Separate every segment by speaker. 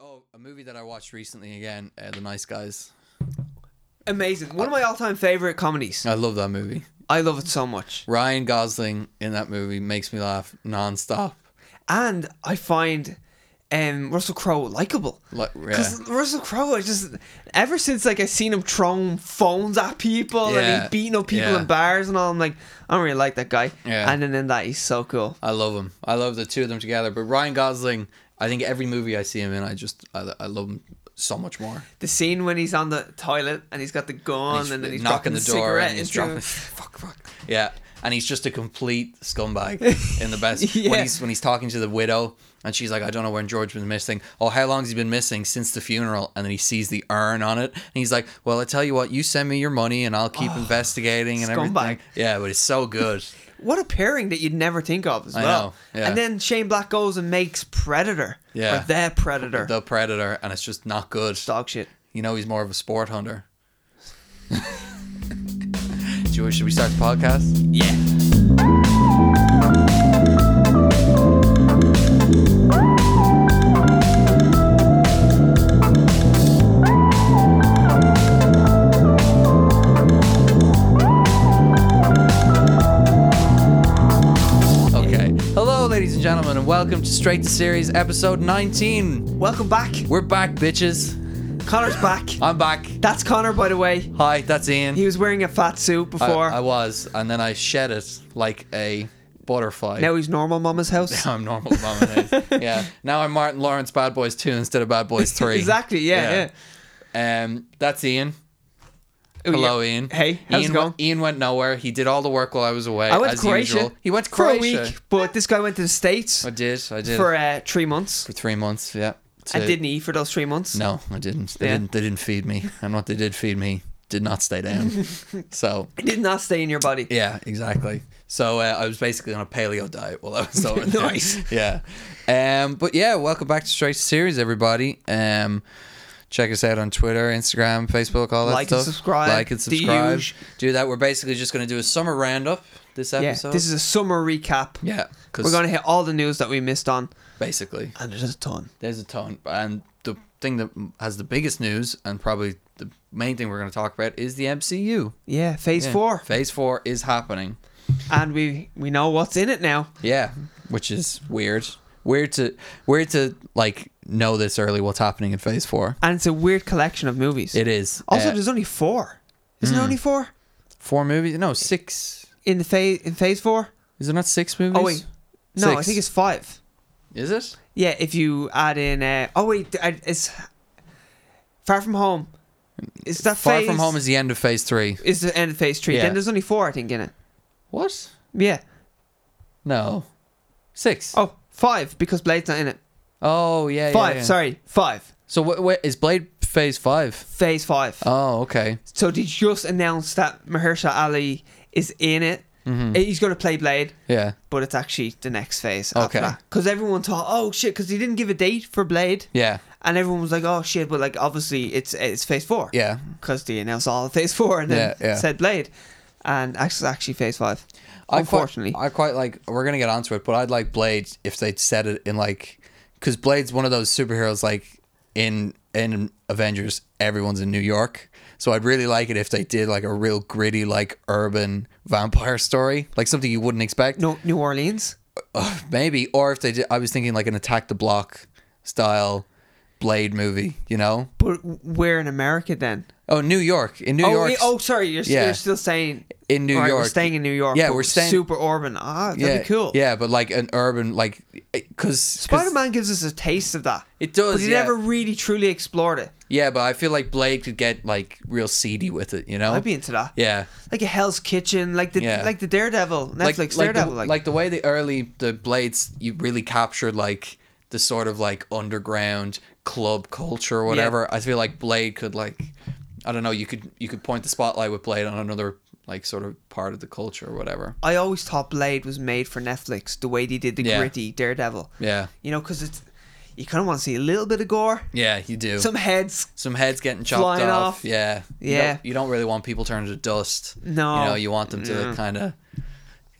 Speaker 1: Oh, a movie that I watched recently again, uh, The Nice Guys.
Speaker 2: Amazing. One of my all time favorite comedies.
Speaker 1: I love that movie.
Speaker 2: I love it so much.
Speaker 1: Ryan Gosling in that movie makes me laugh nonstop.
Speaker 2: And I find um, Russell Crowe likable.
Speaker 1: Like, yeah.
Speaker 2: Because Russell Crowe, I just ever since like I seen him throwing phones at people and
Speaker 1: Yeah,
Speaker 2: he beating up people
Speaker 1: yeah.
Speaker 2: in bars and all, I'm like, I don't really like that guy.
Speaker 1: Yeah.
Speaker 2: And then in that he's so cool.
Speaker 1: I love him. I love the two of them together. But Ryan Gosling, I think every movie I see him in, I just I, I love him so much more.
Speaker 2: The scene when he's on the toilet and he's got the gun and,
Speaker 1: he's
Speaker 2: then he's
Speaker 1: knocking
Speaker 2: dropping
Speaker 1: the door
Speaker 2: cigarette
Speaker 1: and he's
Speaker 2: into-
Speaker 1: dropping-
Speaker 2: fuck fuck.
Speaker 1: Yeah, and he's just a complete scumbag in the best.
Speaker 2: Yeah.
Speaker 1: When he's when he's talking to the widow, and she's like, "I don't know when George been missing. Oh, how long's he been missing since the funeral?" And then he sees the urn on it, and he's like, "Well, I tell you what, you send me your money, and I'll keep investigating and
Speaker 2: scumbag.
Speaker 1: everything." Yeah, but it's so good.
Speaker 2: What a pairing that you'd never think of as
Speaker 1: I
Speaker 2: well.
Speaker 1: know, yeah.
Speaker 2: And then Shane Black goes and makes Predator.
Speaker 1: Yeah.
Speaker 2: Or their Predator.
Speaker 1: the Predator, and it's just not good.
Speaker 2: Dog shit.
Speaker 1: You know, he's more of a sport hunter. Joey, should we start the podcast?
Speaker 2: Yeah.
Speaker 1: Okay. Hello, ladies and gentlemen, and welcome to Straight to Series, episode 19.
Speaker 2: Welcome back.
Speaker 1: We're back, bitches.
Speaker 2: Connor's back.
Speaker 1: I'm back.
Speaker 2: That's Connor, by the way.
Speaker 1: Hi, that's Ian.
Speaker 2: He was wearing a fat suit
Speaker 1: I,
Speaker 2: before.
Speaker 1: I was, and then I shed it like a butterfly.
Speaker 2: now he's normal mama's house.
Speaker 1: I'm normal mom and dad. Yeah. Now I'm Martin Lawrence Bad Boys 2 instead of Bad Boys 3.
Speaker 2: exactly. Yeah, yeah.
Speaker 1: yeah. Um, that's Ian.
Speaker 2: Ooh,
Speaker 1: Hello,
Speaker 2: Oh, yeah.
Speaker 1: Ian.
Speaker 2: Hey, how's
Speaker 1: Ian
Speaker 2: it going?
Speaker 1: went, Ian went nowhere. He did all the work while I was away.
Speaker 2: I went to
Speaker 1: as
Speaker 2: Croatia.
Speaker 1: Usual. He went to
Speaker 2: for
Speaker 1: Croatia.
Speaker 2: a week, but this guy went to the states
Speaker 1: I did. I did.
Speaker 2: for uh, three months.
Speaker 1: for three months. Yeah.
Speaker 2: I
Speaker 1: To-
Speaker 2: didn't eat for those three months.
Speaker 1: No, I didn't. They
Speaker 2: Yeah.
Speaker 1: didn't. They didn't feed me, and what they did feed me did not stay down. so
Speaker 2: It did not stay in your body.
Speaker 1: yeah, exactly. So uh, I was basically on a paleo diet while I was over there.
Speaker 2: Nice.
Speaker 1: Yeah. Um. But yeah, welcome back to Straight to Series, everybody. Um. Check us out on Twitter, Instagram, Facebook, all that
Speaker 2: Like and
Speaker 1: stuff.
Speaker 2: subscribe.
Speaker 1: Like and
Speaker 2: The
Speaker 1: subscribe.
Speaker 2: huge.
Speaker 1: Do that. We're basically just going to do a summer roundup this
Speaker 2: Yeah,
Speaker 1: episode.
Speaker 2: this is a summer recap.
Speaker 1: yeah. Because
Speaker 2: We're going to hit all the news that we missed on,
Speaker 1: basically
Speaker 2: and there's a ton.
Speaker 1: There's a ton, and the thing that has the biggest news, and probably the main thing we're going to talk about, is the MCU.
Speaker 2: Yeah, phase
Speaker 1: Yeah.
Speaker 2: four,
Speaker 1: Phase four is happening.
Speaker 2: and we we know what's in it now.
Speaker 1: Yeah, which is weird. Weird to weird to like know this early. What's happening in phase four?
Speaker 2: And it's a weird collection of movies.
Speaker 1: It is
Speaker 2: also,
Speaker 1: uh, Hmm.
Speaker 2: there's only four. Isn't there only four
Speaker 1: four movies. No, six.
Speaker 2: in the phase in phase four?
Speaker 1: Is there not six movies?
Speaker 2: Oh wait, no, I
Speaker 1: Six.
Speaker 2: think it's five.
Speaker 1: is it?
Speaker 2: Yeah, if you add in, uh, oh wait, I- it's Far From Home. Is that
Speaker 1: Far
Speaker 2: phase,
Speaker 1: from home is the end of phase three.
Speaker 2: is the end of phase three?
Speaker 1: Yeah.
Speaker 2: Then there's only four, I think, in it.
Speaker 1: What?
Speaker 2: Yeah.
Speaker 1: No, six.
Speaker 2: Oh, five because Blade's not in it.
Speaker 1: Oh, yeah, yeah,
Speaker 2: Five.
Speaker 1: yeah.
Speaker 2: Sorry, five.
Speaker 1: So what? Wait, is Blade phase five?
Speaker 2: Phase five.
Speaker 1: Oh, okay.
Speaker 2: so they just announced that Mahershala Ali is in it.
Speaker 1: Mm-hmm.
Speaker 2: He's going to play Blade,
Speaker 1: Yeah.
Speaker 2: but it's actually the next phase.
Speaker 1: Okay.
Speaker 2: Because everyone thought, oh shit, because he didn't give a date for Blade,
Speaker 1: Yeah.
Speaker 2: and everyone was like, oh shit, but like obviously it's it's phase four.
Speaker 1: Yeah.
Speaker 2: because they announced all of Phase Four and then
Speaker 1: Yeah, yeah.
Speaker 2: said Blade, and actually, actually Phase Five. unfortunately,
Speaker 1: I quite, I quite like. We're gonna get onto it, but I'd like Blade if they'd said it in like, because Blade's one of those superheroes like in in Avengers, everyone's in New York. So I'd really like it if they did like a real gritty, like urban vampire story, like something you wouldn't expect.
Speaker 2: no, New Orleans.
Speaker 1: Uh, maybe, or if they did, I was thinking like an Attack the Block style Blade movie. You know?
Speaker 2: But where in America then?
Speaker 1: Oh, New York in New
Speaker 2: oh,
Speaker 1: York.
Speaker 2: we- oh, sorry, you're,
Speaker 1: Yeah.
Speaker 2: you're still saying
Speaker 1: In New
Speaker 2: Alright, We're
Speaker 1: York.
Speaker 2: staying in New York.
Speaker 1: Yeah,
Speaker 2: but
Speaker 1: we're staying-
Speaker 2: super urban. Ah, that'd
Speaker 1: yeah,
Speaker 2: be cool.
Speaker 1: Yeah, but like an urban, like because
Speaker 2: Spider Man gives us a taste of that.
Speaker 1: It does,
Speaker 2: but he
Speaker 1: yeah.
Speaker 2: never really truly explored it.
Speaker 1: Yeah, but I feel like Blade could get like real seedy with it, you know?
Speaker 2: I'd be into that.
Speaker 1: yeah.
Speaker 2: Like a Hell's Kitchen, like the
Speaker 1: Yeah.
Speaker 2: like the Daredevil Netflix Daredevil,
Speaker 1: the,
Speaker 2: like,
Speaker 1: the way the early the Blades you really captured like the sort of like underground club culture or whatever. I feel like Blade could like I don't know, you could you could point the spotlight with Blade on another like sort of part of the culture or whatever.
Speaker 2: I always thought Blade was made for Netflix. The way they did the
Speaker 1: Yeah.
Speaker 2: gritty Daredevil,
Speaker 1: Yeah.
Speaker 2: you know, because it's you kind of want to see a little bit of gore,
Speaker 1: Yeah, you do.
Speaker 2: some heads
Speaker 1: some heads getting chopped
Speaker 2: Flying
Speaker 1: off.
Speaker 2: off.
Speaker 1: Yeah, You
Speaker 2: Yeah.
Speaker 1: don't, you don't really want people turned to dust.
Speaker 2: No.
Speaker 1: you know you want them to
Speaker 2: No.
Speaker 1: kind of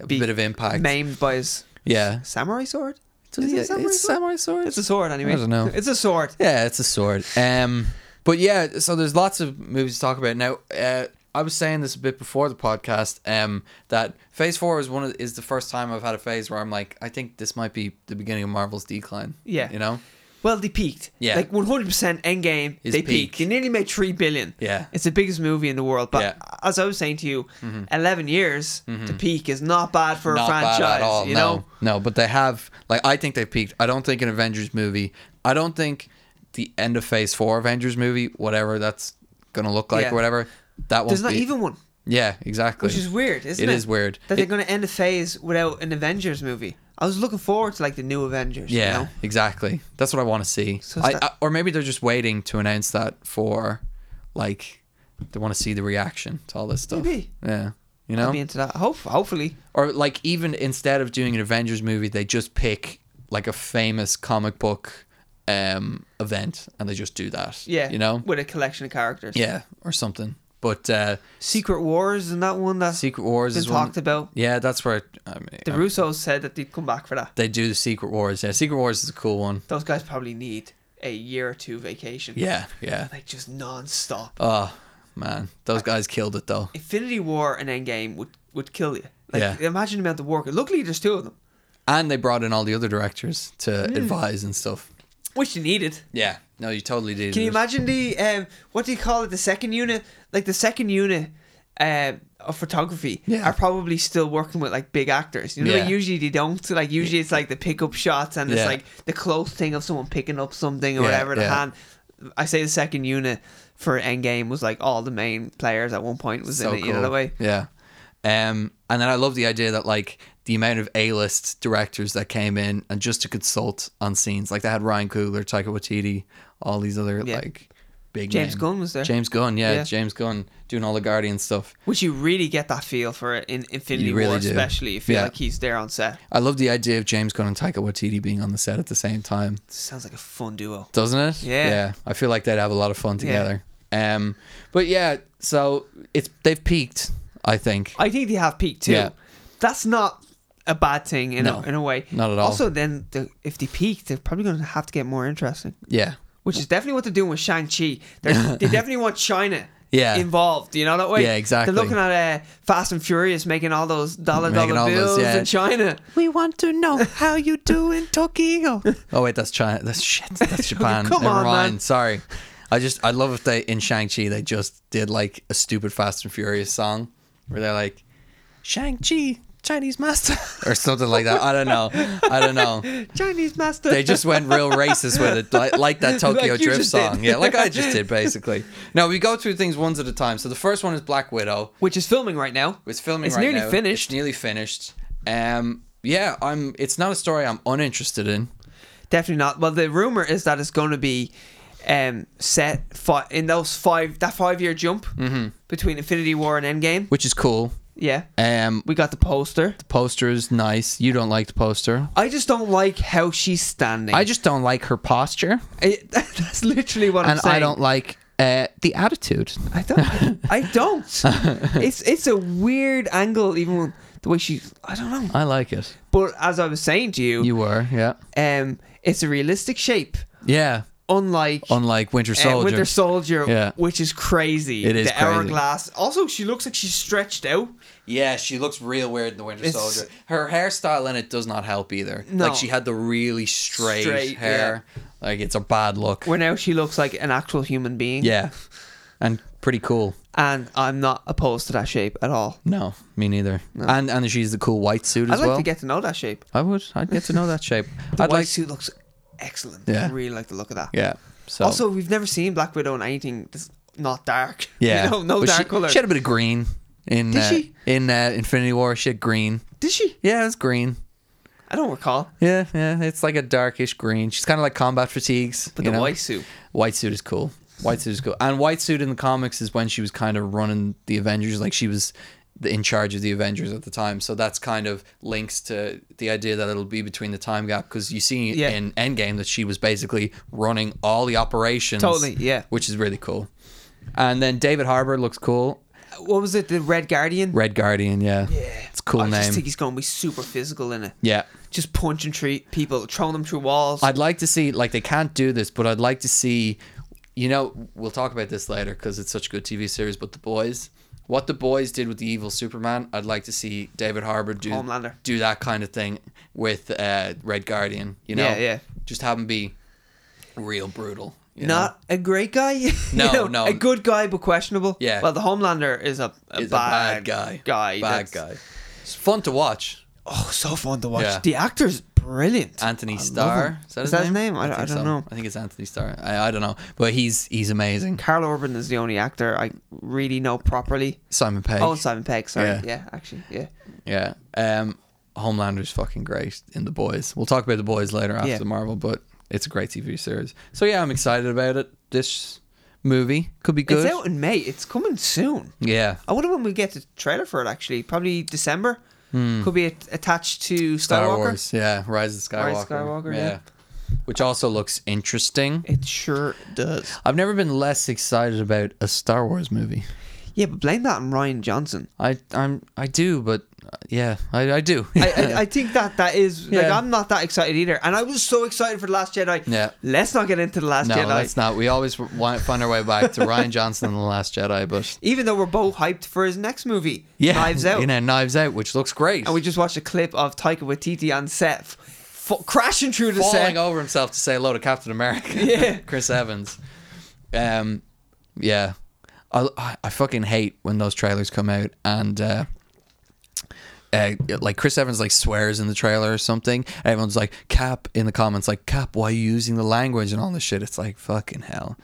Speaker 1: a
Speaker 2: Be
Speaker 1: bit of impact.
Speaker 2: maimed by his
Speaker 1: yeah,
Speaker 2: samurai sword.
Speaker 1: Does
Speaker 2: Is
Speaker 1: he,
Speaker 2: it a samurai
Speaker 1: it's
Speaker 2: sword?
Speaker 1: samurai sword.
Speaker 2: It's a sword anyway.
Speaker 1: I don't know.
Speaker 2: It's a sword.
Speaker 1: Yeah, it's a sword. Um, but yeah, so there's lots of movies to talk about now. Uh, I was saying this a bit before the podcast. Um, that Phase Four is one of, is the first time I've had a phase where I'm like, I think this might be the beginning of Marvel's decline.
Speaker 2: Yeah.
Speaker 1: you know.
Speaker 2: Well, they peaked.
Speaker 1: Yeah.
Speaker 2: Like 100% Endgame,
Speaker 1: Is
Speaker 2: they
Speaker 1: peak.
Speaker 2: peaked. They nearly made 3 billion.
Speaker 1: Yeah.
Speaker 2: It's the biggest movie in the world. But
Speaker 1: Yeah. Mm-hmm.
Speaker 2: as I was saying to you, 11 years to peak is not bad for a
Speaker 1: Not
Speaker 2: franchise.
Speaker 1: bad at all.
Speaker 2: You
Speaker 1: no,
Speaker 2: know?
Speaker 1: no, but they have like I think they peaked. I don't think an Avengers movie. I don't think the end of Phase Four Avengers movie, whatever that's gonna look like,
Speaker 2: Yeah.
Speaker 1: or whatever. That
Speaker 2: There's
Speaker 1: won't
Speaker 2: not
Speaker 1: be-
Speaker 2: even one,
Speaker 1: Yeah, exactly.
Speaker 2: which is weird, isn't it?
Speaker 1: It is weird.
Speaker 2: That
Speaker 1: It-
Speaker 2: they're going to end a phase without an Avengers movie. I was looking forward to like the new Avengers.
Speaker 1: Yeah,
Speaker 2: You know?
Speaker 1: exactly. That's what I want to see.
Speaker 2: So is
Speaker 1: I,
Speaker 2: that-
Speaker 1: I- or maybe they're just waiting to announce that for, like, they want to see the reaction to all this stuff.
Speaker 2: Maybe.
Speaker 1: Yeah. You
Speaker 2: I'll
Speaker 1: know,
Speaker 2: be into that. Hope, hopefully.
Speaker 1: or like even instead of doing an Avengers movie, they just pick like a famous comic book um event and they just do that.
Speaker 2: Yeah.
Speaker 1: You know.
Speaker 2: With a collection of characters.
Speaker 1: Yeah, or something. But uh
Speaker 2: Secret Wars and that one that's
Speaker 1: Secret Wars
Speaker 2: been
Speaker 1: is one-
Speaker 2: talked about.
Speaker 1: Yeah, that's where I mean, uh,
Speaker 2: The Russos said that they'd come back for that.
Speaker 1: they do the Secret Wars. Yeah, Secret Wars is a cool one.
Speaker 2: Those guys probably need a year or two vacation.
Speaker 1: Yeah, yeah.
Speaker 2: Like just non-stop.
Speaker 1: Oh man, those guys killed it though.
Speaker 2: Infinity War and Endgame would, would kill you. Like
Speaker 1: Yeah.
Speaker 2: imagine the amount of work. Luckily there's two of them,
Speaker 1: And they brought in all the other directors to
Speaker 2: Hmm.
Speaker 1: advise and stuff.
Speaker 2: which you needed.
Speaker 1: Yeah. No, you totally did.
Speaker 2: Can you imagine the um, what do you call it? The second unit, like the second unit um, of photography,
Speaker 1: Yeah.
Speaker 2: are probably still working with like big actors. You know,
Speaker 1: Yeah.
Speaker 2: usually they don't. Like usually it's like the pickup shots and
Speaker 1: Yeah.
Speaker 2: it's like the close thing of someone picking up something or
Speaker 1: Yeah,
Speaker 2: whatever. The
Speaker 1: yeah.
Speaker 2: hand. I say the second unit for Endgame was like all the main players at one point was in it. You know the way.
Speaker 1: Yeah. Um, and then I love the idea that like the amount of A-list directors that came in and just to consult on scenes, like they had Ryan Coogler, Taika Waititi, all these other
Speaker 2: Yeah.
Speaker 1: like big
Speaker 2: James
Speaker 1: name-
Speaker 2: Gunn was there.
Speaker 1: James Gunn, yeah,
Speaker 2: Yeah.
Speaker 1: James Gunn doing all the Guardian stuff.
Speaker 2: Which you really get that feel for it in Infinity
Speaker 1: You really
Speaker 2: War,
Speaker 1: do.
Speaker 2: especially. You feel
Speaker 1: Yeah.
Speaker 2: like he's there on set.
Speaker 1: I love the idea of James Gunn and Taika Waititi being on the set at the same time.
Speaker 2: Sounds like a fun duo.
Speaker 1: doesn't it?
Speaker 2: Yeah.
Speaker 1: Yeah. I feel like they'd have a lot of fun
Speaker 2: Yeah.
Speaker 1: together. Um, but yeah, so it's they've peaked. I think.
Speaker 2: I think they have peaked too.
Speaker 1: Yeah.
Speaker 2: That's not a bad thing in,
Speaker 1: No,
Speaker 2: a, in a way.
Speaker 1: not at all.
Speaker 2: Also, then the, if they peak, they're probably going to have to get more interesting,
Speaker 1: yeah.
Speaker 2: which is definitely what they're doing with Shang Chi. They definitely want China.
Speaker 1: Yeah.
Speaker 2: Involved, you know that way.
Speaker 1: Yeah, exactly.
Speaker 2: They're looking at uh, Fast and Furious making all those dollar
Speaker 1: Making all
Speaker 2: dollar
Speaker 1: those,
Speaker 2: bills
Speaker 1: yeah.
Speaker 2: in China.
Speaker 1: We want to know how you do in Tokyo. oh wait, that's China. That's shit. That's Japan.
Speaker 2: Come
Speaker 1: Never
Speaker 2: on,
Speaker 1: mind.
Speaker 2: man.
Speaker 1: Sorry. I just I love if they in Shang Chi they just did like a stupid Fast and Furious song where they're like Shang Chi Chinese master or something like that. I don't know. I don't know.
Speaker 2: Chinese master.
Speaker 1: They just went real racist with it, like, like that Tokyo
Speaker 2: Like you
Speaker 1: Drift
Speaker 2: just did.
Speaker 1: song. Yeah, like I just did, basically. Now, we go through things ones at a time. So the first one is Black Widow.
Speaker 2: which is filming right now.
Speaker 1: It's filming
Speaker 2: It's
Speaker 1: right
Speaker 2: nearly
Speaker 1: now.
Speaker 2: finished.
Speaker 1: It's nearly finished. Um, yeah, I'm. It's not a story I'm uninterested in.
Speaker 2: Definitely not. Well, the rumor is that it's going to be um, set fi- in those five that five year jump
Speaker 1: Mm-hmm.
Speaker 2: between Infinity War and Endgame.
Speaker 1: which is cool.
Speaker 2: Yeah,
Speaker 1: Um,
Speaker 2: we got the poster.
Speaker 1: the poster is nice. You don't like the poster.
Speaker 2: I just don't like how she's standing.
Speaker 1: I just don't like her posture,
Speaker 2: I- that's literally what I'm
Speaker 1: and
Speaker 2: saying.
Speaker 1: I don't like uh, the attitude.
Speaker 2: I don't. I don't. it's it's a weird angle, even with the way she. I don't know.
Speaker 1: I like it.
Speaker 2: But as I was saying to you,
Speaker 1: You were, yeah,
Speaker 2: um, it's a realistic shape,
Speaker 1: yeah.
Speaker 2: unlike.
Speaker 1: Unlike Winter
Speaker 2: uh,
Speaker 1: Soldier,
Speaker 2: Winter Soldier,
Speaker 1: Yeah.
Speaker 2: which is crazy.
Speaker 1: It is
Speaker 2: the
Speaker 1: crazy.
Speaker 2: hourglass. Also, she looks like she's stretched out.
Speaker 1: Yeah, she looks real weird in the Winter
Speaker 2: It's-
Speaker 1: Soldier. Her hairstyle in it does not help either.
Speaker 2: No.
Speaker 1: Like she had the really straight,
Speaker 2: Straight,
Speaker 1: hair. Like it's a bad look.
Speaker 2: Where now she looks like an actual human being.
Speaker 1: yeah. And pretty cool.
Speaker 2: And I'm not opposed to that shape at all.
Speaker 1: No, me neither. And and she's the cool white suit as
Speaker 2: I'd like
Speaker 1: well.
Speaker 2: to get to know that shape.
Speaker 1: I would. I'd get to know that shape.
Speaker 2: The
Speaker 1: I'd
Speaker 2: white
Speaker 1: like
Speaker 2: suit looks excellent.
Speaker 1: Yeah.
Speaker 2: I really like the look of that.
Speaker 1: Yeah. So
Speaker 2: Also, we've never seen Black Widow in anything that's not dark.
Speaker 1: yeah.
Speaker 2: You know, no
Speaker 1: But
Speaker 2: dark
Speaker 1: she,
Speaker 2: color.
Speaker 1: She had a bit of green in
Speaker 2: Did
Speaker 1: uh,
Speaker 2: she?
Speaker 1: in uh, Infinity War. She had green.
Speaker 2: Did she?
Speaker 1: Yeah, it's green.
Speaker 2: I don't recall.
Speaker 1: Yeah, yeah. It's like a darkish green. She's kind of like combat fatigues.
Speaker 2: But
Speaker 1: you
Speaker 2: the
Speaker 1: know?
Speaker 2: white suit.
Speaker 1: White suit is cool. White suit is cool. And white suit in the comics is when she was kind of running the Avengers, like she was the- in charge of the Avengers at the time. So that's kind of links to the idea that it'll be between the time gap because you see
Speaker 2: Yeah.
Speaker 1: in Endgame that she was basically running all the operations.
Speaker 2: Totally, yeah.
Speaker 1: Which is really cool. And then David Harbour looks cool.
Speaker 2: What was it? The Red Guardian.
Speaker 1: Red Guardian, yeah.
Speaker 2: Yeah. Oh,
Speaker 1: It's a cool
Speaker 2: I
Speaker 1: name.
Speaker 2: just think he's going to be super physical in it.
Speaker 1: yeah.
Speaker 2: just punching treat people, throwing them through walls.
Speaker 1: I'd like to see like they can't do this, but I'd like to see. You know, we'll talk about this later because it's such a good TV series. But the boys, what the boys did with the evil Superman, I'd like to see David Harbour do
Speaker 2: Homelander.
Speaker 1: do that kind of thing with uh, Red Guardian. You know,
Speaker 2: Yeah, yeah.
Speaker 1: just have him be real brutal. you know?
Speaker 2: Not a great guy. you
Speaker 1: No, no.
Speaker 2: A good guy, but questionable.
Speaker 1: Yeah.
Speaker 2: Well, the Homelander is a, a,
Speaker 1: He's
Speaker 2: bad,
Speaker 1: a bad guy.
Speaker 2: Guy.
Speaker 1: bad
Speaker 2: that's-
Speaker 1: guy. It's fun to watch.
Speaker 2: Oh, so fun to watch.
Speaker 1: Yeah.
Speaker 2: The actor's brilliant.
Speaker 1: Anthony
Speaker 2: I love him.
Speaker 1: Starr. Is that his name?
Speaker 2: I, I
Speaker 1: think
Speaker 2: don't
Speaker 1: so.
Speaker 2: know.
Speaker 1: I think it's Anthony Starr. I, I don't know, but he's he's amazing.
Speaker 2: Carl Urban is the only actor I really know properly.
Speaker 1: Simon Pegg.
Speaker 2: Oh, Simon Pegg. Sorry.
Speaker 1: Yeah.
Speaker 2: Yeah. actually. Yeah.
Speaker 1: Yeah. Um, Homelander's fucking great in The Boys. We'll talk about The Boys later after
Speaker 2: Yeah.
Speaker 1: Marvel, but it's a great TV series. So yeah, I'm excited about it. This movie could be good.
Speaker 2: It's out in May. It's coming soon.
Speaker 1: Yeah.
Speaker 2: I wonder when we get the trailer for it. Actually, probably December. Could be at- attached to Skywalker.
Speaker 1: Hmm. Star Wars. Yeah. Rise of Skywalker.
Speaker 2: Rise of Skywalker, yeah.
Speaker 1: Which also looks interesting.
Speaker 2: It sure does.
Speaker 1: I've never been less excited about a Star Wars movie.
Speaker 2: Yeah, but blame that on Ryan Johnson.
Speaker 1: I I'm I do, but uh, yeah, I, I do.
Speaker 2: I, I, I think that that is like
Speaker 1: Yeah.
Speaker 2: I'm not that excited either, and I was so excited for the Last Jedi.
Speaker 1: Yeah.
Speaker 2: Let's not get into the Last
Speaker 1: no,
Speaker 2: Jedi.
Speaker 1: that's not. We always want, find our way back to Ryan Johnson and the Last Jedi, but
Speaker 2: Even though we're both hyped for his next movie,
Speaker 1: yeah,
Speaker 2: Knives Out,
Speaker 1: You know, Knives Out, which looks great.
Speaker 2: and we just watched a clip of Taika Waititi on set, f- f- crashing through the
Speaker 1: falling
Speaker 2: set.
Speaker 1: over himself to say hello to Captain America.
Speaker 2: Yeah.
Speaker 1: Chris Evans. Um, yeah, I, I I fucking hate when those trailers come out and. Uh, uh, like Chris Evans like swears in the trailer or something. Everyone's like Cap in the comments like Cap, why are you using the language and all this shit? It's like fucking hell.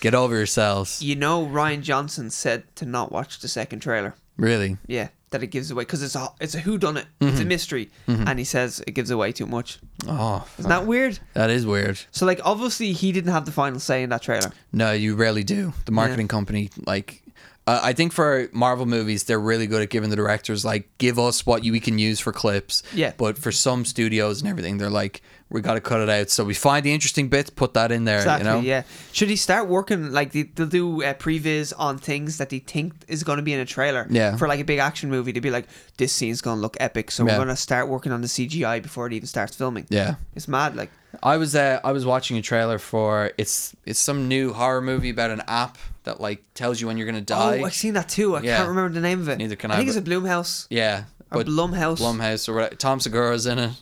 Speaker 1: Get over yourselves.
Speaker 2: You know, Ryan Johnson said to not watch the second trailer.
Speaker 1: Really?
Speaker 2: Yeah, that it gives away because it's a it's a who done it, it's a
Speaker 1: Mm-hmm.
Speaker 2: mystery, and he says it gives away too much.
Speaker 1: Oh,
Speaker 2: Isn't that weird?
Speaker 1: that is weird.
Speaker 2: So like, obviously, he didn't have the final say in that trailer.
Speaker 1: No, you rarely do. The marketing company, like, uh, I think for Marvel movies, they're really good at giving the directors, like, give us what you, we can use for clips.
Speaker 2: Yeah.
Speaker 1: But for some studios and everything, they're like, we got to cut it out. So we find the interesting bits, put that in there,
Speaker 2: Exactly.
Speaker 1: you know?
Speaker 2: Yeah. Should he start working like they, they'll do uh, previs on things that they think is going to be in a trailer?
Speaker 1: Yeah.
Speaker 2: For like a big action movie, to be like, this scene's going to look epic, so
Speaker 1: Yeah.
Speaker 2: we're going to start working on the CGI before it even starts filming.
Speaker 1: Yeah.
Speaker 2: It's mad. Like,
Speaker 1: I was uh, I was watching a trailer for it's it's some new horror movie about an app that like tells you when you're gonna die.
Speaker 2: oh, I've seen that too. I
Speaker 1: Yeah.
Speaker 2: can't remember the name of it.
Speaker 1: Neither can
Speaker 2: I.
Speaker 1: I,
Speaker 2: think it's a
Speaker 1: but-
Speaker 2: Bloomhouse
Speaker 1: yeah,
Speaker 2: or Blumhouse.
Speaker 1: Blumhouse or whatever. Tom Segura's in it.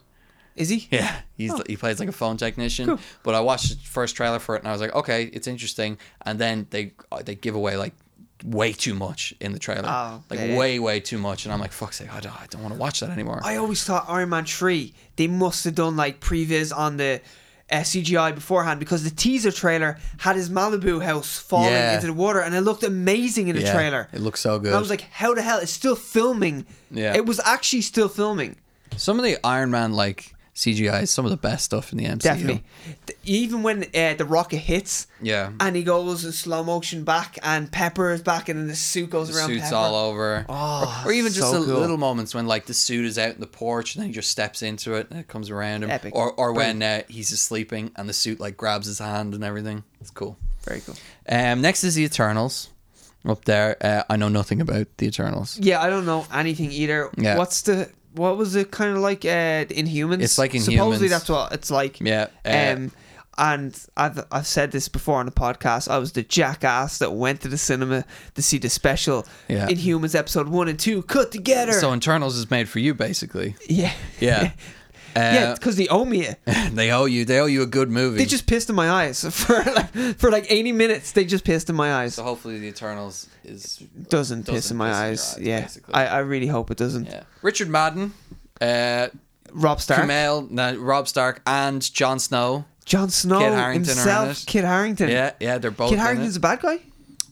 Speaker 2: Is he?
Speaker 1: Yeah, he's he plays like a phone technician.
Speaker 2: Cool.
Speaker 1: But I watched the first trailer for it and I was like, okay, it's interesting. And then they uh, they give away like way too much in the trailer,
Speaker 2: Oh,
Speaker 1: like
Speaker 2: yeah, yeah.
Speaker 1: way way too much. And I'm like, fuck's sake, I don't, I don't want to watch that anymore.
Speaker 2: I always thought Iron Man 3, they must have done like previs on the uh, CGI beforehand because the teaser trailer had his Malibu house falling
Speaker 1: Yeah.
Speaker 2: into the water and it looked amazing in the
Speaker 1: Yeah,
Speaker 2: trailer.
Speaker 1: It looks so good.
Speaker 2: And I was like, how the hell? It's still filming.
Speaker 1: Yeah.
Speaker 2: It was actually still filming.
Speaker 1: some of the Iron Man like CGI is some of the best stuff in the MCU.
Speaker 2: Definitely. Th- Even when uh, the rocket hits
Speaker 1: Yeah.
Speaker 2: and he goes in slow motion back and Pepper is back and then the suit goes around
Speaker 1: Suits
Speaker 2: Pepper.
Speaker 1: all over,
Speaker 2: Oh,
Speaker 1: or, or even just
Speaker 2: so
Speaker 1: the
Speaker 2: cool.
Speaker 1: little moments when like the suit is out in the porch and then he just steps into it and it comes around him,
Speaker 2: Epic.
Speaker 1: or or when uh, he's just sleeping and the suit like grabs his hand and everything. It's cool.
Speaker 2: Very cool.
Speaker 1: Um, next is the Eternals. Up there, uh, I know nothing about the Eternals.
Speaker 2: Yeah, I don't know anything either.
Speaker 1: Yeah.
Speaker 2: What's the what was it kind of like uh, the Inhumans?
Speaker 1: It's like
Speaker 2: Supposedly
Speaker 1: Inhumans.
Speaker 2: that's what it's like.
Speaker 1: Yeah, uh,
Speaker 2: Um, and I've I've said this before on the podcast. I was the jackass that went to the cinema to see the special
Speaker 1: Yeah.
Speaker 2: Inhumans episode one and two cut together.
Speaker 1: So Eternals is made for you, basically.
Speaker 2: yeah,
Speaker 1: Yeah,
Speaker 2: yeah,
Speaker 1: uh,
Speaker 2: because they owe me it.
Speaker 1: they owe you. They owe you a good movie.
Speaker 2: They just pissed in my eyes for like for like eighty minutes. They just pissed in my eyes.
Speaker 1: so hopefully, the Eternals is
Speaker 2: Doesn't, piss
Speaker 1: doesn't
Speaker 2: in my
Speaker 1: piss in your eyes,
Speaker 2: eyes. Yeah,
Speaker 1: basically.
Speaker 2: I, I really hope it doesn't.
Speaker 1: yeah. Richard Madden, uh,
Speaker 2: Rob Stark,
Speaker 1: Kumail, no, Rob Stark, and Jon Snow.
Speaker 2: John Snow
Speaker 1: Kit Harington are in it.
Speaker 2: himself, Kid Harrington.
Speaker 1: Yeah, yeah, they're both.
Speaker 2: Kid
Speaker 1: in it.
Speaker 2: Harrington's a bad guy.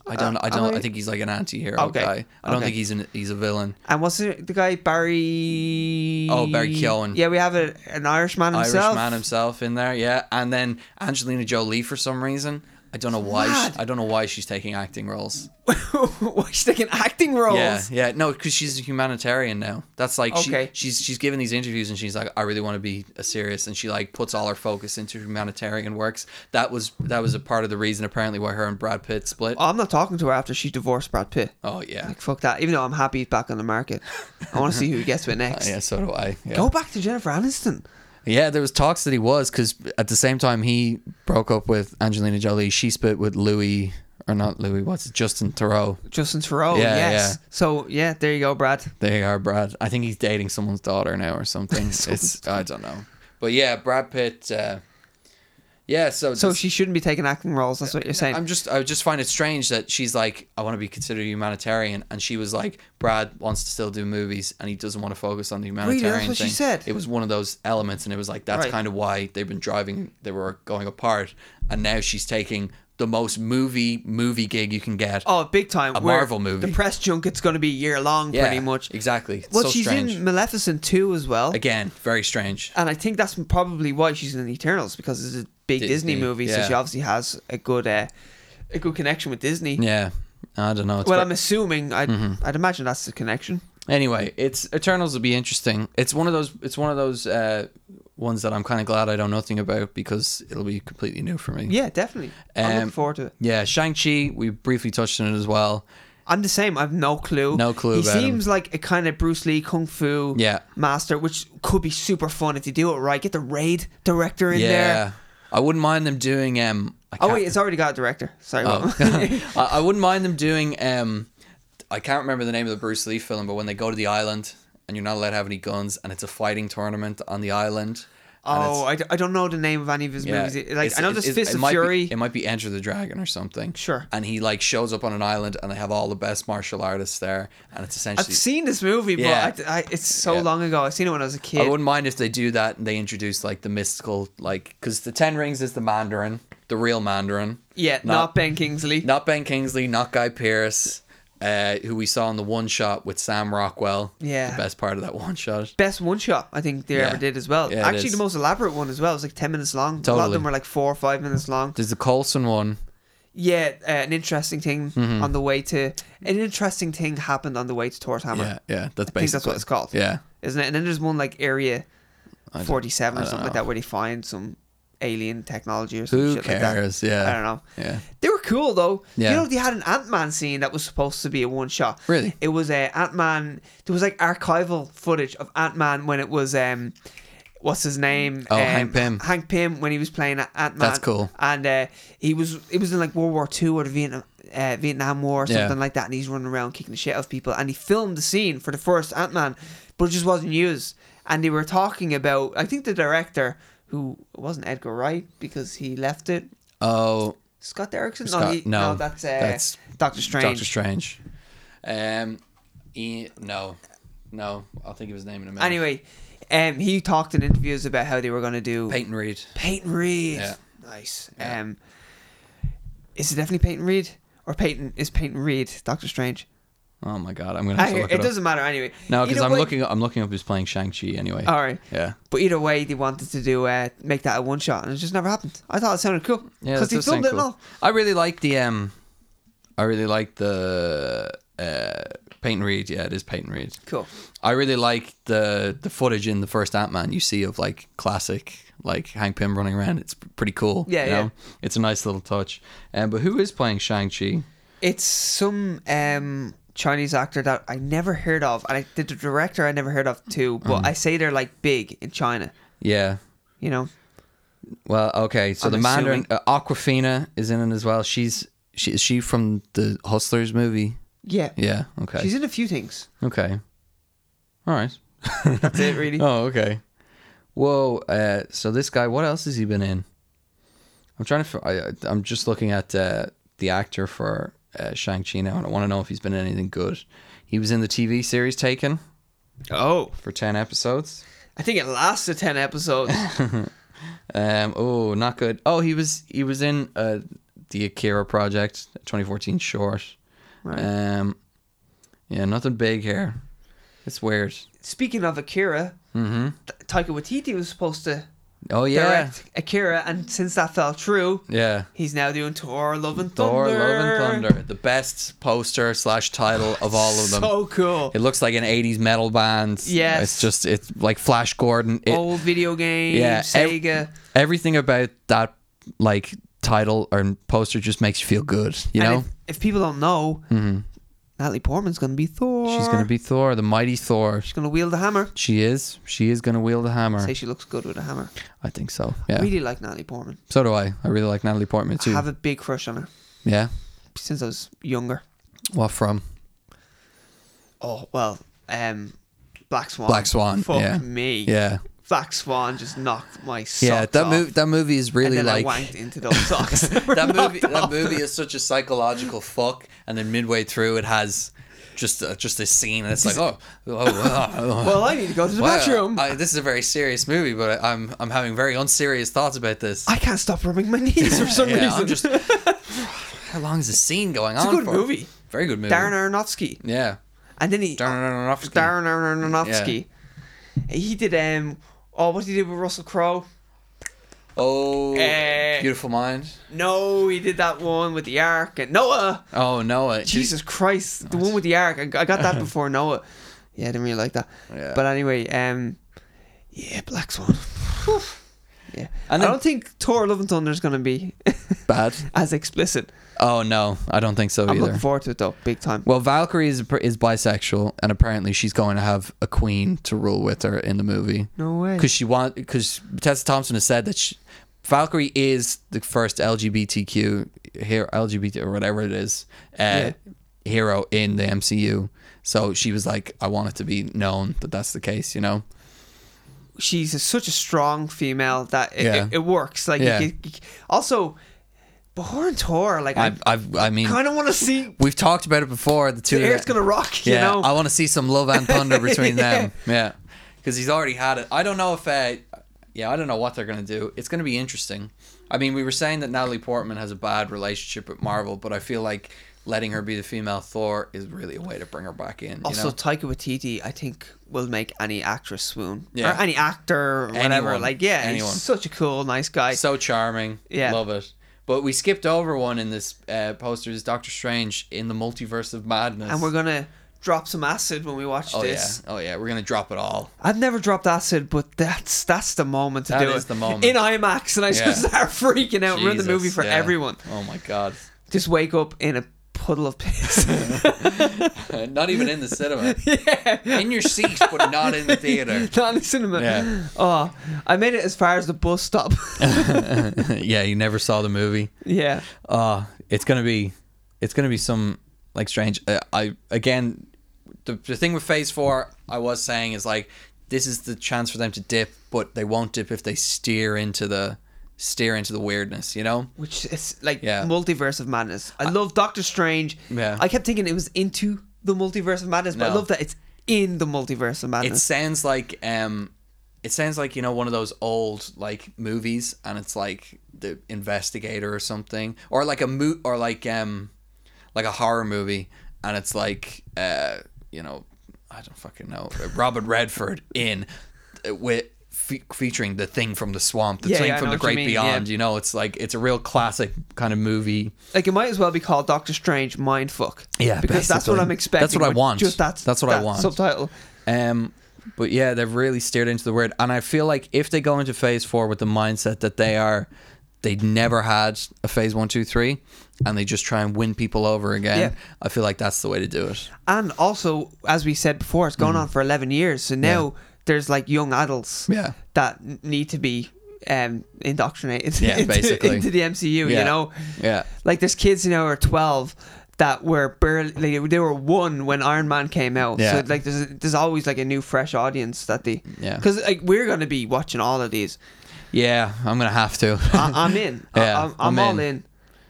Speaker 1: I don't. I
Speaker 2: uh,
Speaker 1: don't.
Speaker 2: am I-
Speaker 1: I think he's like an anti-hero
Speaker 2: Okay,
Speaker 1: guy. I don't
Speaker 2: okay.
Speaker 1: think he's an, he's a villain.
Speaker 2: And what's the the guy Barry?
Speaker 1: Oh, Barry Keoghan.
Speaker 2: Yeah, we have a, an Irishman himself.
Speaker 1: Irishman himself in there, yeah. And then Angelina Jolie for some reason. I don't know why.
Speaker 2: Mad.
Speaker 1: She, I don't know why she's taking acting roles.
Speaker 2: Why she's taking acting roles?
Speaker 1: Yeah, yeah. No, because she's a humanitarian now. That's like she-
Speaker 2: Okay.
Speaker 1: she's she's giving these interviews and she's like, I really want to be a serious, and she like puts all her focus into humanitarian works. That was that was a part of the reason apparently why her and Brad Pitt split.
Speaker 2: I'm not talking to her after she divorced Brad Pitt.
Speaker 1: Oh yeah,
Speaker 2: Like fuck that. Even though I'm happy he's back on the market, I want to see who he gets with next.
Speaker 1: yeah. So do I. Yeah.
Speaker 2: Go back to Jennifer Aniston.
Speaker 1: Yeah, there was talks that he was because at the same time he broke up with Angelina Jolie, she split with Louis or not Louis, what's it, Justin Thoreau.
Speaker 2: Justin Theroux.
Speaker 1: Yeah,
Speaker 2: yes.
Speaker 1: yeah.
Speaker 2: So yeah, there you go, Brad.
Speaker 1: They are Brad. I think he's dating someone's daughter now or something. it's I don't know, but yeah, Brad Pitt. Uh, yeah, so
Speaker 2: So
Speaker 1: this-
Speaker 2: she shouldn't be taking acting roles. That's what you're saying.
Speaker 1: I'm just I just find it strange that she's like I want to be considered a humanitarian and she was like Brad wants to still do movies and he doesn't want to focus on the
Speaker 2: that's
Speaker 1: humanitarian
Speaker 2: what she
Speaker 1: thing.
Speaker 2: said?
Speaker 1: It was one of those elements and it was like that's
Speaker 2: Right.
Speaker 1: kind of why they've been driving they were going apart and now she's taking the most movie movie gig you can get.
Speaker 2: oh, big time.
Speaker 1: A
Speaker 2: We're-
Speaker 1: Marvel movie.
Speaker 2: The press junket's going to be year long, pretty much.
Speaker 1: Exactly. It's
Speaker 2: Well,
Speaker 1: so
Speaker 2: she's
Speaker 1: strange.
Speaker 2: in Maleficent too as well.
Speaker 1: Again, very strange.
Speaker 2: And I think that's probably why she's in Eternals because it's a big Disney,
Speaker 1: Disney,
Speaker 2: movie, so
Speaker 1: yeah.
Speaker 2: she obviously has a good uh, a good connection with Disney.
Speaker 1: Yeah. Mm-hmm. I don't know. It's
Speaker 2: Well,
Speaker 1: ve-
Speaker 2: I'm assuming I'd, I'd imagine that's the connection.
Speaker 1: Anyway, it's Eternals will be interesting. It's one of those. It's one of those uh, ones that I'm kind of glad I know nothing about because it'll be completely new for me.
Speaker 2: Yeah, definitely. I'm looking
Speaker 1: Um,
Speaker 2: forward to it.
Speaker 1: Yeah, Shang Chi. We briefly touched on it as well.
Speaker 2: I'm the same. I've no clue.
Speaker 1: No clue
Speaker 2: He
Speaker 1: about him.
Speaker 2: seems like a kind of Bruce Lee kung fu
Speaker 1: Yeah.
Speaker 2: master, which could be super fun if you do it right. Get the raid director in
Speaker 1: yeah,
Speaker 2: there.
Speaker 1: I wouldn't mind them doing. Um, I
Speaker 2: Oh
Speaker 1: can't-
Speaker 2: wait, it's already got a director. Sorry.
Speaker 1: Oh.
Speaker 2: Rob.
Speaker 1: I, I wouldn't mind them doing. Um, I can't remember the name of the Bruce Lee film, but when they go to the island and you're not allowed to have any guns, and it's a fighting tournament on the island. and it's-
Speaker 2: oh, I, d- I don't know the name of any of his movies. Like
Speaker 1: it's-
Speaker 2: I know
Speaker 1: it's-
Speaker 2: there's
Speaker 1: it's-
Speaker 2: Fist
Speaker 1: it
Speaker 2: of
Speaker 1: might be-
Speaker 2: Fury.
Speaker 1: it might be Enter the Dragon or something.
Speaker 2: Sure.
Speaker 1: And he like shows up on an island, and they have all the best martial artists there, and it's
Speaker 2: I've
Speaker 1: essentially.
Speaker 2: seen this movie,
Speaker 1: Yeah.
Speaker 2: but I, I, it's so
Speaker 1: Yeah.
Speaker 2: long ago. I seen it when I was a
Speaker 1: I
Speaker 2: kid.
Speaker 1: wouldn't mind if they do that and they introduce like the mystical, like because the Ten Rings is the Mandarin, the real Mandarin.
Speaker 2: yeah, not, Ben Kingsley.
Speaker 1: not Ben Kingsley, not Guy Pearce, uh, who we saw in the one shot with Sam Rockwell.
Speaker 2: Yeah.
Speaker 1: the best part of that one shot.
Speaker 2: Best one shot I think they
Speaker 1: Yeah.
Speaker 2: ever did as well.
Speaker 1: Yeah, it
Speaker 2: Actually,
Speaker 1: is.
Speaker 2: the most elaborate one as well. It was like ten minutes long. A lot of
Speaker 1: Totally.
Speaker 2: them were like four or five minutes long.
Speaker 1: There's the Colson one.
Speaker 2: Yeah, uh, an interesting thing
Speaker 1: Mm-hmm.
Speaker 2: on the way to an interesting thing happened on the way to Thor's Hammer.
Speaker 1: Yeah, yeah, that's
Speaker 2: I think that's what it's called.
Speaker 1: Yeah,
Speaker 2: isn't it? And then there's one like Area Forty Seven
Speaker 1: I
Speaker 2: or
Speaker 1: don't
Speaker 2: something like
Speaker 1: know.
Speaker 2: that where they find some alien technology or some
Speaker 1: who
Speaker 2: shit like
Speaker 1: cares?
Speaker 2: that.
Speaker 1: yeah,
Speaker 2: I don't know.
Speaker 1: Yeah,
Speaker 2: They were cool though. You
Speaker 1: Yeah.
Speaker 2: know, they had an Ant Man scene that was supposed to be a one shot.
Speaker 1: Really?
Speaker 2: It was uh, Ant Man. There was like archival footage of Ant Man when it was um, what's his name?
Speaker 1: Oh,
Speaker 2: um,
Speaker 1: Hank Pym.
Speaker 2: Hank Pym when he was playing Ant Man.
Speaker 1: That's cool.
Speaker 2: And uh, he was it was in like World War Two or the Vietnam uh, Vietnam War or
Speaker 1: Yeah.
Speaker 2: something like that, and he's running around kicking the shit out of people. And he filmed the scene for the first Ant Man, but it just wasn't used. And they were talking about I think the director who it wasn't Edgar Wright because he left it.
Speaker 1: Oh,
Speaker 2: Scott Derrickson? no,
Speaker 1: Scott-
Speaker 2: he, no,
Speaker 1: no,
Speaker 2: that's, uh,
Speaker 1: that's
Speaker 2: Doctor Strange.
Speaker 1: Doctor Strange. Um, e- no, no, I'll think of his name in a minute.
Speaker 2: Anyway, um, he talked in interviews about how they were going to do
Speaker 1: Peyton Reed.
Speaker 2: Peyton Reed.
Speaker 1: Yeah.
Speaker 2: Nice.
Speaker 1: Yeah.
Speaker 2: Um, is it definitely Peyton Reed or Peyton is Peyton Reed Doctor Strange?
Speaker 1: Oh my god, I'm gonna
Speaker 2: I
Speaker 1: have to
Speaker 2: hear-
Speaker 1: look
Speaker 2: it
Speaker 1: it, up.
Speaker 2: doesn't matter anyway.
Speaker 1: No, because
Speaker 2: Either
Speaker 1: I'm
Speaker 2: way-
Speaker 1: looking. I'm looking up who's playing Shang Chi anyway.
Speaker 2: All right.
Speaker 1: Yeah.
Speaker 2: But either way, they wanted to do uh, make that a one shot, and it just never happened. I thought it sounded cool
Speaker 1: Yeah,
Speaker 2: because
Speaker 1: that
Speaker 2: they
Speaker 1: does sound
Speaker 2: filmed it and
Speaker 1: cool.
Speaker 2: all.
Speaker 1: I really like the um, I really like the uh, Peyton Reed. Yeah, it is Peyton Reed.
Speaker 2: Cool.
Speaker 1: I really like the the footage in the first Ant Man you see of like classic like Hank Pym running around. It's pretty cool.
Speaker 2: Yeah,
Speaker 1: you
Speaker 2: yeah.
Speaker 1: know? It's a nice little touch. Um, but who is playing Shang Chi?
Speaker 2: It's some um, Chinese actor that I never heard of, and I, the director I never heard of too. But
Speaker 1: Mm.
Speaker 2: I say they're like big in China.
Speaker 1: Yeah.
Speaker 2: You know,
Speaker 1: Well, okay. So
Speaker 2: I'm
Speaker 1: the Mandarin uh, Aquafina is in it as well. She's she is she from the Hustlers movie?
Speaker 2: yeah.
Speaker 1: Yeah. Okay.
Speaker 2: She's in a few things.
Speaker 1: okay. All right.
Speaker 2: That's it, really.
Speaker 1: Oh, okay. Whoa. Uh, so this guy, what else has he been in? I'm trying to. fi- I, I- I'm just looking at uh, the actor for uh, Shang Chi now, and I want to know if he's been in anything good. He was in the TV series Taken
Speaker 2: Oh,
Speaker 1: for ten episodes.
Speaker 2: I think it lasted ten episodes.
Speaker 1: Um. Oh, not good. Oh, he was. He was in uh, the Akira project, 2014 short.
Speaker 2: Right.
Speaker 1: Um. Yeah, nothing big here. It's weird.
Speaker 2: Speaking of Akira,
Speaker 1: Mm-hmm.
Speaker 2: Taika Waititi was supposed to
Speaker 1: Oh yeah,
Speaker 2: direct Akira, and since that fell through,
Speaker 1: yeah.
Speaker 2: he's now doing Thor: Love and
Speaker 1: Thor,
Speaker 2: Thunder.
Speaker 1: Love and Thunder, the best poster slash title of all of them.
Speaker 2: So cool.
Speaker 1: It looks like an '80s metal band.
Speaker 2: Yes. Oh.
Speaker 1: it's just it's like Flash Gordon. It,
Speaker 2: Old video game,
Speaker 1: yeah, ev-
Speaker 2: Sega.
Speaker 1: everything about that like title or poster just makes you feel good. You
Speaker 2: And
Speaker 1: know, Mm-hmm.
Speaker 2: if, if people don't know, Natalie Portman's gonna be Thor.
Speaker 1: she's gonna be Thor, the mighty Thor.
Speaker 2: She's gonna wield the hammer.
Speaker 1: She is. She is gonna wield a hammer.
Speaker 2: Say she looks good with a hammer.
Speaker 1: I think so. Yeah.
Speaker 2: Really like Natalie Portman.
Speaker 1: So do I. I really like Natalie Portman
Speaker 2: I
Speaker 1: too.
Speaker 2: have a big crush on her
Speaker 1: Yeah.
Speaker 2: since I was younger.
Speaker 1: What from?
Speaker 2: Oh well, um, Black Swan.
Speaker 1: Black Swan,
Speaker 2: Oh, Fuck
Speaker 1: yeah.
Speaker 2: me.
Speaker 1: Yeah.
Speaker 2: Black Swan just knocked my socks
Speaker 1: yeah. That
Speaker 2: off.
Speaker 1: movie. That movie is really
Speaker 2: and then
Speaker 1: like.
Speaker 2: I wanked into those socks.
Speaker 1: that movie that movie is such a psychological fuck and then midway through it has just uh, just this scene and it's like oh oh, oh, oh.
Speaker 2: well, I need to go to the
Speaker 1: Wow,
Speaker 2: bathroom. I,
Speaker 1: I, this is a very serious movie but I, I'm I'm having very unserious thoughts about this
Speaker 2: can't stop rubbing my knees for some
Speaker 1: yeah,
Speaker 2: reason.
Speaker 1: I'm just how long is the scene going
Speaker 2: it's a
Speaker 1: on
Speaker 2: good
Speaker 1: for?
Speaker 2: movie.
Speaker 1: very good movie
Speaker 2: Darren Aronofsky,
Speaker 1: yeah
Speaker 2: and then he
Speaker 1: Darren Aronofsky
Speaker 2: Oh. Darren Aronofsky. He did um. Oh, what did he do with Russell Crowe?
Speaker 1: oh
Speaker 2: Eh.
Speaker 1: Beautiful Mind
Speaker 2: No, he did that one with the Ark and Noah.
Speaker 1: oh Noah Did-
Speaker 2: Jesus Christ, the one with the Ark. I I got that before Noah. Yeah, I didn't really like that.
Speaker 1: Yeah.
Speaker 2: But anyway, um, yeah, Black Swan. Whew. yeah,
Speaker 1: And
Speaker 2: I
Speaker 1: then-
Speaker 2: don't think Thor: Love and Thunder is gonna be
Speaker 1: bad
Speaker 2: as explicit.
Speaker 1: oh no I don't think so
Speaker 2: I'm
Speaker 1: either
Speaker 2: looking forward to it though, big time.
Speaker 1: Well, Valkyrie is is bisexual, and apparently she's going to have a queen to rule with her in the movie
Speaker 2: no way.
Speaker 1: because she want because Tessa Thompson has said that she, Valkyrie is the first LGBTQ hero, LGBT or whatever it is, uh,
Speaker 2: Yeah.
Speaker 1: hero in the MCU. So she was like, I want it to be known that that's the case, you know.
Speaker 2: she's a, such a strong female that it,
Speaker 1: Yeah.
Speaker 2: it, it works. Like,
Speaker 1: Yeah.
Speaker 2: you, c- you c- also, but her and Thor, like, I,
Speaker 1: I I've, I mean,
Speaker 2: kind of want to see
Speaker 1: we've talked about it before. The two
Speaker 2: the
Speaker 1: of
Speaker 2: air's
Speaker 1: them-
Speaker 2: gonna rock.
Speaker 1: Yeah,
Speaker 2: You know,
Speaker 1: I want to see some love and thunder between them. Yeah, because he's already had it. I don't know if, uh, yeah, I don't know what they're gonna do. It's gonna be interesting. I mean, we were saying that Natalie Portman has a bad relationship with Marvel, but I feel like letting her be the female Thor is really a way to bring her back in. You
Speaker 2: also
Speaker 1: know?
Speaker 2: Taika Waititi, I think, will make any actress swoon
Speaker 1: Yeah.
Speaker 2: or any actor, or whatever.
Speaker 1: Anyone.
Speaker 2: Like, yeah,
Speaker 1: Anyone.
Speaker 2: he's such a cool, nice guy.
Speaker 1: so charming.
Speaker 2: Yeah.
Speaker 1: love it. But we skipped over one in this uh, poster. Is Doctor Strange in the Multiverse of Madness?
Speaker 2: and we're gonna drop some acid when we watch
Speaker 1: oh
Speaker 2: this.
Speaker 1: yeah, oh yeah, we're gonna drop it all.
Speaker 2: I've never dropped acid, but that's that's the moment to
Speaker 1: That
Speaker 2: do it.
Speaker 1: is the moment.
Speaker 2: in IMAX, and I
Speaker 1: Yeah.
Speaker 2: just start freaking out. Ruin the
Speaker 1: Jesus,
Speaker 2: movie for
Speaker 1: yeah.
Speaker 2: everyone.
Speaker 1: Oh my god,
Speaker 2: Just wake up in a puddle of piss.
Speaker 1: not even in the cinema.
Speaker 2: yeah.
Speaker 1: in your seat, but not in the theater.
Speaker 2: Not in the cinema.
Speaker 1: Yeah.
Speaker 2: Oh, I made it as far as the bus stop.
Speaker 1: yeah, you never saw the movie.
Speaker 2: yeah.
Speaker 1: Uh it's gonna be, it's gonna be some like strange. Uh, I again, the the thing with Phase Four, I was saying is like this is the chance for them to dip, but they won't dip if they steer into the steer into the weirdness. You know?
Speaker 2: Which is like
Speaker 1: Yeah.
Speaker 2: multiverse of madness. I, love Doctor Strange.
Speaker 1: Yeah.
Speaker 2: I kept thinking it was into the multiverse of madness, but I
Speaker 1: No.
Speaker 2: love that it's in the multiverse
Speaker 1: It
Speaker 2: of madness.
Speaker 1: sounds like um. It sounds like you know one of those old like movies, and it's like the investigator or something, or like a mo- or like um, like a horror movie, and it's like uh, you know, I don't fucking know, Robert Redford in uh, with fe- featuring the thing from the swamp, the
Speaker 2: Yeah,
Speaker 1: thing
Speaker 2: yeah, I
Speaker 1: from
Speaker 2: know
Speaker 1: the
Speaker 2: what you
Speaker 1: great
Speaker 2: mean,
Speaker 1: beyond.
Speaker 2: yeah.
Speaker 1: You know, it's like it's a real classic kind of movie.
Speaker 2: like it might as well be called Doctor Strange Mindfuck.
Speaker 1: Yeah,
Speaker 2: Because that's what
Speaker 1: basically.
Speaker 2: I'm expecting.
Speaker 1: That's what I
Speaker 2: with
Speaker 1: want.
Speaker 2: Just that,
Speaker 1: That's what I
Speaker 2: that
Speaker 1: want.
Speaker 2: Subtitle.
Speaker 1: Um, but yeah, they've really steered into the word, and I feel like if they go into phase four with the mindset that they are, they'd never had a phase one, two, three, and they just try and win people over again.
Speaker 2: Yeah.
Speaker 1: I feel like that's the way to do it.
Speaker 2: And also, as we said before, it's
Speaker 1: Mm.
Speaker 2: gone on for 11 years. So now there's like young adults
Speaker 1: Yeah.
Speaker 2: that n- need to be um, indoctrinated
Speaker 1: Yeah,
Speaker 2: into,
Speaker 1: basically.
Speaker 2: into the MCU,
Speaker 1: Yeah.
Speaker 2: you know?
Speaker 1: Yeah,
Speaker 2: Like there's kids, you know, who are 12 that were barely, like, they were one when Iron Man came out.
Speaker 1: Yeah.
Speaker 2: So like there's, there's always like a new fresh audience that they,
Speaker 1: Yeah.
Speaker 2: Because like we're going to be watching all of these.
Speaker 1: yeah, I'm gonna have to.
Speaker 2: I, I'm in.
Speaker 1: Yeah,
Speaker 2: I, I'm, I'm
Speaker 1: I'm
Speaker 2: all in.
Speaker 1: in.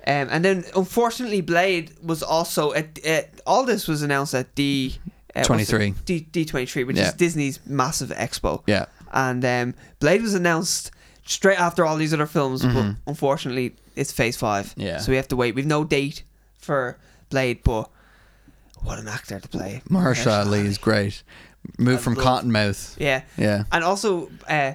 Speaker 2: Um, and then, unfortunately, Blade was also at, at all. This was announced at D uh, what's it?
Speaker 1: 23.
Speaker 2: D D twenty three, which
Speaker 1: Yeah.
Speaker 2: is Disney's massive expo.
Speaker 1: Yeah.
Speaker 2: And um, Blade was announced straight after all these other films, but unfortunately, it's Phase Five.
Speaker 1: Mm-hmm. Yeah.
Speaker 2: So we have to wait. We've no date for Blade, but what an actor to play,
Speaker 1: Mahershala Ali is great. Moved
Speaker 2: I
Speaker 1: from
Speaker 2: love-
Speaker 1: Cottonmouth.
Speaker 2: Yeah.
Speaker 1: Yeah,
Speaker 2: And also, uh,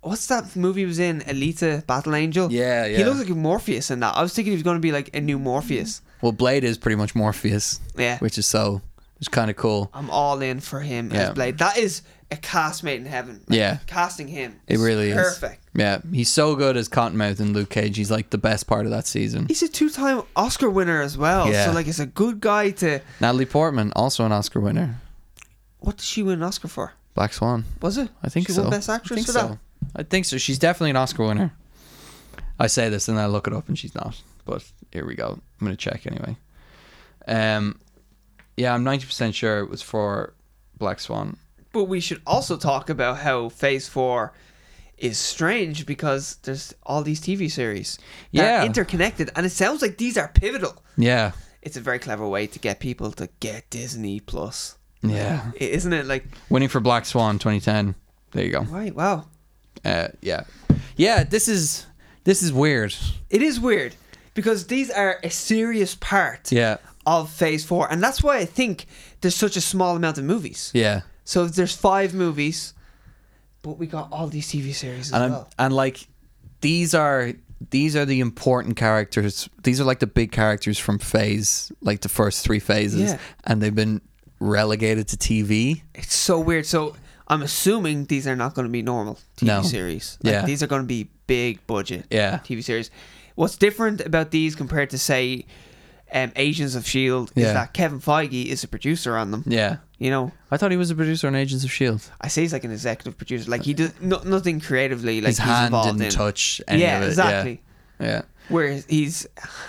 Speaker 2: what's that movie he was in? Alita Battle Angel.
Speaker 1: Yeah,
Speaker 2: Uh, He
Speaker 1: yeah.
Speaker 2: looks like Morpheus in that. I was thinking he was going to be like a new Morpheus.
Speaker 1: Well, Blade is pretty much Morpheus.
Speaker 2: Yeah.
Speaker 1: Which is so, it's kind of cool.
Speaker 2: I'm all in for him as
Speaker 1: Yeah.
Speaker 2: Blade. That is a castmate in heaven. Like,
Speaker 1: Yeah.
Speaker 2: casting him.
Speaker 1: It really is.
Speaker 2: perfect.
Speaker 1: Yeah, he's so good as Cottonmouth and Luke Cage. He's like the best part of that season.
Speaker 2: He's a two-time Oscar winner as well.
Speaker 1: Yeah.
Speaker 2: So like, it's a good guy to.
Speaker 1: Natalie Portman, also an Oscar winner.
Speaker 2: What did she win an Oscar for?
Speaker 1: Black Swan.
Speaker 2: Was it?
Speaker 1: I think
Speaker 2: she
Speaker 1: so.
Speaker 2: Won Best Actress
Speaker 1: I think
Speaker 2: for
Speaker 1: so.
Speaker 2: that.
Speaker 1: I think so. She's definitely an Oscar winner. I say this and then I look it up and she's not. But here we go. I'm gonna check anyway. Um, yeah, I'm 90% sure it was for Black Swan.
Speaker 2: But we should also talk about how Phase Four is strange because there's all these TV series that
Speaker 1: Yeah.
Speaker 2: are interconnected, and it sounds like these are pivotal.
Speaker 1: Yeah,
Speaker 2: It's a very clever way to get people to get Disney Plus,
Speaker 1: yeah.
Speaker 2: I- isn't it? Like,
Speaker 1: Winning for Black Swan 2010. There you go.
Speaker 2: right? Wow,
Speaker 1: Uh, yeah, yeah. This is this is weird.
Speaker 2: it is weird because these are a serious part
Speaker 1: Yeah,
Speaker 2: of Phase Four, and that's why I think there's such a small amount of movies.
Speaker 1: yeah.
Speaker 2: So there's five movies, but we got all these TV series as
Speaker 1: and I'm,
Speaker 2: well.
Speaker 1: and like these are these are the important characters. These are like the big characters from phase like the first three phases,
Speaker 2: Yeah.
Speaker 1: and they've been relegated to TV.
Speaker 2: It's so weird. So I'm assuming these are not going to be normal TV
Speaker 1: No.
Speaker 2: series. Like,
Speaker 1: Yeah.
Speaker 2: these are going to be big budget.
Speaker 1: Yeah.
Speaker 2: TV series. What's different about these compared to say, um, Agents of Shield
Speaker 1: Yeah.
Speaker 2: is that Kevin Feige is a producer on them.
Speaker 1: Yeah,
Speaker 2: You know,
Speaker 1: I thought he was a producer on Agents of Shield.
Speaker 2: I say he's like an executive producer. Like he does no, nothing creatively. Like
Speaker 1: His
Speaker 2: he's
Speaker 1: hand
Speaker 2: involved
Speaker 1: didn't
Speaker 2: in.
Speaker 1: touch any
Speaker 2: yeah,
Speaker 1: of it. Yeah.
Speaker 2: exactly.
Speaker 1: Yeah,
Speaker 2: Whereas he's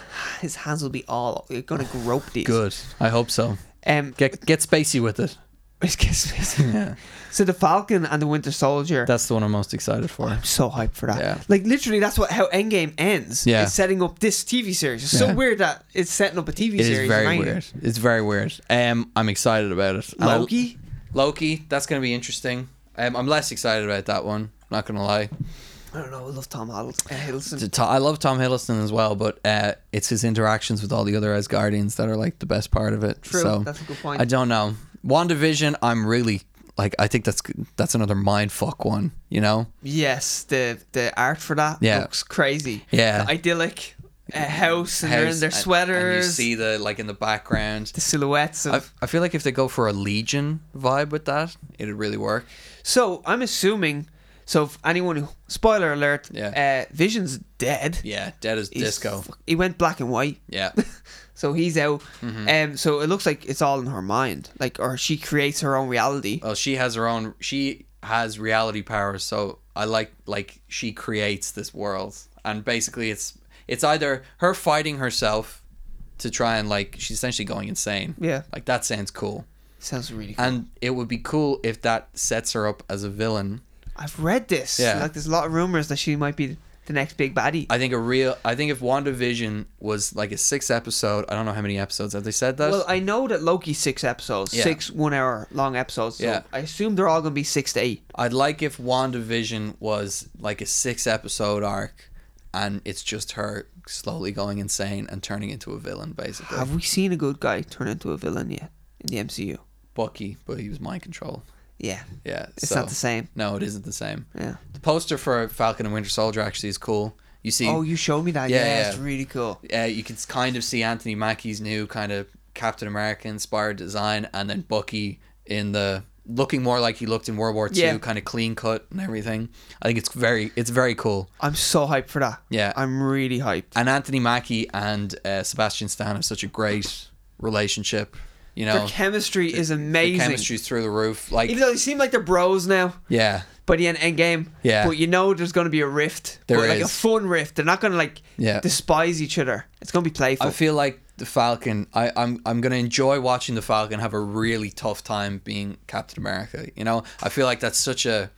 Speaker 2: his hands will be all going to grope these.
Speaker 1: good. I hope so.
Speaker 2: Um,
Speaker 1: Get get spacey with it.
Speaker 2: excuse me.
Speaker 1: Yeah,
Speaker 2: So the Falcon and the Winter Soldier.
Speaker 1: that's the one I'm most excited for.
Speaker 2: I'm so hyped for that.
Speaker 1: Yeah.
Speaker 2: Like literally, that's what how Endgame ends.
Speaker 1: Yeah.
Speaker 2: It's setting up this TV series. It's
Speaker 1: Yeah.
Speaker 2: so weird that it's setting up a TV
Speaker 1: It
Speaker 2: series.
Speaker 1: is very
Speaker 2: right?
Speaker 1: weird. It's very weird. Um, I'm excited about it. And I-
Speaker 2: Loki?
Speaker 1: Loki. That's gonna be interesting. Um, I'm less excited about that one. Not gonna lie.
Speaker 2: I don't know. I love Tom Hiddleston. Uh, Hiddleston.
Speaker 1: to Tom, I love Tom Hiddleston as well, but uh, it's his interactions with all the other Asgardians that are like the best part of it.
Speaker 2: True,
Speaker 1: so
Speaker 2: that's a good point.
Speaker 1: I don't know. WandaVision, I'm really like I think that's that's another mind fuck one, you know?
Speaker 2: Yes, the the art for that
Speaker 1: Yeah.
Speaker 2: looks crazy.
Speaker 1: Yeah.
Speaker 2: The idyllic uh, house, and they're
Speaker 1: House-
Speaker 2: in their
Speaker 1: and-
Speaker 2: sweaters.
Speaker 1: And you see the like in the background.
Speaker 2: the silhouettes of.
Speaker 1: I, I feel like if they go for a Legion vibe with that, it'd really work.
Speaker 2: So I'm assuming. So if anyone who spoiler alert,
Speaker 1: Yeah.
Speaker 2: uh, Vision's dead.
Speaker 1: Yeah, dead as
Speaker 2: He's
Speaker 1: disco.
Speaker 2: fuck- he went black and white.
Speaker 1: yeah.
Speaker 2: So he's out.
Speaker 1: Mm-hmm.
Speaker 2: Um, so it looks like it's all in her mind, like or she creates her own reality.
Speaker 1: Well, she has her own. She has reality powers, so I like like she creates this world, and basically it's it's either her fighting herself to try and like she's essentially going insane.
Speaker 2: Yeah.
Speaker 1: like that sounds cool,
Speaker 2: Sounds really. cool.
Speaker 1: and it would be cool if that sets her up as a villain.
Speaker 2: I've read this.
Speaker 1: Yeah. Uh,
Speaker 2: Like there's a lot of rumors that she might be the next big baddie.
Speaker 1: I think a real. I think if WandaVision was like a six episode, I don't know how many episodes have they said that.
Speaker 2: well, I know that Loki's six episodes,
Speaker 1: Yeah.
Speaker 2: six one hour long episodes. So
Speaker 1: Yeah.
Speaker 2: I assume they're all gonna be six to eight.
Speaker 1: I'd like if WandaVision was like a six episode arc and it's just her slowly going insane and turning into a villain basically.
Speaker 2: Have we seen a good guy turn into a villain yet in the MCU?
Speaker 1: Bucky, but he was mind control.
Speaker 2: Yeah.
Speaker 1: Yeah.
Speaker 2: It's
Speaker 1: so-
Speaker 2: not the same.
Speaker 1: No, it isn't the same.
Speaker 2: Yeah.
Speaker 1: The poster for Falcon and Winter Soldier actually is cool. You see
Speaker 2: Oh, you showed me that.
Speaker 1: Yeah,
Speaker 2: Yeah, it's
Speaker 1: yeah.
Speaker 2: really cool.
Speaker 1: uh, you can kind of see Anthony Mackie's new kind of Captain America inspired design, and then Bucky in the looking more like he looked in World War Two,
Speaker 2: Yeah.
Speaker 1: kind of clean cut and everything. I think it's very, it's very cool.
Speaker 2: I'm so hyped for that.
Speaker 1: Yeah.
Speaker 2: I'm really hyped.
Speaker 1: and Anthony Mackie and uh, Sebastian Stan have such a great relationship. You
Speaker 2: Their
Speaker 1: know,
Speaker 2: chemistry is
Speaker 1: the
Speaker 2: amazing.
Speaker 1: chemistry's through the roof. Like,
Speaker 2: Even though they seem like they're bros now.
Speaker 1: yeah,
Speaker 2: by the end, end game.
Speaker 1: Yeah.
Speaker 2: But you know there's going to be a rift.
Speaker 1: There
Speaker 2: but like a
Speaker 1: is.
Speaker 2: fun rift. They're not going to like
Speaker 1: Yeah.
Speaker 2: despise each other. It's going to be playful.
Speaker 1: I feel like the Falcon. I, I'm I'm gonna enjoy watching the Falcon have a really tough time being Captain America. You know, I feel like that's such a.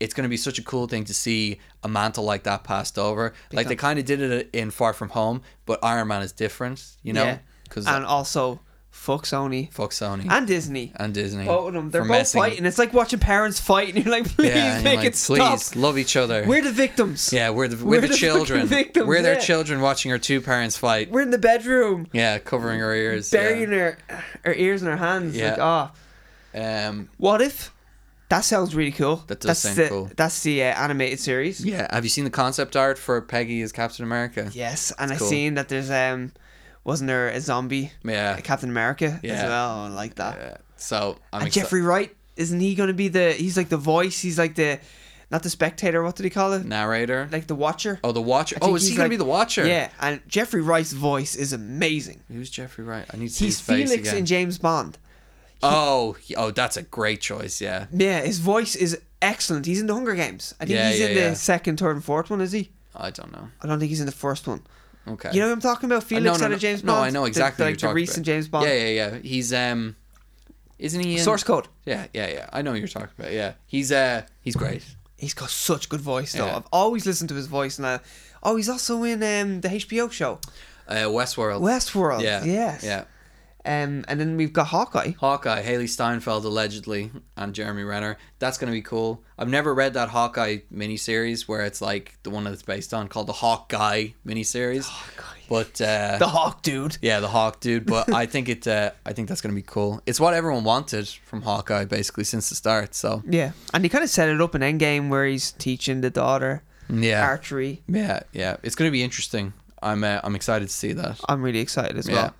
Speaker 1: It's gonna be such a cool thing to see a mantle like that passed over. Like they kind of did it in Far From Home, but Iron Man is different. You know,
Speaker 2: Yeah.
Speaker 1: because
Speaker 2: and also, fuck Sony
Speaker 1: fuck Sony and,
Speaker 2: and Disney.
Speaker 1: Disney.
Speaker 2: Both of them. They're
Speaker 1: for
Speaker 2: both
Speaker 1: messing-
Speaker 2: fighting. It's like watching parents fight and you're like, please
Speaker 1: Yeah, and you're
Speaker 2: make
Speaker 1: like,
Speaker 2: it
Speaker 1: please
Speaker 2: stop.
Speaker 1: love each other.
Speaker 2: We're the victims.
Speaker 1: Yeah, we're the we're,
Speaker 2: We're
Speaker 1: the,
Speaker 2: the fucking
Speaker 1: children.
Speaker 2: victims,
Speaker 1: we're their
Speaker 2: yeah.
Speaker 1: children watching our two parents fight.
Speaker 2: We're in the bedroom.
Speaker 1: yeah, covering our ears.
Speaker 2: Burying
Speaker 1: yeah.
Speaker 2: our, our ears in our hands.
Speaker 1: Yeah.
Speaker 2: Like, ah,
Speaker 1: Um,
Speaker 2: oh. what if That sounds really cool.
Speaker 1: That does
Speaker 2: that's
Speaker 1: sound
Speaker 2: the,
Speaker 1: cool.
Speaker 2: That's the uh, animated series.
Speaker 1: Yeah. Have you seen the concept art for Peggy as Captain America?
Speaker 2: Yes, and I
Speaker 1: cool.
Speaker 2: seen that there's um, wasn't there a zombie
Speaker 1: Yeah.
Speaker 2: Captain America as
Speaker 1: Yeah.
Speaker 2: well? I like that.
Speaker 1: Yeah. So I'm
Speaker 2: and
Speaker 1: exci-
Speaker 2: Jeffrey Wright isn't he going to be the? He's like the voice. He's like the, not the spectator. What do they call it?
Speaker 1: narrator.
Speaker 2: Like the Watcher.
Speaker 1: Oh, the Watcher.
Speaker 2: I think
Speaker 1: Oh, is he
Speaker 2: he's
Speaker 1: gonna
Speaker 2: like-
Speaker 1: be the Watcher?
Speaker 2: Yeah, and Jeffrey Wright's voice is amazing.
Speaker 1: Who's Jeffrey Wright? I need to see
Speaker 2: He's
Speaker 1: his face
Speaker 2: Felix
Speaker 1: again.
Speaker 2: in James Bond.
Speaker 1: oh, he- oh, that's a great choice. Yeah.
Speaker 2: Yeah, his voice is excellent. He's in the Hunger Games. I think
Speaker 1: Yeah,
Speaker 2: he's in
Speaker 1: yeah,
Speaker 2: the
Speaker 1: yeah.
Speaker 2: second, third, and fourth one. Is he?
Speaker 1: I don't know.
Speaker 2: I don't think he's in the first one.
Speaker 1: Okay.
Speaker 2: You know what I'm talking about? Felix
Speaker 1: Uh, no,
Speaker 2: out
Speaker 1: no,
Speaker 2: of James
Speaker 1: no,
Speaker 2: Bond.
Speaker 1: I know
Speaker 2: The-
Speaker 1: exactly.
Speaker 2: The,
Speaker 1: who
Speaker 2: like the
Speaker 1: you're talking
Speaker 2: recent
Speaker 1: about.
Speaker 2: James Bond.
Speaker 1: Yeah, yeah, yeah. He's um, isn't he in
Speaker 2: Source code.
Speaker 1: Yeah, yeah, yeah. I know what you're talking about. Yeah, he's uh, he's great.
Speaker 2: He's got such good voice though.
Speaker 1: Yeah.
Speaker 2: I've always listened to his voice, and I, oh, he's also in um, the HBO show
Speaker 1: Uh, Westworld.
Speaker 2: Westworld.
Speaker 1: Yeah.
Speaker 2: Yes.
Speaker 1: Yeah.
Speaker 2: Um, and then we've got Hawkeye.
Speaker 1: Hawkeye, Haley Steinfeld allegedly, and Jeremy Renner. That's going to be cool. I've never read that Hawkeye miniseries where it's like the one that's based on called the Hawk Guy miniseries. But uh,
Speaker 2: The Hawk dude.
Speaker 1: yeah, the Hawk dude. But I think it. Uh, I think that's going to be cool. It's what everyone wanted from Hawkeye basically since the start. So
Speaker 2: Yeah, and he kind of set it up in Endgame where he's teaching the daughter
Speaker 1: yeah,
Speaker 2: archery.
Speaker 1: yeah, yeah. It's going to be interesting. I'm uh, I'm excited to see that.
Speaker 2: I'm really excited as
Speaker 1: Yeah.
Speaker 2: well.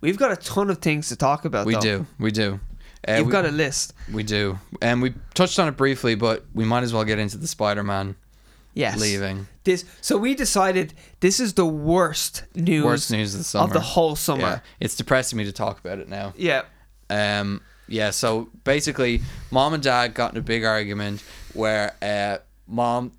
Speaker 2: We've got a ton of things to talk about.
Speaker 1: We
Speaker 2: though.
Speaker 1: do. We do. Uh,
Speaker 2: You've
Speaker 1: we,
Speaker 2: got a list.
Speaker 1: we do. And we touched on it briefly, but we might as well get into the Spider Man
Speaker 2: Yes.
Speaker 1: leaving.
Speaker 2: This. So we decided this is the worst news.
Speaker 1: Worst news of the summer.
Speaker 2: Of the whole
Speaker 1: Yeah.
Speaker 2: summer.
Speaker 1: It's depressing me to talk about it now.
Speaker 2: Yeah.
Speaker 1: Um, yeah, so basically, mom and dad got in a big argument where uh, mom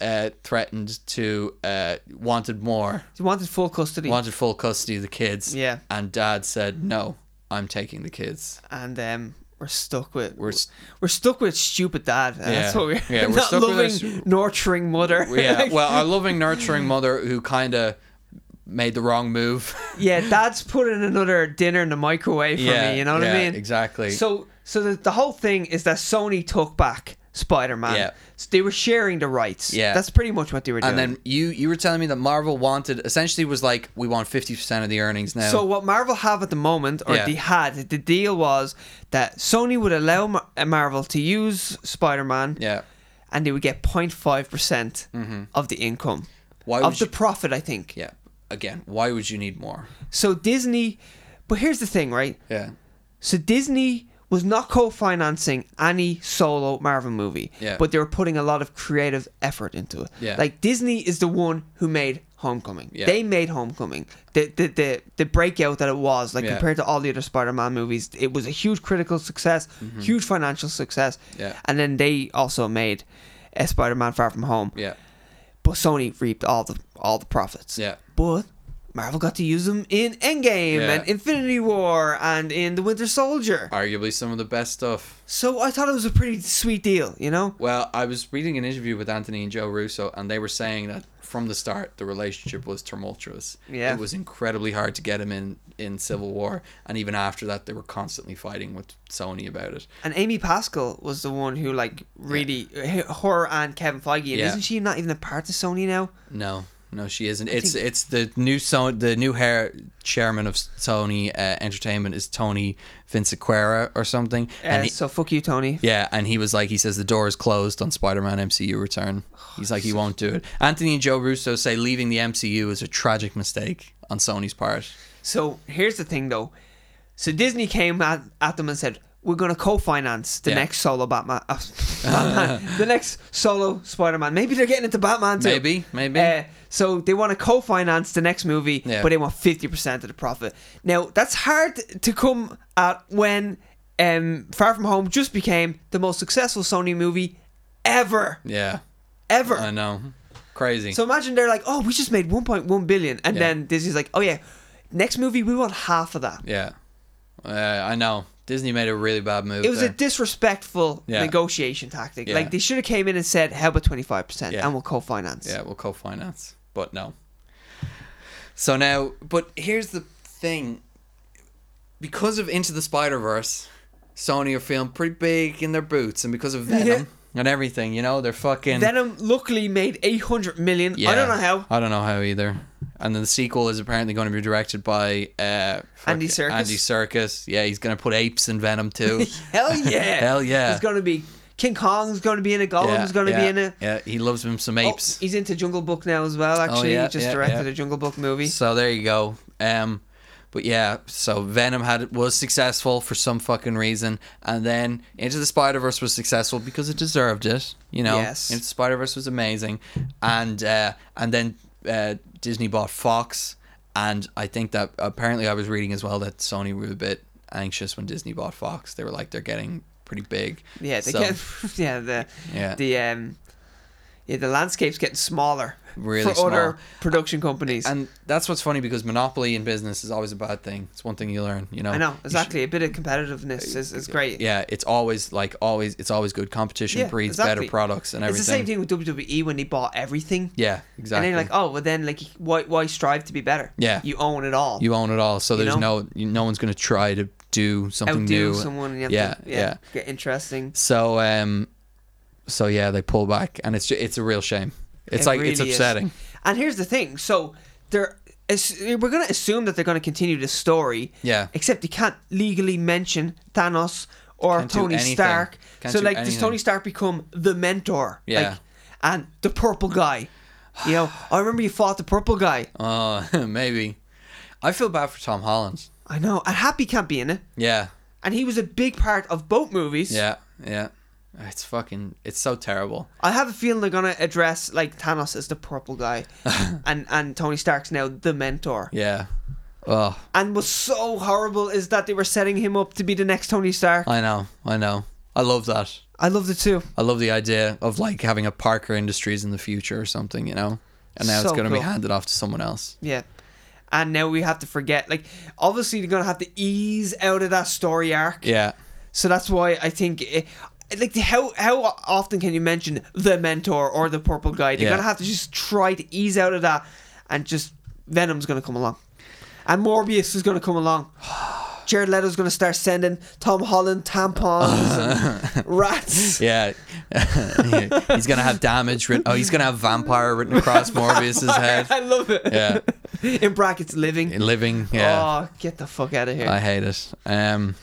Speaker 1: uh, threatened to, uh, wanted more,
Speaker 2: He wanted full custody.
Speaker 1: wanted full custody of the kids.
Speaker 2: Yeah.
Speaker 1: And dad said, no, I'm taking the kids.
Speaker 2: and um, we're stuck with
Speaker 1: We're
Speaker 2: we're,
Speaker 1: s-
Speaker 2: we're stuck with stupid dad. And That's
Speaker 1: Yeah.
Speaker 2: what we're,
Speaker 1: Yeah, we're
Speaker 2: not
Speaker 1: stuck with
Speaker 2: loving,
Speaker 1: our stu-
Speaker 2: nurturing mother.
Speaker 1: Yeah,
Speaker 2: Like,
Speaker 1: well, our loving, nurturing mother who kind of made the wrong move.
Speaker 2: yeah, dad's putting another dinner in the microwave for me. You know what
Speaker 1: yeah,
Speaker 2: I mean?
Speaker 1: Exactly.
Speaker 2: So, so the, the whole thing is that Sony took back Spider Man.
Speaker 1: Yeah.
Speaker 2: So they were sharing the rights.
Speaker 1: Yeah.
Speaker 2: That's pretty much what they were doing.
Speaker 1: and then you you were telling me that Marvel wanted essentially was like we want fifty percent of the earnings now.
Speaker 2: So what Marvel have at the moment, or
Speaker 1: Um, Yeah.
Speaker 2: they had, the deal was that Sony would allow Mar- uh, Marvel to use Spider-Man,
Speaker 1: yeah, Mm-hmm.
Speaker 2: and they would get 0.5 percent of the income,
Speaker 1: Why
Speaker 2: of
Speaker 1: would
Speaker 2: the
Speaker 1: you-
Speaker 2: profit, I think.
Speaker 1: yeah. Again, why would you need more?
Speaker 2: So Disney, but here's the thing, right?
Speaker 1: Yeah,
Speaker 2: So Disney was not co-financing any solo Marvel movie,
Speaker 1: Yeah.
Speaker 2: but they were putting a lot of creative effort into it.
Speaker 1: Yeah.
Speaker 2: Like Disney is the one who made Homecoming.
Speaker 1: Yeah.
Speaker 2: They made Homecoming. The, the the the breakout that it was, like
Speaker 1: Yeah.
Speaker 2: compared to all the other Spider-Man movies, it was a huge critical success, huge financial success.
Speaker 1: Mm-hmm. Yeah.
Speaker 2: And then they also made uh, Spider-Man Far From Home.
Speaker 1: yeah,
Speaker 2: But Sony reaped all the all the profits.
Speaker 1: Yeah.
Speaker 2: But Marvel got to use them in Endgame
Speaker 1: Yeah.
Speaker 2: and Infinity War and in The Winter Soldier.
Speaker 1: arguably some of the best stuff.
Speaker 2: So I thought it was a pretty sweet deal, you know?
Speaker 1: Well, I was reading an interview with Anthony and Joe Russo, and they were saying that from the start the relationship was tumultuous.
Speaker 2: Yeah.
Speaker 1: it was incredibly hard to get him in in Civil War, and even after that, they were constantly fighting with Sony about it.
Speaker 2: And Amy Pascal was the one who, like, really, her and Kevin Feige. And
Speaker 1: Yeah.
Speaker 2: isn't she not even a part of Sony now?
Speaker 1: No, no, she isn't. It's it's the new so the new hair chairman of Sony uh, Entertainment is Tony Vinciquerra or something.
Speaker 2: Uh,
Speaker 1: And he,
Speaker 2: so fuck you, Tony.
Speaker 1: yeah, and he was like, he says the door is closed on Spider-Man MCU return. He's like, he won't do it. Anthony and Joe Russo say leaving the MCU is a tragic mistake on Sony's part.
Speaker 2: So here's the thing, though. So Disney came at, at them and said, "We're going to co-finance the
Speaker 1: Yeah.
Speaker 2: next solo Batman, uh, Batman the next solo Spider-Man. Maybe they're getting into Batman too.
Speaker 1: Maybe, maybe.
Speaker 2: Uh, so they want to co-finance the next movie,
Speaker 1: Yeah.
Speaker 2: but they want fifty percent of the profit. Now that's hard to come at when um, Far From Home just became the most successful Sony movie ever,
Speaker 1: Yeah,
Speaker 2: ever.
Speaker 1: I know, crazy.
Speaker 2: So imagine they're like, oh, we just made 1.1 billion. And
Speaker 1: Yeah.
Speaker 2: then Disney's like, oh, yeah, next movie, we want half of that.
Speaker 1: yeah, uh, I know. Disney made a really bad move.
Speaker 2: It was
Speaker 1: there.
Speaker 2: a disrespectful
Speaker 1: Yeah.
Speaker 2: negotiation tactic.
Speaker 1: Yeah.
Speaker 2: Like, they should have came in and said, how about 25%
Speaker 1: Yeah.
Speaker 2: and we'll co finance.
Speaker 1: Yeah, we'll co-finance, but no. So now, but here's the thing: because of Into the Spider Verse, Sony are feeling pretty big in their boots, and because of Venom and everything, you know, they're fucking.
Speaker 2: Venom luckily made 800 million.
Speaker 1: Yeah,
Speaker 2: I don't know how.
Speaker 1: I don't know how either. And then the sequel is apparently going to be directed by uh, fuck-
Speaker 2: Andy Serkis?
Speaker 1: Andy Circus. Yeah, he's going to put apes in Venom too.
Speaker 2: Hell yeah.
Speaker 1: Hell yeah.
Speaker 2: It's going to be King Kong's going to be in it.
Speaker 1: yeah,
Speaker 2: Gollum's going to
Speaker 1: yeah,
Speaker 2: be in it.
Speaker 1: Yeah, he loves him some
Speaker 2: Oh,
Speaker 1: apes.
Speaker 2: he's into Jungle Book now as well. Actually,
Speaker 1: yeah,
Speaker 2: he just
Speaker 1: yeah,
Speaker 2: directed
Speaker 1: yeah.
Speaker 2: a Jungle Book movie.
Speaker 1: So there you go. Um, but yeah, so Venom had was successful for some fucking reason, and then Into the Spider Verse was successful because it deserved it. You know,
Speaker 2: Yes.
Speaker 1: Into the Spider Verse was amazing, and uh, and then uh, Disney bought Fox, and I think that apparently I was reading as well that Sony were a bit anxious when Disney bought Fox. They were like they're getting pretty big.
Speaker 2: Yeah, they
Speaker 1: So-
Speaker 2: get yeah the
Speaker 1: Yeah.
Speaker 2: the um yeah the landscape's getting smaller
Speaker 1: Really
Speaker 2: for
Speaker 1: small.
Speaker 2: other production companies.
Speaker 1: And that's what's funny because monopoly in business is always a bad thing. It's one thing you learn, you know.
Speaker 2: I know
Speaker 1: You should-
Speaker 2: exactly. A bit of competitiveness is, is great.
Speaker 1: yeah, it's always like always it's always good competition
Speaker 2: Yeah,
Speaker 1: breeds
Speaker 2: exactly.
Speaker 1: better products and everything.
Speaker 2: It's the same thing with WWE when they bought everything.
Speaker 1: Yeah, exactly.
Speaker 2: And then you're like, oh, well then like why why strive to be better?
Speaker 1: Yeah.
Speaker 2: You own it all.
Speaker 1: you own it all, so
Speaker 2: You
Speaker 1: there's
Speaker 2: know?
Speaker 1: no you, no one's gonna try to do something
Speaker 2: outdo
Speaker 1: new.
Speaker 2: someone. You have
Speaker 1: yeah,
Speaker 2: to, yeah,
Speaker 1: yeah.
Speaker 2: Get interesting.
Speaker 1: So um, so yeah, they pull back, and it's ju- it's a real shame. It's
Speaker 2: It
Speaker 1: like it's
Speaker 2: really is.
Speaker 1: upsetting.
Speaker 2: And here's the thing. So they're as- we're going to assume that they're going to continue the story.
Speaker 1: Yeah.
Speaker 2: Except they can't legally mention Thanos or
Speaker 1: Can't do
Speaker 2: Tony
Speaker 1: anything.
Speaker 2: Stark.
Speaker 1: Can't
Speaker 2: so
Speaker 1: do
Speaker 2: like, does
Speaker 1: anything.
Speaker 2: Tony Stark become the mentor?
Speaker 1: Yeah.
Speaker 2: Like, and the purple guy. You know, I remember you fought the purple guy.
Speaker 1: Oh, maybe. I feel bad for Tom Holland.
Speaker 2: I know. And Happy can't be in it.
Speaker 1: Yeah,
Speaker 2: And he was a big part of both movies.
Speaker 1: yeah, yeah. It's fucking. It's so terrible.
Speaker 2: I have a feeling they're gonna address like Thanos as the purple guy, and and Tony Stark's now the mentor.
Speaker 1: Yeah. Oh,
Speaker 2: And what's so horrible is that they were setting him up to be the next Tony Stark.
Speaker 1: I know. I know. I love that.
Speaker 2: I loved it too.
Speaker 1: I love the idea of like having a Parker Industries in the future or something, you know. And now it's
Speaker 2: So
Speaker 1: going to be
Speaker 2: cool.
Speaker 1: handed off to someone else.
Speaker 2: Yeah. And now we have to forget, like, obviously they're gonna have to ease out of that story arc.
Speaker 1: Yeah,
Speaker 2: So that's why I think, it, like, how how often can you mention the mentor or the purple guy? They're
Speaker 1: Yeah.
Speaker 2: gonna have to just try to ease out of that, and just Venom's gonna come along, and Morbius is gonna come along. Jared Leto's gonna start sending Tom Holland tampons and rats.
Speaker 1: yeah. he's going to have damage written. Oh, he's going to have vampire written across Morbius's head.
Speaker 2: I love it.
Speaker 1: Yeah,
Speaker 2: In brackets, living.
Speaker 1: living. Yeah,
Speaker 2: Oh, get the fuck out of here.
Speaker 1: I hate it. Um,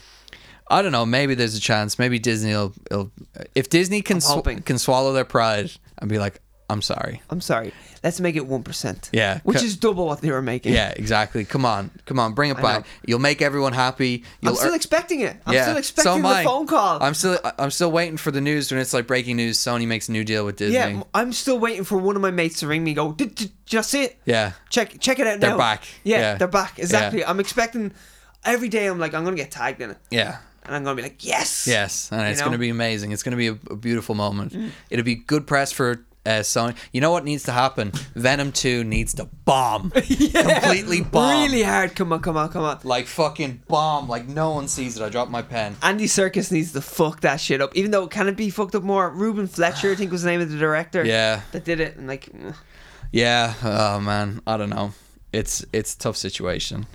Speaker 1: I don't know. Maybe there's a chance. Maybe Disney will. will if Disney can sw-
Speaker 2: hoping.
Speaker 1: can swallow their pride and be like, I'm sorry.
Speaker 2: I'm sorry. Let's make it one percent.
Speaker 1: Yeah,
Speaker 2: which
Speaker 1: co-
Speaker 2: is double what they were making.
Speaker 1: Yeah, exactly. Come on, come on, bring it
Speaker 2: I
Speaker 1: back.
Speaker 2: know.
Speaker 1: You'll make everyone happy. You'll
Speaker 2: I'm still
Speaker 1: ear-
Speaker 2: expecting it. I'm
Speaker 1: Yeah,
Speaker 2: still expecting
Speaker 1: so am
Speaker 2: the
Speaker 1: I.
Speaker 2: phone call.
Speaker 1: I'm still I- I'm still waiting for the news when it's like breaking news. Sony makes a new deal with Disney.
Speaker 2: yeah,
Speaker 1: Yeah,
Speaker 2: m- I'm still waiting for one of my mates to ring me. and Go, did, did, did you see it?
Speaker 1: yeah,
Speaker 2: Check check it out
Speaker 1: They're
Speaker 2: now.
Speaker 1: back.
Speaker 2: Yeah,
Speaker 1: Yeah.
Speaker 2: they're back. Exactly. I'm expecting every day. I'm like, I'm gonna get tagged in it, and I'm gonna be like, yes,
Speaker 1: yes. And
Speaker 2: You
Speaker 1: it's
Speaker 2: know? Mm.
Speaker 1: going to be amazing. It's going to be a, a beautiful moment. It'll be good press for. Uh, Sony, you know what needs to happen? Venom Two needs to bomb, completely bomb,
Speaker 2: Really hard. Come on, come on, come on.
Speaker 1: like fucking bomb, like no one sees it. I dropped my pen.
Speaker 2: Andy Circus needs to fuck that shit up. Even though can it be fucked up more? Ruben Fletcher, I think was the name of the director.
Speaker 1: Yeah.
Speaker 2: that did it. And like, mm.
Speaker 1: Yeah, oh man, I don't know. It's it's a tough situation.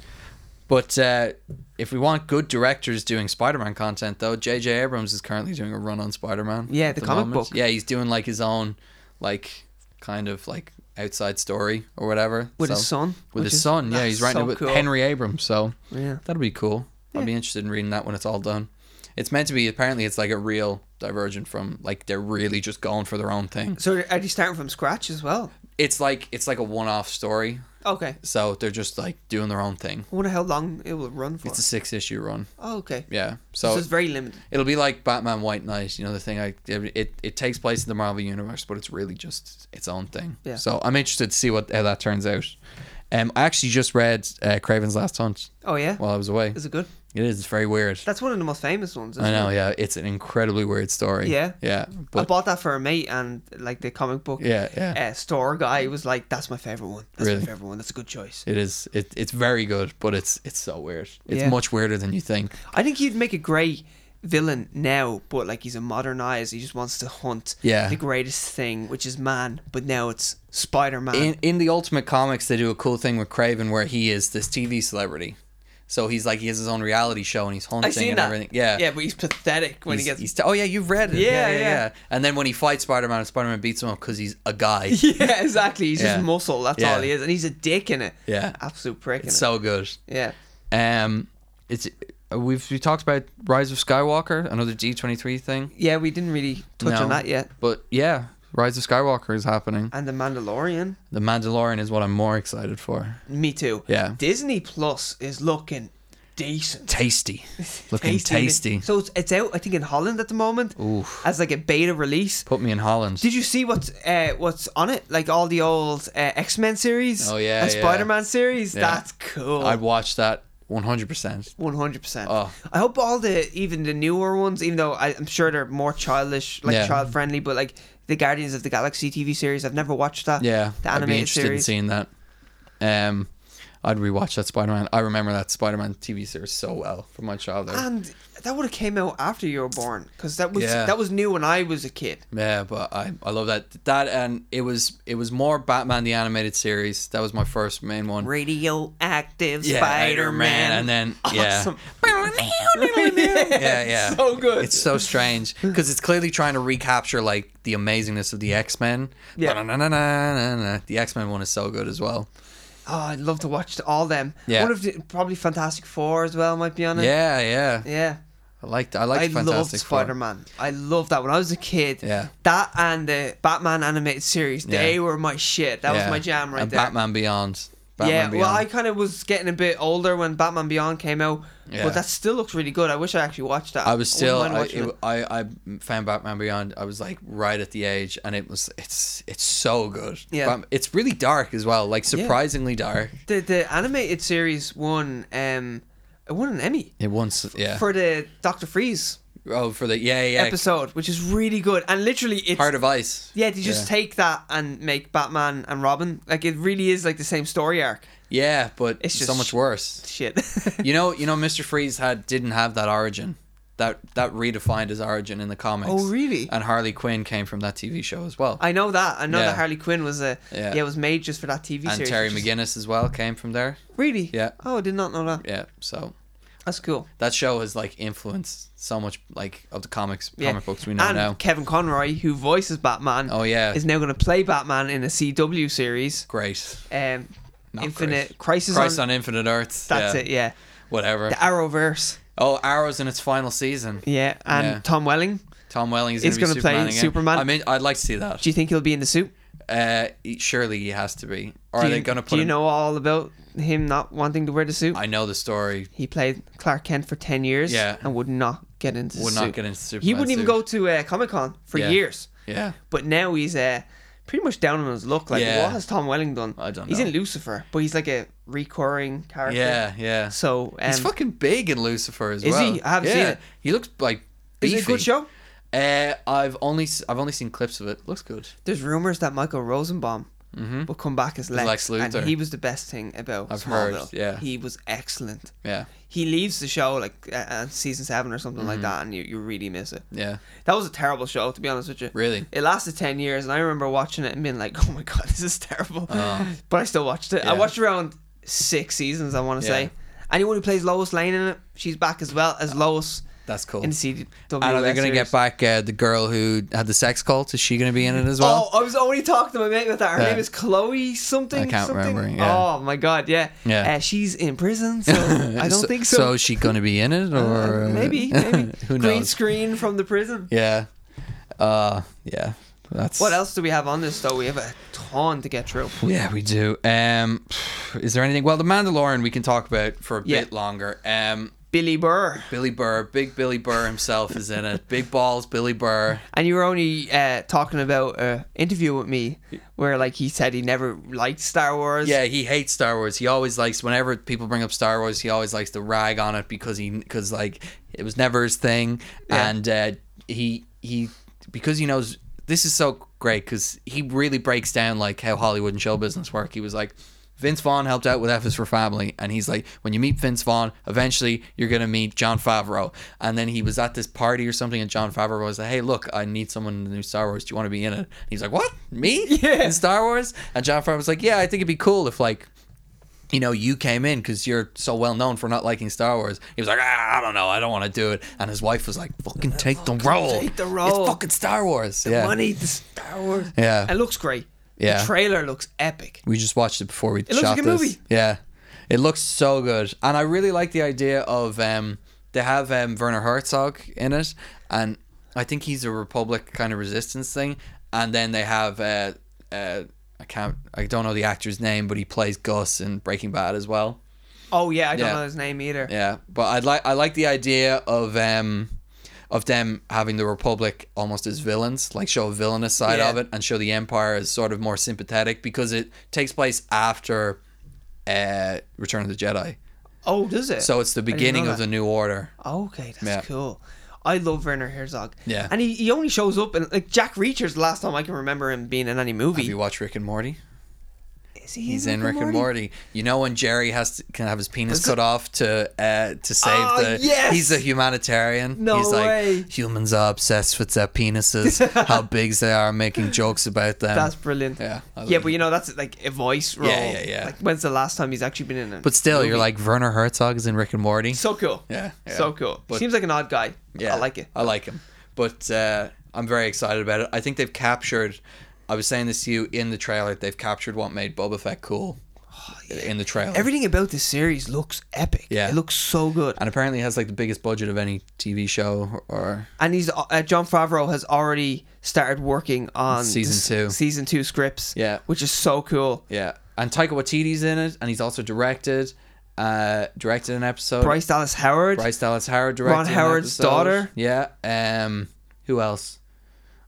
Speaker 1: But uh, if we want good directors doing Spider-Man content, though, J.J. Abrams is currently doing a run on Spider-Man.
Speaker 2: Yeah,
Speaker 1: at
Speaker 2: the comic
Speaker 1: moment.
Speaker 2: book.
Speaker 1: Yeah, he's doing like his own, like kind of like outside story or whatever
Speaker 2: With his
Speaker 1: So-
Speaker 2: son,
Speaker 1: With
Speaker 2: which
Speaker 1: his
Speaker 2: is-
Speaker 1: son, yeah, he's
Speaker 2: that's
Speaker 1: writing
Speaker 2: so
Speaker 1: it with
Speaker 2: cool.
Speaker 1: Henry Abrams. So
Speaker 2: yeah.
Speaker 1: that'll be cool. I'll be interested in reading that when it's all done. It's meant to be. Apparently, it's like a real divergent from like they're really just going for their own thing.
Speaker 2: So are you starting from scratch as well?
Speaker 1: It's like it's like a one-off story.
Speaker 2: Okay.
Speaker 1: So they're just like doing their own thing.
Speaker 2: I wonder how long it will run for.
Speaker 1: It's a six issue run.
Speaker 2: oh, okay.
Speaker 1: Yeah.
Speaker 2: So,
Speaker 1: So
Speaker 2: it's very limited.
Speaker 1: it'll be like Batman White Knight, you know, the thing I it, it takes place in the Marvel universe, but it's really just its own thing.
Speaker 2: Yeah.
Speaker 1: So I'm interested to see what how that turns out. Um I actually just read uh, Craven's Last Hunt
Speaker 2: Oh yeah.
Speaker 1: while I was away.
Speaker 2: Is it good?
Speaker 1: It is it's very weird.
Speaker 2: That's one of the most famous ones. Isn't
Speaker 1: I know,
Speaker 2: It?
Speaker 1: yeah. It's an incredibly weird story.
Speaker 2: Yeah.
Speaker 1: Yeah.
Speaker 2: I
Speaker 1: But
Speaker 2: bought that for a mate, and like the comic book
Speaker 1: Yeah, yeah.
Speaker 2: Uh, store guy was like, "That's my favorite one. That's my
Speaker 1: Really?
Speaker 2: favorite one. That's a good choice."
Speaker 1: it is it, it's very good, but it's it's so weird. It's
Speaker 2: Yeah.
Speaker 1: much weirder than you think.
Speaker 2: I think he'd make a great villain now, but like he's a modernized. He just wants to hunt
Speaker 1: Yeah.
Speaker 2: the greatest thing, which is man. But now it's Spider Man.
Speaker 1: in in the Ultimate Comics, they do a cool thing with Craven where he is this TV celebrity. So he's like he has his own reality show and he's hunting
Speaker 2: I seen
Speaker 1: and
Speaker 2: that.
Speaker 1: everything. Yeah,
Speaker 2: Yeah, but he's pathetic when
Speaker 1: He's,
Speaker 2: he gets.
Speaker 1: he's t- oh yeah, you've read it.
Speaker 2: Yeah,
Speaker 1: Yeah, yeah,
Speaker 2: yeah.
Speaker 1: yeah. And then when he fights Spider Man, Spider Man beats him up because he's a guy.
Speaker 2: yeah, exactly. He's
Speaker 1: Yeah.
Speaker 2: just muscle. That's
Speaker 1: Yeah.
Speaker 2: all he is, and he's a dick in it.
Speaker 1: Yeah.
Speaker 2: absolute prick in
Speaker 1: It's
Speaker 2: it.
Speaker 1: so good.
Speaker 2: Yeah.
Speaker 1: Um, it's we've we talked about Rise of Skywalker, another D twenty three thing.
Speaker 2: Yeah, we didn't really touch
Speaker 1: No.
Speaker 2: on that yet.
Speaker 1: But yeah, Rise of Skywalker is happening.
Speaker 2: And The Mandalorian.
Speaker 1: The Mandalorian is what I'm more excited for.
Speaker 2: Me too.
Speaker 1: Yeah.
Speaker 2: Disney Plus is looking decent.
Speaker 1: Tasty, looking tasty.
Speaker 2: So it's, it's out, I think, in Holland at the moment
Speaker 1: Oof.
Speaker 2: as like a beta release.
Speaker 1: Put me in Holland.
Speaker 2: Did you see what's uh, what's on it? Like all the old uh, X Men series.
Speaker 1: Oh, yeah,
Speaker 2: And
Speaker 1: yeah.
Speaker 2: Spider Man series.
Speaker 1: Yeah.
Speaker 2: That's cool.
Speaker 1: I'd watch that one hundred percent.
Speaker 2: One hundred percent.
Speaker 1: Oh.
Speaker 2: I hope all the even the newer ones, even though I, I'm sure they're more childish, like
Speaker 1: Yeah.
Speaker 2: child friendly, but like the Guardians of the Galaxy TV series, I've never watched that.
Speaker 1: Yeah,
Speaker 2: the
Speaker 1: I'd be
Speaker 2: animated
Speaker 1: interested in
Speaker 2: series.
Speaker 1: seeing that. Um, I'd rewatch that Spider Man. I remember that Spider Man TV series so well from my childhood.
Speaker 2: And that would have came out after you were born, because that was
Speaker 1: Yeah.
Speaker 2: that was new when I was a kid.
Speaker 1: Yeah, but I, I love that that and it was it was more Batman the animated series. That was my first main one.
Speaker 2: Radioactive
Speaker 1: Yeah,
Speaker 2: Spider
Speaker 1: and
Speaker 2: Man.
Speaker 1: then
Speaker 2: Awesome.
Speaker 1: yeah, yeah, yeah.
Speaker 2: So good.
Speaker 1: It's so strange because it's clearly trying to recapture like the amazingness of the X Men.
Speaker 2: Yeah.
Speaker 1: Yeah, the X Men one is so good as well.
Speaker 2: oh, I'd love to watch all them.
Speaker 1: Yeah.
Speaker 2: One of the, probably Fantastic Four as well might be on it.
Speaker 1: Yeah, yeah.
Speaker 2: Yeah.
Speaker 1: I liked I
Speaker 2: I
Speaker 1: liked
Speaker 2: loved
Speaker 1: Fantastic Four.
Speaker 2: Spider Man. I loved that when I was a kid.
Speaker 1: Yeah.
Speaker 2: That and the Batman animated series, they
Speaker 1: Yeah.
Speaker 2: were my shit. That
Speaker 1: Yeah.
Speaker 2: was my jam right
Speaker 1: and
Speaker 2: there.
Speaker 1: Batman Beyond. Batman
Speaker 2: yeah,
Speaker 1: Beyond.
Speaker 2: well, I kind of was getting a bit older when Batman Beyond came out,
Speaker 1: Yeah.
Speaker 2: but that still looks really good. I wish I actually watched that.
Speaker 1: I was still
Speaker 2: wouldn't
Speaker 1: I,
Speaker 2: mind watching
Speaker 1: it- I I found Batman Beyond. I was like right at the age, and it was it's it's so good.
Speaker 2: Yeah.
Speaker 1: Batman- it's really dark as well, like surprisingly dark.
Speaker 2: it. The the animated series won um it won an Emmy
Speaker 1: It once yeah
Speaker 2: for the Doctor Freeze
Speaker 1: oh for the yeah yeah
Speaker 2: episode, which is really good. And literally, it's
Speaker 1: Heart of Ice
Speaker 2: yeah, they just take that and make Batman and Robin like it really is like the same story arc.
Speaker 1: yeah, but
Speaker 2: It's
Speaker 1: it's
Speaker 2: just-
Speaker 1: so much worse.
Speaker 2: Shit.
Speaker 1: You know you know Mister Freeze had didn't have that origin. That that redefined his origin in the comics.
Speaker 2: Oh, really?
Speaker 1: And Harley Quinn came from that TV show as well.
Speaker 2: I know that. I know
Speaker 1: Yeah.
Speaker 2: that Harley Quinn was a yeah.
Speaker 1: Yeah.
Speaker 2: was made just for that TV
Speaker 1: and
Speaker 2: series.
Speaker 1: Terry
Speaker 2: which is-
Speaker 1: McGinnis as well came from there.
Speaker 2: Really?
Speaker 1: Yeah.
Speaker 2: Oh, I did not know that.
Speaker 1: Yeah, so
Speaker 2: That's cool.
Speaker 1: that show has like influenced so much like of the comics
Speaker 2: Yeah.
Speaker 1: comic books we know
Speaker 2: and
Speaker 1: now.
Speaker 2: Kevin Conroy, who voices Batman,
Speaker 1: Oh yeah,
Speaker 2: is now going to play Batman in a CW series.
Speaker 1: great.
Speaker 2: Um,
Speaker 1: Not
Speaker 2: Infinite
Speaker 1: great.
Speaker 2: Crisis.
Speaker 1: Christ
Speaker 2: on,
Speaker 1: on Infinite Earths.
Speaker 2: That's
Speaker 1: yeah,
Speaker 2: it. Yeah.
Speaker 1: Whatever.
Speaker 2: The Arrowverse.
Speaker 1: oh, Arrow's in its final season.
Speaker 2: Yeah. And
Speaker 1: Yeah.
Speaker 2: Tom Welling.
Speaker 1: Tom Welling is
Speaker 2: He's
Speaker 1: going to
Speaker 2: gonna play
Speaker 1: Superman again.
Speaker 2: Superman.
Speaker 1: I mean, I'd like to see that.
Speaker 2: Do you think he'll be in the suit?
Speaker 1: Uh, he- surely he has to be. Or
Speaker 2: do
Speaker 1: are
Speaker 2: you,
Speaker 1: they going to put?
Speaker 2: Do you
Speaker 1: him-
Speaker 2: know all about him not wanting to wear the suit?
Speaker 1: I know the story.
Speaker 2: he played Clark Kent for ten years.
Speaker 1: Yeah.
Speaker 2: And would not get into. the
Speaker 1: Would
Speaker 2: suit.
Speaker 1: not get into Superman.
Speaker 2: He wouldn't even
Speaker 1: suit.
Speaker 2: go to uh, Comic Con for
Speaker 1: Yeah.
Speaker 2: years.
Speaker 1: Yeah.
Speaker 2: But now he's uh, pretty much down on his luck. Like,
Speaker 1: Yeah.
Speaker 2: what has Tom Welling done?
Speaker 1: I don't
Speaker 2: He's
Speaker 1: know.
Speaker 2: in Lucifer, but he's like a recurring character.
Speaker 1: Yeah, yeah.
Speaker 2: So um,
Speaker 1: He's fucking big in Lucifer as
Speaker 2: Is
Speaker 1: well.
Speaker 2: he? I haven't
Speaker 1: yeah.
Speaker 2: seen it.
Speaker 1: He looks like.
Speaker 2: is
Speaker 1: Beefy.
Speaker 2: it a good show?
Speaker 1: Uh, I've only s- I've only seen clips of it. Looks good.
Speaker 2: There's rumors that Michael Rosenbaum will come back as Lex,
Speaker 1: Lex Mm-hmm. Luthor.
Speaker 2: and he was the best thing about
Speaker 1: I've heard,
Speaker 2: Smallville.
Speaker 1: yeah.
Speaker 2: he was excellent.
Speaker 1: Yeah,
Speaker 2: He leaves the show like uh, uh, season seven or something
Speaker 1: Mm-hmm.
Speaker 2: like that, and you, you really miss it.
Speaker 1: yeah.
Speaker 2: That was a terrible show, to be honest with you.
Speaker 1: Really?
Speaker 2: It lasted 10 years, and I remember watching it and being like, oh my god, this is terrible. But I still watched it. I
Speaker 1: Uh. Yeah.
Speaker 2: watched around six seasons, I want to
Speaker 1: Yeah.
Speaker 2: say. Anyone who plays Lois Lane in it, she's back as well as Lois
Speaker 1: That's cool.
Speaker 2: in the CW.
Speaker 1: And are they going to get back uh, the girl who had the sex cult? Is she going to be in it as well?
Speaker 2: Oh, I was only talking to my mate about that. Her
Speaker 1: Yeah.
Speaker 2: name is Chloe something.
Speaker 1: I can't
Speaker 2: something.
Speaker 1: remember, yeah.
Speaker 2: Oh my god, yeah.
Speaker 1: Yeah.
Speaker 2: Uh, she's in prison, so Oh, I don't think so.
Speaker 1: So is she going to be in it, or
Speaker 2: Uh,
Speaker 1: uh,
Speaker 2: maybe, maybe.
Speaker 1: who
Speaker 2: Green
Speaker 1: knows?
Speaker 2: screen from the prison.
Speaker 1: Yeah, uh, yeah. That's
Speaker 2: What else do we have on this though? We have a ton to get through.
Speaker 1: Yeah, we do. Um, is there anything? Well, the Mandalorian we can talk about for a
Speaker 2: Yeah.
Speaker 1: bit longer. Um,
Speaker 2: Billy Burr.
Speaker 1: Billy Burr, big Billy Burr himself is in it. Big balls, Billy Burr.
Speaker 2: And you were only uh, talking about an interview with me where, like, he said he never liked Star Wars.
Speaker 1: Yeah, he hates Star Wars. He always likes whenever people bring up Star Wars, he always likes to rag on it because he because like it was never his thing,
Speaker 2: Yeah.
Speaker 1: and uh, he he because he knows this is so great because he really breaks down like how Hollywood and show business work. He was like. Vince Vaughn helped out with F is for Family, and he's like, when you meet Vince Vaughn, eventually you're gonna meet John Favreau. And then he was at this party or something, and John Favreau was like, "Hey, look, I need someone in the new Star Wars. Do you want to be in it?" And he's like, "What? Me?
Speaker 2: Yeah.
Speaker 1: In Star Wars?" And John Favreau was like, "Yeah, I think it'd be cool if like you know, you came in because you're so well known for not liking Star Wars. He was like, ah, I don't know, I don't want to do it. And his wife was like, fucking take the role.
Speaker 2: Uh, take the role.
Speaker 1: It's fucking Star Wars. yeah.
Speaker 2: Money to Star Wars.
Speaker 1: Yeah.
Speaker 2: It looks great.
Speaker 1: Yeah.
Speaker 2: The trailer looks epic.
Speaker 1: We just watched it before we it shot
Speaker 2: looks like a
Speaker 1: this.
Speaker 2: movie.
Speaker 1: Yeah. It looks so good. And I really like the idea of um They have um, Werner Herzog in it, and I think he's a Republic kind of resistance thing. And then they have uh, uh, I can't I don't know the actor's name, but he plays Gus in Breaking Bad as well.
Speaker 2: Oh yeah, I don't
Speaker 1: Yeah.
Speaker 2: know his name either.
Speaker 1: Yeah, but I like I like the idea of um of them having the Republic almost as villains, like show a villainous side
Speaker 2: Yeah.
Speaker 1: of it and show the Empire as sort of more sympathetic because it takes place after uh Return of the Jedi.
Speaker 2: Oh, does it?
Speaker 1: So it's the
Speaker 2: I didn't
Speaker 1: beginning
Speaker 2: know
Speaker 1: of
Speaker 2: that.
Speaker 1: the new order.
Speaker 2: Okay, that's
Speaker 1: Yeah.
Speaker 2: cool. I love Werner Herzog.
Speaker 1: Yeah.
Speaker 2: and he, he only shows up in like Jack Reacher's the last time I can remember him being in any
Speaker 1: Have
Speaker 2: movie.
Speaker 1: you watched Rick and Morty?
Speaker 2: Is he
Speaker 1: He's in Rick and Morty. You know when Jerry has to can have his penis cut off to uh, to save
Speaker 2: Oh,
Speaker 1: the.
Speaker 2: yes!
Speaker 1: He's a humanitarian.
Speaker 2: No
Speaker 1: he's
Speaker 2: way.
Speaker 1: like humans are obsessed with their penises, how big they are, making jokes about them.
Speaker 2: That's brilliant.
Speaker 1: yeah, I love
Speaker 2: yeah,
Speaker 1: it.
Speaker 2: but you know that's like a voice role.
Speaker 1: yeah, yeah.
Speaker 2: Like when's the last time he's actually been in it?
Speaker 1: But still, you're like Werner Herzog is in Rick and Morty.
Speaker 2: so cool.
Speaker 1: Yeah, yeah.
Speaker 2: so cool.
Speaker 1: But-
Speaker 2: Seems like an odd guy.
Speaker 1: Yeah,
Speaker 2: I like it.
Speaker 1: I like him. But uh, I'm very excited about it. I think they've captured. I was saying this to you in the trailer. They've captured what made Boba Fett cool
Speaker 2: Oh,
Speaker 1: in the trailer.
Speaker 2: Everything about this series looks epic.
Speaker 1: Yeah.
Speaker 2: it looks so good.
Speaker 1: and apparently, it has like the biggest budget of any TV show or
Speaker 2: And he's uh, John Favreau has already started working on
Speaker 1: Season
Speaker 2: this-
Speaker 1: two.
Speaker 2: season two scripts.
Speaker 1: Yeah.
Speaker 2: which is so cool.
Speaker 1: Yeah, and Taika Waititi's in it, and he's also directed, uh, directed an episode.
Speaker 2: Bryce Dallas Howard.
Speaker 1: Bryce Dallas Howard directed.
Speaker 2: Ron
Speaker 1: an
Speaker 2: Howard's
Speaker 1: episode.
Speaker 2: daughter.
Speaker 1: Yeah. Um, who else?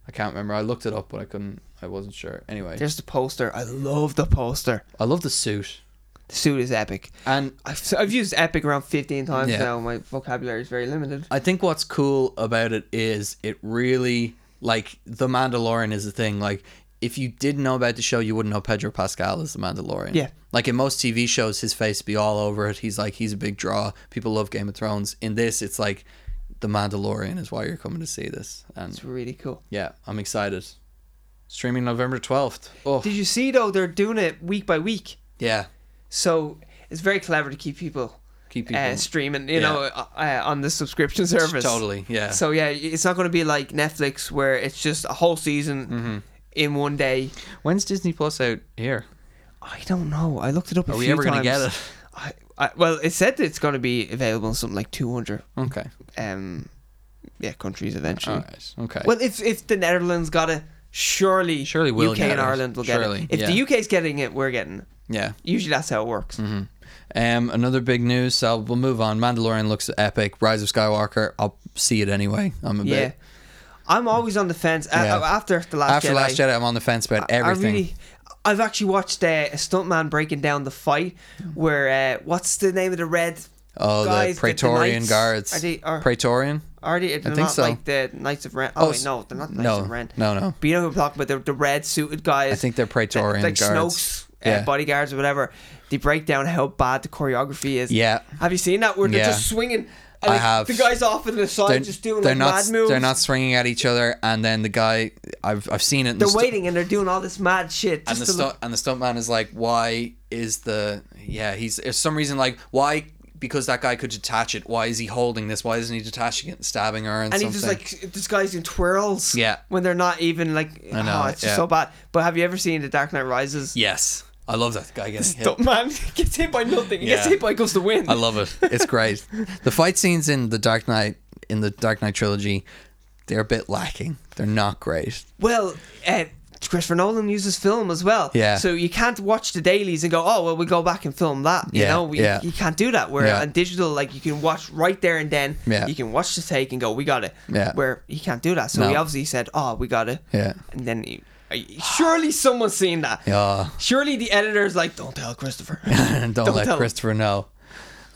Speaker 1: I can't remember. I looked it up, but I couldn't. I wasn't sure. Anyway,
Speaker 2: There's the poster. I love the poster.
Speaker 1: I love the suit,
Speaker 2: The suit is epic.
Speaker 1: and
Speaker 2: I've, I've used epic around 15 times
Speaker 1: Yeah.
Speaker 2: now. My vocabulary is very limited.
Speaker 1: I think what's cool about it is it really like the Mandalorian is a thing. Like if you didn't know about the show, you wouldn't know Pedro Pascal is the Mandalorian.
Speaker 2: Yeah.
Speaker 1: Like in most TV shows, his face be all over it. He's like he's a big draw. People love Game of Thrones. In this, it's like the Mandalorian is why you're coming to see this. And
Speaker 2: It's really cool.
Speaker 1: yeah, I'm excited. Streaming November twelfth. Oh
Speaker 2: Did you see though? They're doing it week by week,
Speaker 1: yeah,
Speaker 2: so it's very clever to keep people,
Speaker 1: keep people
Speaker 2: Uh, streaming.
Speaker 1: Yeah.
Speaker 2: You know, uh, uh, on the subscription service.
Speaker 1: totally. Yeah,
Speaker 2: So yeah, it's not going to be like Netflix where it's just a whole season
Speaker 1: Mm-hmm.
Speaker 2: in one day.
Speaker 1: when's Disney Plus out here?
Speaker 2: I don't know. I looked it up. a
Speaker 1: Are we
Speaker 2: few
Speaker 1: ever gonna
Speaker 2: times.
Speaker 1: get it?
Speaker 2: I, I, well, it said it's going to be available in something like 200
Speaker 1: Okay,
Speaker 2: um, yeah, countries eventually.
Speaker 1: all right, okay.
Speaker 2: Well, if if the Netherlands got it, surely
Speaker 1: Surely we'll
Speaker 2: UK
Speaker 1: get
Speaker 2: and
Speaker 1: it.
Speaker 2: Ireland will get
Speaker 1: Surely,
Speaker 2: it. If
Speaker 1: yeah. Mm-hmm.
Speaker 2: the UK's getting it, we're getting it.
Speaker 1: yeah.
Speaker 2: Usually that's how it works.
Speaker 1: Um, another big news. So we'll move on. Mandalorian looks epic. Rise of Skywalker. I'll see it anyway. I'm a
Speaker 2: Yeah,
Speaker 1: bit
Speaker 2: I'm always on the fence. A-
Speaker 1: Yeah.
Speaker 2: After the last
Speaker 1: after
Speaker 2: Jedi,
Speaker 1: Last Jedi. I'm on the fence about everything.
Speaker 2: I really, I've actually watched uh, a stuntman breaking down the fight where uh, what's the name of the red?
Speaker 1: oh,
Speaker 2: guys,
Speaker 1: the
Speaker 2: the- the
Speaker 1: Praetorian
Speaker 2: knights-
Speaker 1: guards.
Speaker 2: are they- are-
Speaker 1: Praetorian?
Speaker 2: Are they? They're
Speaker 1: I think
Speaker 2: not
Speaker 1: so.
Speaker 2: like the Knights of Ren. Oh,
Speaker 1: Oh,
Speaker 2: wait, no, they're not Knights
Speaker 1: no,
Speaker 2: of Ren.
Speaker 1: no, no.
Speaker 2: But you know who I'm talking about? They're the red suited guys.
Speaker 1: I think they're Praetorian
Speaker 2: like
Speaker 1: guards.
Speaker 2: Snoke's uh,
Speaker 1: Yeah.
Speaker 2: bodyguards or whatever. They break down how bad the choreography is.
Speaker 1: Yeah.
Speaker 2: Have you seen that? Where they're
Speaker 1: Yeah.
Speaker 2: just swinging.
Speaker 1: I
Speaker 2: And, like,
Speaker 1: have.
Speaker 2: The guys off in the side just doing
Speaker 1: they're
Speaker 2: like
Speaker 1: not,
Speaker 2: mad moves.
Speaker 1: They're not swinging at each other, and then the guy. I've I've seen it. in the
Speaker 2: They're
Speaker 1: stu-
Speaker 2: waiting and they're doing all this mad shit. Just
Speaker 1: and the
Speaker 2: to look-
Speaker 1: stunt and the stuntman is like, why is the yeah? He's for some reason like why because that guy could detach it. Why is he holding this? Why isn't he detaching it and stabbing her and,
Speaker 2: and
Speaker 1: something?
Speaker 2: he's just like this guy's in twirls.
Speaker 1: Yeah.
Speaker 2: When they're not even like,
Speaker 1: I know,
Speaker 2: oh, it's just
Speaker 1: yeah.
Speaker 2: so bad. But have you ever seen The Dark Knight Rises?
Speaker 1: yes, I love that guy getting hit.
Speaker 2: Stuntman gets hit by nothing. He gets
Speaker 1: Yeah.
Speaker 2: hit by goes to win.
Speaker 1: I love it. It's great. the fight scenes in the Dark Knight in the Dark Knight trilogy, they're a bit lacking. They're not great.
Speaker 2: Well, uh, Christopher Nolan uses film as well.
Speaker 1: Yeah.
Speaker 2: So you can't watch the dailies and go, oh, well, we go back and film that. You
Speaker 1: Yeah,
Speaker 2: know, we,
Speaker 1: yeah.
Speaker 2: you can't do that. Where
Speaker 1: Yeah.
Speaker 2: on digital, like, you can watch right there and then.
Speaker 1: Yeah.
Speaker 2: You can watch the take and go, we got it.
Speaker 1: Yeah.
Speaker 2: Where he can't do that. So
Speaker 1: No.
Speaker 2: he obviously said, oh, we got it.
Speaker 1: Yeah.
Speaker 2: And then he. uh, Surely someone's seen that.
Speaker 1: Yeah.
Speaker 2: Surely the editor's like, don't tell Christopher.
Speaker 1: Ah, don't, let
Speaker 2: tell him.
Speaker 1: Christopher know.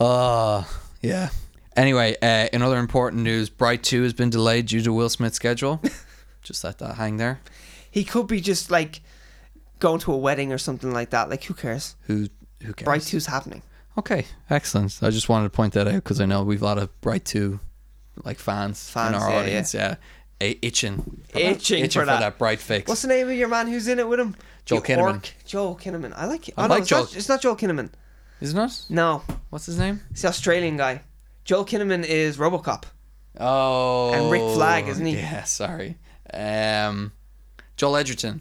Speaker 1: Oh, yeah. Anyway, uh, in other important news, Bright 2 has been delayed due to Will Smith's schedule. Just let that hang there.
Speaker 2: he could be just like going to a wedding or something like that. Like, who cares?
Speaker 1: Who who cares?
Speaker 2: Bright 2's happening.
Speaker 1: Okay, excellent. I just wanted to point that out because I know we've a lot of Bright 2 like fans,
Speaker 2: Fans,
Speaker 1: in our
Speaker 2: yeah,
Speaker 1: audience. Yeah. A- itching.
Speaker 2: Itching for
Speaker 1: for
Speaker 2: that.
Speaker 1: that bright fix.
Speaker 2: What's the name of your man who's in it with him?
Speaker 1: Joel
Speaker 2: You
Speaker 1: Kinnaman.
Speaker 2: orc. Joel Kinnaman. I like it.
Speaker 1: I
Speaker 2: oh, no,
Speaker 1: like
Speaker 2: it's
Speaker 1: Joel-
Speaker 2: Not, it's not Joel Kinnaman.
Speaker 1: Isn't it?
Speaker 2: No,
Speaker 1: What's his name?
Speaker 2: it's the Australian guy. Joel Kinnaman is RoboCop.
Speaker 1: Oh,
Speaker 2: And Rick Flag, isn't he?
Speaker 1: Yeah, sorry. Um, Joel Edgerton,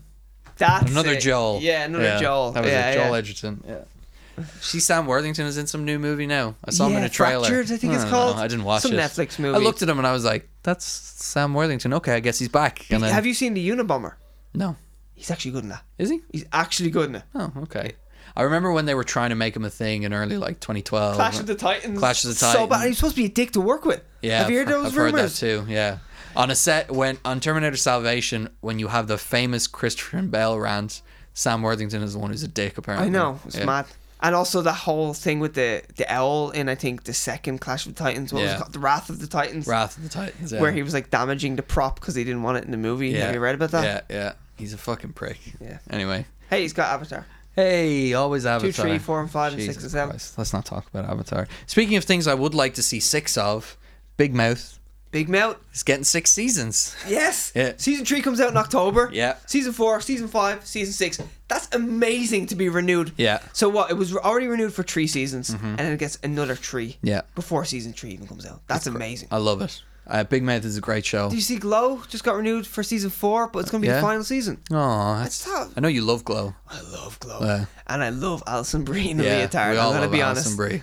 Speaker 2: That's
Speaker 1: another
Speaker 2: it.
Speaker 1: Joel.
Speaker 2: Yeah, another Joel.
Speaker 1: That was
Speaker 2: yeah,
Speaker 1: it. Joel
Speaker 2: yeah.
Speaker 1: Edgerton. Yeah. See, Sam Worthington is in some new movie now. I saw him in
Speaker 2: Yeah,
Speaker 1: a trailer.
Speaker 2: Fractured, I think it's
Speaker 1: don't
Speaker 2: called.
Speaker 1: know. I didn't watch
Speaker 2: Some
Speaker 1: it.
Speaker 2: Netflix
Speaker 1: I
Speaker 2: movie.
Speaker 1: looked at him and I was like, "That's Sam Worthington." Okay, I guess he's back. And then,
Speaker 2: Have you seen the Unabomber?
Speaker 1: No,
Speaker 2: He's actually good in that.
Speaker 1: is he?
Speaker 2: He's actually good in it.
Speaker 1: Oh, okay. I remember when they were trying to make him a thing in early like 2012.
Speaker 2: Clash of the Titans.
Speaker 1: Clash of the
Speaker 2: So bad.
Speaker 1: Titans.
Speaker 2: He's supposed to be a dick to work with.
Speaker 1: Yeah,
Speaker 2: Have you heard
Speaker 1: I've-
Speaker 2: those
Speaker 1: I've heard that
Speaker 2: rumors?
Speaker 1: too. Yeah, on a set when on Terminator Salvation, when you have the famous Christian Bale rant, Sam Worthington is the one who's a dick. Apparently,
Speaker 2: I know. It's
Speaker 1: Yeah.
Speaker 2: mad. And also the whole thing with the the owl in I think the second Clash of the Titans. What was
Speaker 1: Yeah.
Speaker 2: it called? The Wrath of the Titans.
Speaker 1: Wrath of the Titans. Yeah.
Speaker 2: Where he was like damaging the prop because he didn't want it in the movie.
Speaker 1: yeah.
Speaker 2: Have you read about that?
Speaker 1: Yeah, yeah. He's a fucking prick.
Speaker 2: Yeah.
Speaker 1: Anyway.
Speaker 2: Hey, he's got Avatar.
Speaker 1: Hey, always Avatar.
Speaker 2: three, four, and five, and six,
Speaker 1: Jesus
Speaker 2: and seven.
Speaker 1: Christ. Let's not talk about Avatar. Speaking of things I would like to see six of, Big Mouth
Speaker 2: Big Mouth.
Speaker 1: is getting six seasons.
Speaker 2: Yes.
Speaker 1: Yeah.
Speaker 2: Season three comes out in October.
Speaker 1: Yeah.
Speaker 2: Season four, season five, season six. That's amazing to be renewed.
Speaker 1: Yeah. Mm-hmm.
Speaker 2: So what? It was already renewed for three seasons, and then it gets another three.
Speaker 1: Yeah.
Speaker 2: Before season three even comes out. That's amazing.
Speaker 1: I love it. Uh, Big Mouth is a great show.
Speaker 2: Do you see Glow just got renewed for season four, but it's going to be
Speaker 1: Yeah.
Speaker 2: the final season.
Speaker 1: Aw,
Speaker 2: That's tough.
Speaker 1: I know you love Glow.
Speaker 2: I love Glow,
Speaker 1: Yeah.
Speaker 2: and I love Alison Brie in the
Speaker 1: Yeah,
Speaker 2: leotard.
Speaker 1: we all
Speaker 2: I'm going
Speaker 1: love
Speaker 2: to be
Speaker 1: Alison
Speaker 2: honest.
Speaker 1: Brie.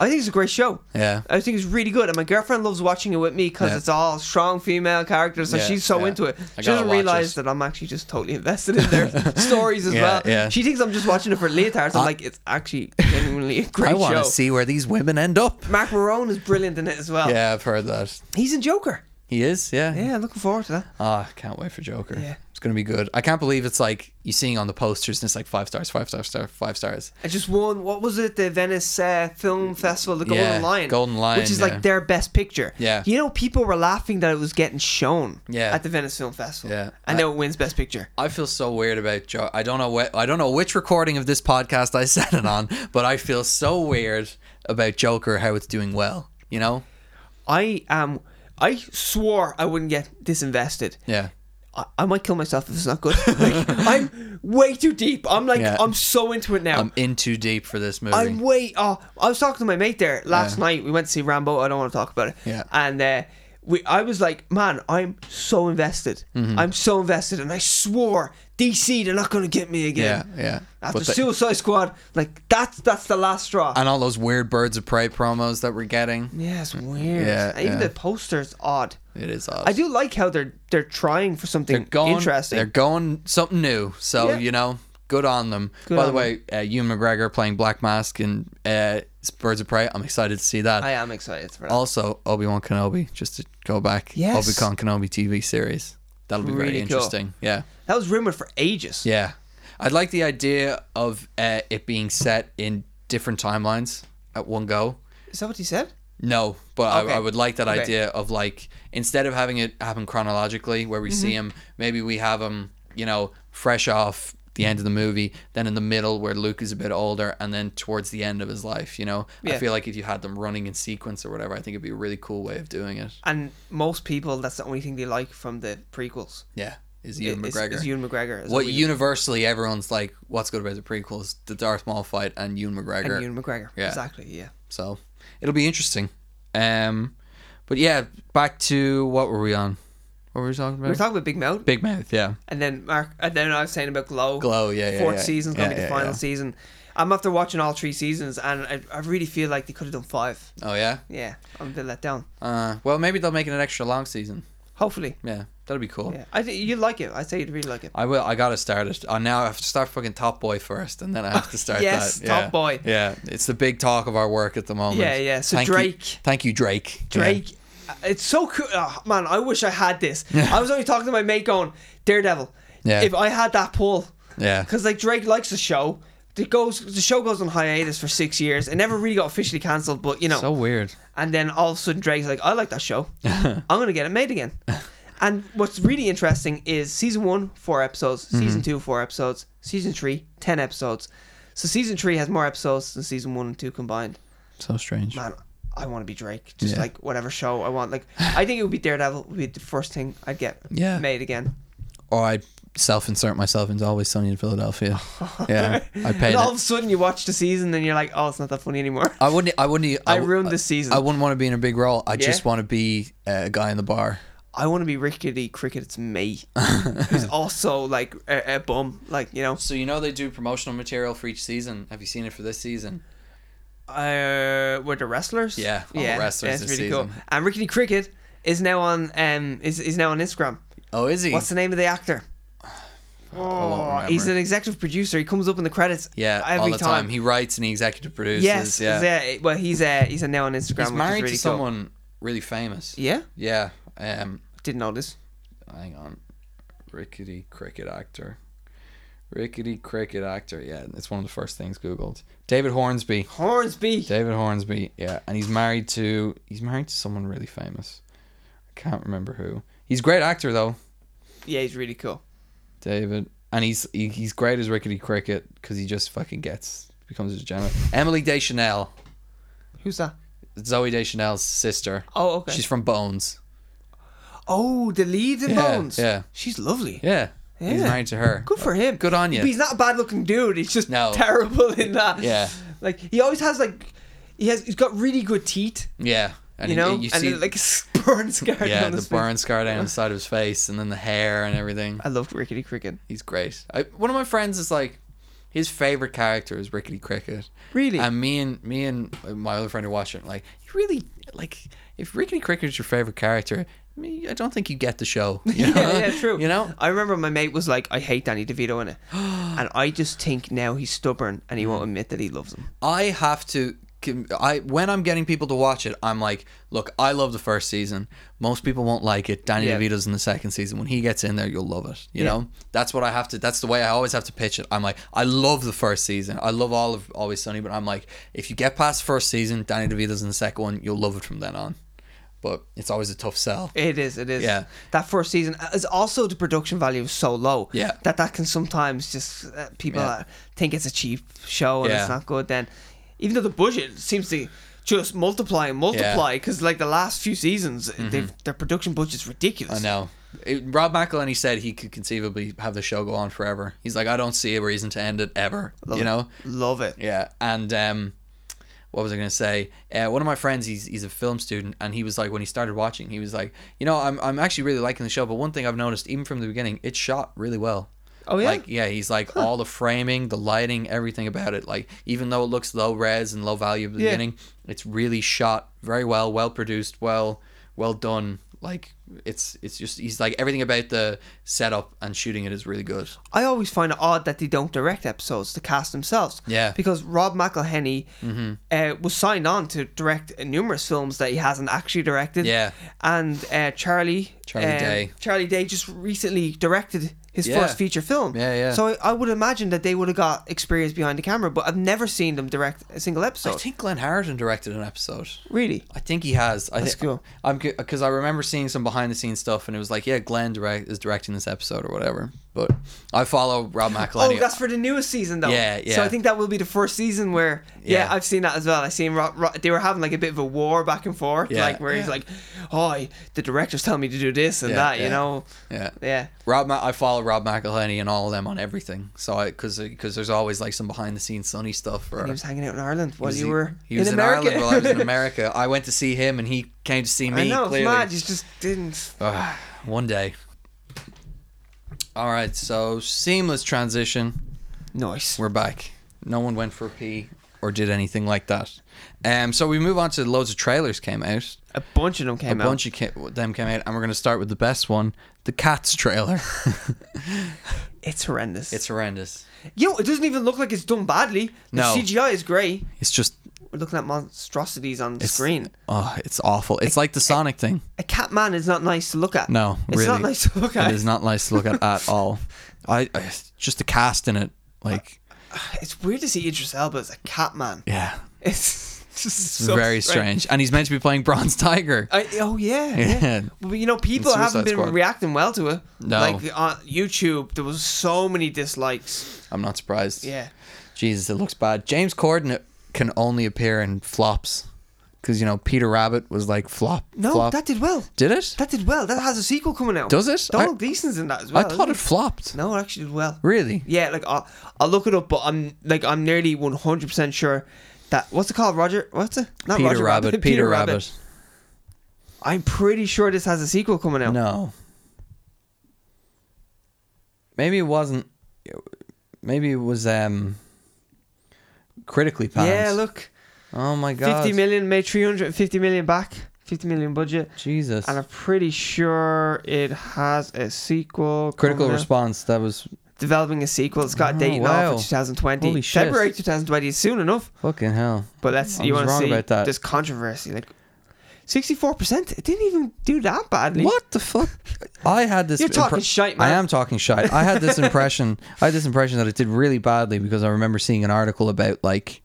Speaker 2: I think it's a great show.
Speaker 1: Yeah.
Speaker 2: I think it's really good, and my girlfriend loves watching it with me because
Speaker 1: Yeah.
Speaker 2: it's all strong female characters, and
Speaker 1: Yeah,
Speaker 2: she's so
Speaker 1: yeah.
Speaker 2: into it.
Speaker 1: I
Speaker 2: She
Speaker 1: gotta
Speaker 2: doesn't
Speaker 1: watch
Speaker 2: realize
Speaker 1: it.
Speaker 2: that I'm actually just totally invested in their stories as
Speaker 1: Yeah,
Speaker 2: well.
Speaker 1: yeah.
Speaker 2: She thinks I'm just watching it for leotards. I'm
Speaker 1: I-
Speaker 2: like, it's actually genuinely a great
Speaker 1: I want
Speaker 2: show.
Speaker 1: to see where these women end up.
Speaker 2: Mark Marone is brilliant in it as well.
Speaker 1: Yeah, I've heard that.
Speaker 2: He's in Joker.
Speaker 1: He is, yeah.
Speaker 2: Oh. Yeah, looking forward to that.
Speaker 1: Ah, can't wait for Joker.
Speaker 2: Yeah.
Speaker 1: It's gonna be good. I can't believe it's like you seeing on the posters and it's like five stars, five stars, star, five stars.
Speaker 2: I just won. What was it? The Venice uh, Film Festival, the Golden
Speaker 1: Yeah,
Speaker 2: Lion,
Speaker 1: Golden Lion,
Speaker 2: which is
Speaker 1: yeah.
Speaker 2: like their best picture.
Speaker 1: Yeah.
Speaker 2: you know, people were laughing that it was getting shown.
Speaker 1: Yeah.
Speaker 2: at the Venice Film Festival.
Speaker 1: Yeah.
Speaker 2: and now it wins best picture.
Speaker 1: I feel so weird about Joe. I don't know what I don't know which recording of this podcast I said it on, but I feel so weird about Joker how it's doing well. You know?
Speaker 2: I um, I swore I wouldn't get this invested.
Speaker 1: Yeah.
Speaker 2: I, I might kill myself if it's not good. Like, I'm way too deep. I'm like,
Speaker 1: Yeah.
Speaker 2: I'm so into it now.
Speaker 1: I'm in too deep for this movie.
Speaker 2: I'm way. Oh, I was talking to my mate there last
Speaker 1: Yeah.
Speaker 2: night. We went to see Rambo. I don't want to talk about it.
Speaker 1: Yeah.
Speaker 2: And uh, we, I was like, man, I'm so invested.
Speaker 1: Mm-hmm.
Speaker 2: I'm so invested, and I swore DC they're not going to get me
Speaker 1: yeah,
Speaker 2: again.
Speaker 1: yeah.
Speaker 2: After
Speaker 1: But the-
Speaker 2: Suicide Squad, like that's that's the last straw.
Speaker 1: and all those weird Birds of Prey promos that we're getting.
Speaker 2: yeah, it's weird.
Speaker 1: Yeah,
Speaker 2: Even
Speaker 1: yeah.
Speaker 2: the poster's odd.
Speaker 1: It is odd.
Speaker 2: I do like how they're they're trying for something
Speaker 1: they're going
Speaker 2: interesting.
Speaker 1: They're going something new. So
Speaker 2: Yeah.
Speaker 1: you know, good on them.
Speaker 2: Good
Speaker 1: By the
Speaker 2: on
Speaker 1: way, uh, Ewan McGregor playing Black Mask in uh, Birds of Prey. I'm excited to see that.
Speaker 2: I uh, am excited for that.
Speaker 1: also, Obi Wan Kenobi. Just to go back,
Speaker 2: Yes.
Speaker 1: Obi Wan Kenobi TV series. That'll be very
Speaker 2: Really cool.
Speaker 1: interesting. Yeah,
Speaker 2: That was rumored for ages.
Speaker 1: yeah. I'd like the idea of uh, it being set in different timelines at one go.
Speaker 2: Is that what he said?
Speaker 1: No, but
Speaker 2: Okay.
Speaker 1: I, I would like that
Speaker 2: Okay.
Speaker 1: idea of like instead of having it happen chronologically, where we see
Speaker 2: Mm-hmm.
Speaker 1: him, maybe we have him, you know, fresh off the end of the movie, then in the middle where Luke is a bit older, and then towards the end of his life. You know,
Speaker 2: Yeah.
Speaker 1: I feel like if you had them running in sequence or whatever, I think it'd be a really cool way of doing it.
Speaker 2: And most people, that's the only thing they like from the prequels.
Speaker 1: Yeah, is Ewan
Speaker 2: It's-
Speaker 1: McGregor.
Speaker 2: It's Ewan McGregor. Is
Speaker 1: what
Speaker 2: we-
Speaker 1: universally everyone's like, what's good about the prequels? The Darth Maul fight and Ewan McGregor.
Speaker 2: and Ewan McGregor.
Speaker 1: Yeah.
Speaker 2: Exactly. Yeah.
Speaker 1: So it'll be interesting. Um, but yeah, back to what were we on? What were we talking
Speaker 2: We
Speaker 1: about?
Speaker 2: were talking about Big Mouth,
Speaker 1: Big Mouth, yeah.
Speaker 2: and then Mark, and then I was saying about Glow.
Speaker 1: Glow, yeah, yeah.
Speaker 2: Fourth
Speaker 1: yeah.
Speaker 2: season's
Speaker 1: yeah,
Speaker 2: gonna be the
Speaker 1: yeah,
Speaker 2: final
Speaker 1: yeah.
Speaker 2: season. I'm after watching all three seasons, and I, I really feel like they could have done five.
Speaker 1: Oh yeah.
Speaker 2: Yeah, I'm a bit let down.
Speaker 1: Uh, well, maybe they'll make it an extra long season.
Speaker 2: Hopefully,
Speaker 1: Yeah, that'll be cool.
Speaker 2: yeah. I think you'd like it. I say you'd really like it.
Speaker 1: I will. I gotta start it. I now have to start fucking Top Boy first, and then I have to start
Speaker 2: Yes,
Speaker 1: that.
Speaker 2: Top
Speaker 1: yeah.
Speaker 2: Boy.
Speaker 1: Yeah, it's the big talk of our work at the moment.
Speaker 2: Yeah, yeah, so
Speaker 1: Thank you-
Speaker 2: Drake-
Speaker 1: thank you, Drake. Yeah.
Speaker 2: Drake. uh, It's so cool, oh, man. I wish I had this. I was only talking to my mate going Daredevil.
Speaker 1: Yeah.
Speaker 2: If I had that pull,
Speaker 1: Yeah.
Speaker 2: because like Drake likes the show. It goes. The show goes on hiatus for six years. It never really got officially cancelled, but you know.
Speaker 1: So weird.
Speaker 2: and then all of a sudden Drake's like, I like that show. I'm gonna get it made again. and what's really interesting is season one, four episodes.
Speaker 1: Mm-hmm.
Speaker 2: Season two, four episodes. Season three, ten episodes. So season three has more episodes than season one and two combined.
Speaker 1: So strange.
Speaker 2: Man, I want to be Drake. Just
Speaker 1: Yeah.
Speaker 2: like whatever show I want. Like I think it would be Daredevil would be the first thing I'd get
Speaker 1: Yeah.
Speaker 2: made again.
Speaker 1: Or Oh, I self-insert myself into Always Sunny in Philadelphia. yeah, I paid.
Speaker 2: And all
Speaker 1: it.
Speaker 2: of a sudden you watch the season and you're like, oh, it's not that funny anymore.
Speaker 1: I wouldn't. e, I wouldn't.
Speaker 2: I ruined this season.
Speaker 1: I wouldn't want to be in a big role. I
Speaker 2: Yeah?
Speaker 1: just want to be uh, a guy in the bar.
Speaker 2: I want to be Rickety Cricket's mate, who's also like a, a bum, like you know.
Speaker 1: So you know they do promotional material for each season. Have you seen it for this season?
Speaker 2: Uh, were the wrestlers?
Speaker 1: Yeah, all the
Speaker 2: yeah,
Speaker 1: wrestlers
Speaker 2: yeah, it's
Speaker 1: this
Speaker 2: really cool.
Speaker 1: season.
Speaker 2: And Rickety Cricket is now on um is, is now on Instagram.
Speaker 1: Oh, is he?
Speaker 2: What's the name of the actor? Oh,
Speaker 1: remember.
Speaker 2: he's an executive producer. He comes up in the credits.
Speaker 1: yeah,
Speaker 2: every
Speaker 1: all the time. He writes and he executive produces.
Speaker 2: yes,
Speaker 1: yeah.
Speaker 2: yeah. Well, he's uh, he's now on Instagram.
Speaker 1: He's
Speaker 2: which
Speaker 1: married
Speaker 2: is really
Speaker 1: to
Speaker 2: cool.
Speaker 1: someone really famous.
Speaker 2: Yeah,
Speaker 1: Yeah. Um,
Speaker 2: didn't know this.
Speaker 1: hang on. Rickety cricket actor. Rickety cricket actor. Yeah, it's one of the first things Googled. David Hornsby.
Speaker 2: Hornsby.
Speaker 1: David Hornsby. Yeah, and he's married to he's married to someone really famous. I can't remember who. He's a great actor though,
Speaker 2: Yeah, he's really cool.
Speaker 1: David, and he's he, he's great as Rickety Cricket because he just fucking gets becomes a degenerate. Emily Deschanel,
Speaker 2: Who's that?
Speaker 1: Zoe Deschanel's sister.
Speaker 2: Oh, okay.
Speaker 1: She's from Bones.
Speaker 2: oh, the lead in
Speaker 1: Yeah,
Speaker 2: Bones.
Speaker 1: yeah.
Speaker 2: she's lovely.
Speaker 1: Yeah, he's
Speaker 2: Yeah.
Speaker 1: married to her.
Speaker 2: Good for him.
Speaker 1: Good on you.
Speaker 2: But he's not a bad looking dude. He's just
Speaker 1: No.
Speaker 2: terrible in that.
Speaker 1: Yeah.
Speaker 2: Like he always has like he has he's got really good teeth,
Speaker 1: Yeah, and
Speaker 2: you know,
Speaker 1: you
Speaker 2: and
Speaker 1: see
Speaker 2: then, like a burn scar
Speaker 1: yeah
Speaker 2: down
Speaker 1: the
Speaker 2: his face.
Speaker 1: burn scar down the side of his face, and then the hair and everything.
Speaker 2: I love Rickety Cricket.
Speaker 1: He's great. I, one of my friends is like, his favorite character is Rickety Cricket.
Speaker 2: Really?
Speaker 1: And me and me and my other friend who watched it, like, you really like if Rickety Cricket's your favorite character. I mean, I don't think you get the show. you know?
Speaker 2: yeah, yeah, true.
Speaker 1: You know,
Speaker 2: I remember my mate was like, "I hate Danny DeVito in it," and I just think now he's stubborn and he
Speaker 1: Mm.
Speaker 2: won't admit that he loves him.
Speaker 1: I have to. com- I when I'm getting people to watch it, I'm like, look, I love the first season. Most people won't like it. Danny
Speaker 2: Yeah.
Speaker 1: DeVito's in the second season. When he gets in there, you'll love it. You
Speaker 2: Yeah.
Speaker 1: know, that's what I have to. That's the way I always have to pitch it. I'm like, I love the first season. I love all of Always Sunny, but I'm like, if you get past the first season, Danny DeVito's in the second one. You'll love it from then on. But it's always a tough sell.
Speaker 2: It is, it is.
Speaker 1: Yeah.
Speaker 2: That first season is also the production value is so low.
Speaker 1: Yeah.
Speaker 2: That that can sometimes just uh, people
Speaker 1: Yeah.
Speaker 2: uh, think it's a cheap show and
Speaker 1: Yeah.
Speaker 2: it's not good. Then, even though the budget seems to just multiply and multiply, because like the last few seasons, they've, their production budget's ridiculous.
Speaker 1: Mm-hmm. I know. It, Rob McElhenney said he could conceivably have the show go on forever. He's like, I don't see a reason to end it ever. you know,
Speaker 2: Love it.
Speaker 1: Yeah, and um, what was I going to say? Uh, one of my friends, he's he's a film student, and he was like, when he started watching, he was like, you know, I'm I'm actually really liking the show, but one thing I've noticed, even from the beginning, it's shot really well.
Speaker 2: Oh, yeah?
Speaker 1: like yeah, he's like all the framing, the lighting, everything about it. Like even though it looks low res and low value at the
Speaker 2: Yeah.
Speaker 1: beginning, it's really shot very well, well produced, well well done. Like it's it's just he's like everything about the setup and shooting it is really good.
Speaker 2: I always find it odd that they don't direct episodes to cast themselves.
Speaker 1: Yeah. Mm-hmm.
Speaker 2: Because Rob McElhenney uh, was signed on to direct numerous films that he hasn't actually directed.
Speaker 1: Yeah.
Speaker 2: And uh, Charlie
Speaker 1: Charlie
Speaker 2: um,
Speaker 1: Day.
Speaker 2: Charlie Day just recently directed his
Speaker 1: Yeah.
Speaker 2: first feature film.
Speaker 1: Yeah, yeah.
Speaker 2: So I, I would imagine that they would have got experience behind the camera, but I've never seen them direct a single
Speaker 1: I
Speaker 2: episode.
Speaker 1: think Glenn Harrington directed an episode.
Speaker 2: really?
Speaker 1: I think he has. I
Speaker 2: That's
Speaker 1: think
Speaker 2: cool.
Speaker 1: I'm because I remember seeing some behind the scenes stuff, and it was like, yeah, Glenn direct is directing this episode or whatever. But I follow Rob McElhenney.
Speaker 2: Oh, that's for the newest season, though.
Speaker 1: Yeah, yeah.
Speaker 2: So I think that will be the first season where, yeah,
Speaker 1: Yeah.
Speaker 2: I've seen that as well. I seen Ro- Ro- they were having like a bit of a war back and forth,
Speaker 1: Yeah.
Speaker 2: like where he's
Speaker 1: Yeah.
Speaker 2: like, "Oh, I- the director's telling me to do this and
Speaker 1: Yeah,
Speaker 2: that,"
Speaker 1: yeah.
Speaker 2: you know.
Speaker 1: yeah.
Speaker 2: Yeah,
Speaker 1: Rob, Ma- I follow Rob McElhenney and all of them on everything. So I because because there's always like some behind the scenes sunny stuff. Or
Speaker 2: he was hanging out in Ireland while
Speaker 1: was
Speaker 2: you
Speaker 1: he-
Speaker 2: were
Speaker 1: he was
Speaker 2: in
Speaker 1: in,
Speaker 2: America.
Speaker 1: Ireland while I was in America. I went to see him, and he came to see me.
Speaker 2: I know, it's
Speaker 1: clearly.
Speaker 2: mad. You just didn't.
Speaker 1: Ugh, one day. All right, so seamless transition.
Speaker 2: Nice.
Speaker 1: We're back. No one went for a pee or did anything like that. Um, so we move on to loads of trailers came out.
Speaker 2: A bunch of them came
Speaker 1: a
Speaker 2: out.
Speaker 1: bunch of ca- them came out, and we're going to start with the best one, the Cats trailer.
Speaker 2: It's horrendous.
Speaker 1: it's horrendous.
Speaker 2: you know, it doesn't even look like it's done badly. The
Speaker 1: No.
Speaker 2: CGI is great.
Speaker 1: It's just
Speaker 2: We're looking at monstrosities on the
Speaker 1: it's,
Speaker 2: screen.
Speaker 1: Oh, it's awful. It's like the Sonic thing.
Speaker 2: A cat man is not nice to look at.
Speaker 1: No,
Speaker 2: it's
Speaker 1: really,
Speaker 2: not nice to look at.
Speaker 1: It is not nice to look at at all. I, I just the cast in it, like
Speaker 2: It's weird to see Idris Elba as a cat man.
Speaker 1: yeah,
Speaker 2: It's just
Speaker 1: it's
Speaker 2: so
Speaker 1: very strange. And he's meant to be playing Bronze Tiger.
Speaker 2: I, oh yeah,
Speaker 1: Yeah.
Speaker 2: yeah. But you know, people
Speaker 1: And Suicide
Speaker 2: haven't been
Speaker 1: Squad.
Speaker 2: reacting well to it.
Speaker 1: No.
Speaker 2: like on YouTube, there was so many dislikes.
Speaker 1: I'm not surprised.
Speaker 2: Yeah,
Speaker 1: Jesus, it looks bad. James Corden can only appear in flops because you know Peter Rabbit was like flop.
Speaker 2: no,
Speaker 1: flop.
Speaker 2: that did well.
Speaker 1: did it.
Speaker 2: That did well. That has a sequel coming out.
Speaker 1: Does it?
Speaker 2: Donald Gleason's in that as
Speaker 1: I
Speaker 2: well.
Speaker 1: thought
Speaker 2: isn't
Speaker 1: it flopped.
Speaker 2: he? No, it actually did well.
Speaker 1: Really?
Speaker 2: Yeah, like I'll, I'll look it up, but I'm like I'm nearly 100 percent sure that what's it called, Roger? What's it? Not
Speaker 1: Peter
Speaker 2: Roger
Speaker 1: Rabbit. Peter Rabbit.
Speaker 2: I'm pretty sure this has a sequel coming out.
Speaker 1: No. Maybe it wasn't. Maybe it was um critically pounds.
Speaker 2: yeah, look,
Speaker 1: Oh my god.
Speaker 2: 50 million made 350 million back, 50 million budget,
Speaker 1: Jesus.
Speaker 2: and I'm pretty sure it has a sequel.
Speaker 1: Critical
Speaker 2: coming out.
Speaker 1: response. That was
Speaker 2: developing a sequel. It's got a
Speaker 1: Oh,
Speaker 2: date now
Speaker 1: wow.
Speaker 2: for 2020,
Speaker 1: Holy shit.
Speaker 2: February 2020 is soon enough.
Speaker 1: fucking hell.
Speaker 2: But let's
Speaker 1: I
Speaker 2: you
Speaker 1: was
Speaker 2: want to
Speaker 1: wrong
Speaker 2: see
Speaker 1: about that.
Speaker 2: this controversy like. 64%? It didn't even do that badly.
Speaker 1: What the fuck? I had this.
Speaker 2: You're talking shite, man.
Speaker 1: I am talking shite. I had this impression. I had this impression that it did really badly because I remember seeing an article about like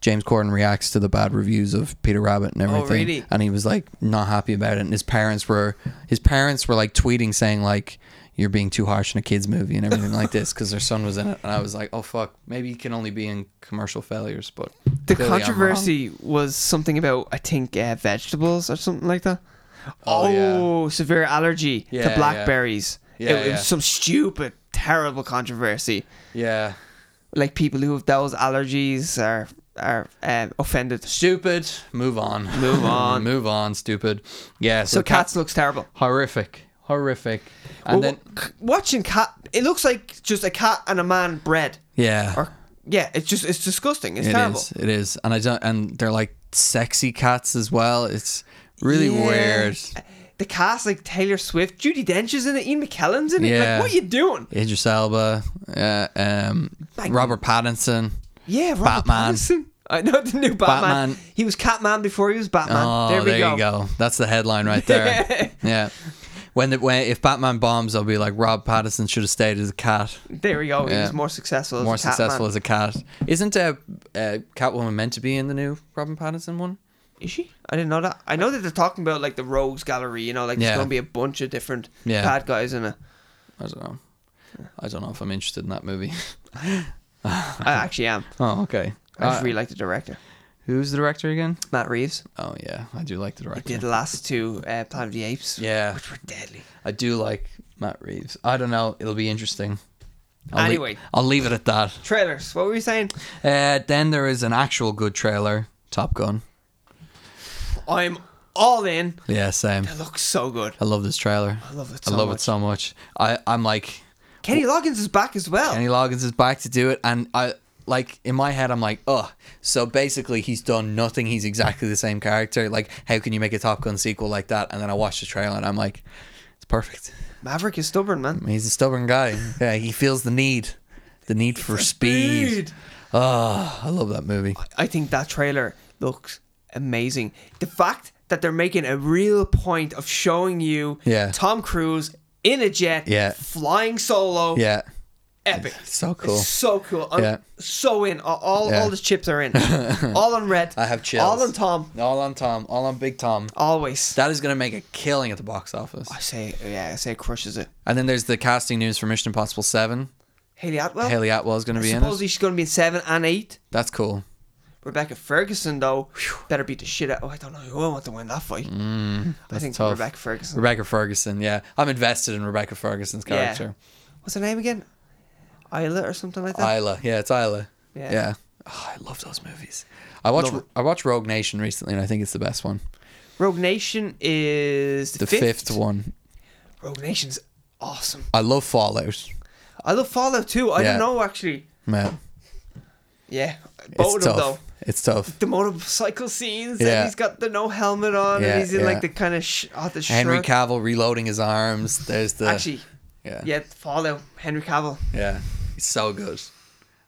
Speaker 1: James Corden reacts to the bad reviews of Peter Rabbit and everything,
Speaker 2: Oh, really?
Speaker 1: and he was like not happy about it. And his parents were his parents were like tweeting saying like you're being too harsh in a kids movie and everything like this because their son was in it. And I was like, oh fuck, maybe he can only be in commercial failures, but
Speaker 2: The
Speaker 1: clearly I'm wrong.
Speaker 2: controversy was something about, I think, uh, vegetables or something like that.
Speaker 1: Oh,
Speaker 2: Oh,
Speaker 1: yeah.
Speaker 2: severe allergy
Speaker 1: Yeah,
Speaker 2: to
Speaker 1: yeah.
Speaker 2: blackberries.
Speaker 1: Yeah,
Speaker 2: it, it
Speaker 1: yeah.
Speaker 2: was some stupid, terrible controversy.
Speaker 1: Yeah.
Speaker 2: Like people who have those allergies are are um, offended.
Speaker 1: Stupid. Move on.
Speaker 2: Move on.
Speaker 1: Move on, stupid. Yeah. So,
Speaker 2: So
Speaker 1: cats
Speaker 2: cats looks terrible.
Speaker 1: horrific, horrific. And
Speaker 2: Well,
Speaker 1: then
Speaker 2: c- watching cat, it looks like just a cat and a man bred.
Speaker 1: yeah,
Speaker 2: Or yeah, it's just it's disgusting. It's
Speaker 1: it
Speaker 2: terrible.
Speaker 1: is, it is, and I don't, and they're like sexy cats as well. It's really
Speaker 2: Yeah.
Speaker 1: weird.
Speaker 2: The cast like Taylor Swift, Judy Dench is in it, Ian McKellen's in it.
Speaker 1: Yeah.
Speaker 2: Like, what are you doing?
Speaker 1: Idris Elba, uh, um,
Speaker 2: Like-
Speaker 1: Robert Pattinson.
Speaker 2: Yeah, Robert
Speaker 1: Batman.
Speaker 2: Pattinson. I know the new Batman.
Speaker 1: Batman.
Speaker 2: He was Catman before he was Batman.
Speaker 1: Oh,
Speaker 2: there
Speaker 1: there,
Speaker 2: we go.
Speaker 1: you go. That's the headline right there. yeah. When the when if Batman bombs, I'll be like Rob Pattinson should have stayed as a cat,
Speaker 2: There we go. He
Speaker 1: Yeah.
Speaker 2: was more successful. As
Speaker 1: more
Speaker 2: a Catman.
Speaker 1: successful as a cat. Isn't uh, uh, Catwoman meant to be in the new Robin Pattinson one?
Speaker 2: Is she? I didn't know that. I know that they're talking about like the Rogues Gallery. You know, like
Speaker 1: Yeah.
Speaker 2: there's gonna be a bunch of different
Speaker 1: Yeah.
Speaker 2: bad guys in it.
Speaker 1: I don't know. I don't know if I'm interested in that movie.
Speaker 2: I actually am.
Speaker 1: Oh, okay.
Speaker 2: I just
Speaker 1: Uh,
Speaker 2: really like the director,
Speaker 1: Who's the director again?
Speaker 2: Matt Reeves.
Speaker 1: Oh yeah, I do like the director.
Speaker 2: Did the last two uh, Planet of the Apes.
Speaker 1: Yeah,
Speaker 2: which were deadly.
Speaker 1: I do like Matt Reeves. I don't know. It'll be interesting. I'll lea-
Speaker 2: Anyway.
Speaker 1: I'll leave it at that.
Speaker 2: Trailers. What were you saying?
Speaker 1: Uh, then there is an actual good trailer, Top Gun.
Speaker 2: I'm all in.
Speaker 1: Yeah, same.
Speaker 2: It looks so good.
Speaker 1: I love this trailer. I
Speaker 2: love it
Speaker 1: I
Speaker 2: so
Speaker 1: love
Speaker 2: much.
Speaker 1: it so much. I I'm like
Speaker 2: Kenny Loggins is back as well.
Speaker 1: Kenny Loggins is back to do it, and I like in my head I'm like, oh, so basically he's done nothing. He's exactly the same character. Like, how can you make a Top Gun sequel like that? And then I watch the trailer and I'm like, it's perfect.
Speaker 2: Maverick is stubborn, man.
Speaker 1: He's a stubborn guy. Yeah, he feels the need, the need for speed.
Speaker 2: Dude,
Speaker 1: Oh, I love that movie.
Speaker 2: I think that trailer looks amazing. The fact that they're making a real point of showing you
Speaker 1: Yeah.
Speaker 2: Tom Cruise in a jet,
Speaker 1: Yeah.
Speaker 2: flying solo,
Speaker 1: Yeah,
Speaker 2: epic.
Speaker 1: so cool.
Speaker 2: It's so cool. I'm
Speaker 1: Yeah.
Speaker 2: so in. All all,
Speaker 1: Yeah.
Speaker 2: all the chips are in. all on red.
Speaker 1: I have chills.
Speaker 2: All on Tom.
Speaker 1: All on Tom. All on Big Tom.
Speaker 2: Always.
Speaker 1: That is going to make a killing at the box office.
Speaker 2: I say, yeah, I say it crushes it.
Speaker 1: And then there's the casting news for Mission Impossible Seven.
Speaker 2: Haley Atwell.
Speaker 1: Haley Atwell is going to be in it.
Speaker 2: Supposedly she's going to be in seven and eight.
Speaker 1: That's cool.
Speaker 2: Rebecca Ferguson though better beat the shit out. Oh, I don't know who I want to win that fight. I think
Speaker 1: Mm, tough.
Speaker 2: Rebecca Ferguson.
Speaker 1: Rebecca Ferguson. Yeah, I'm invested in Rebecca Ferguson's character.
Speaker 2: What's her name again? Isla or something like that.
Speaker 1: Isla. Yeah, it's Isla.
Speaker 2: Yeah.
Speaker 1: Yeah. Oh, I love those movies. I watched
Speaker 2: Love it.
Speaker 1: I watched Rogue Nation recently, and I think it's the best one.
Speaker 2: Rogue Nation is the,
Speaker 1: The
Speaker 2: fifth.
Speaker 1: fifth one.
Speaker 2: Rogue Nation's awesome.
Speaker 1: I love Fallout.
Speaker 2: I love Fallout too. I
Speaker 1: Yeah.
Speaker 2: don't know actually.
Speaker 1: Yeah.
Speaker 2: Yeah, both of
Speaker 1: it's
Speaker 2: them
Speaker 1: tough.
Speaker 2: though.
Speaker 1: It's tough.
Speaker 2: The motorcycle scenes,
Speaker 1: Yeah.
Speaker 2: and he's got the no helmet on,
Speaker 1: Yeah,
Speaker 2: and he's in
Speaker 1: yeah.
Speaker 2: like the kind of sh- oh, the shirt.
Speaker 1: Henry Cavill reloading his arms. There's the
Speaker 2: actually,
Speaker 1: yeah,
Speaker 2: yeah, Fallout. Henry Cavill.
Speaker 1: yeah. He's so good.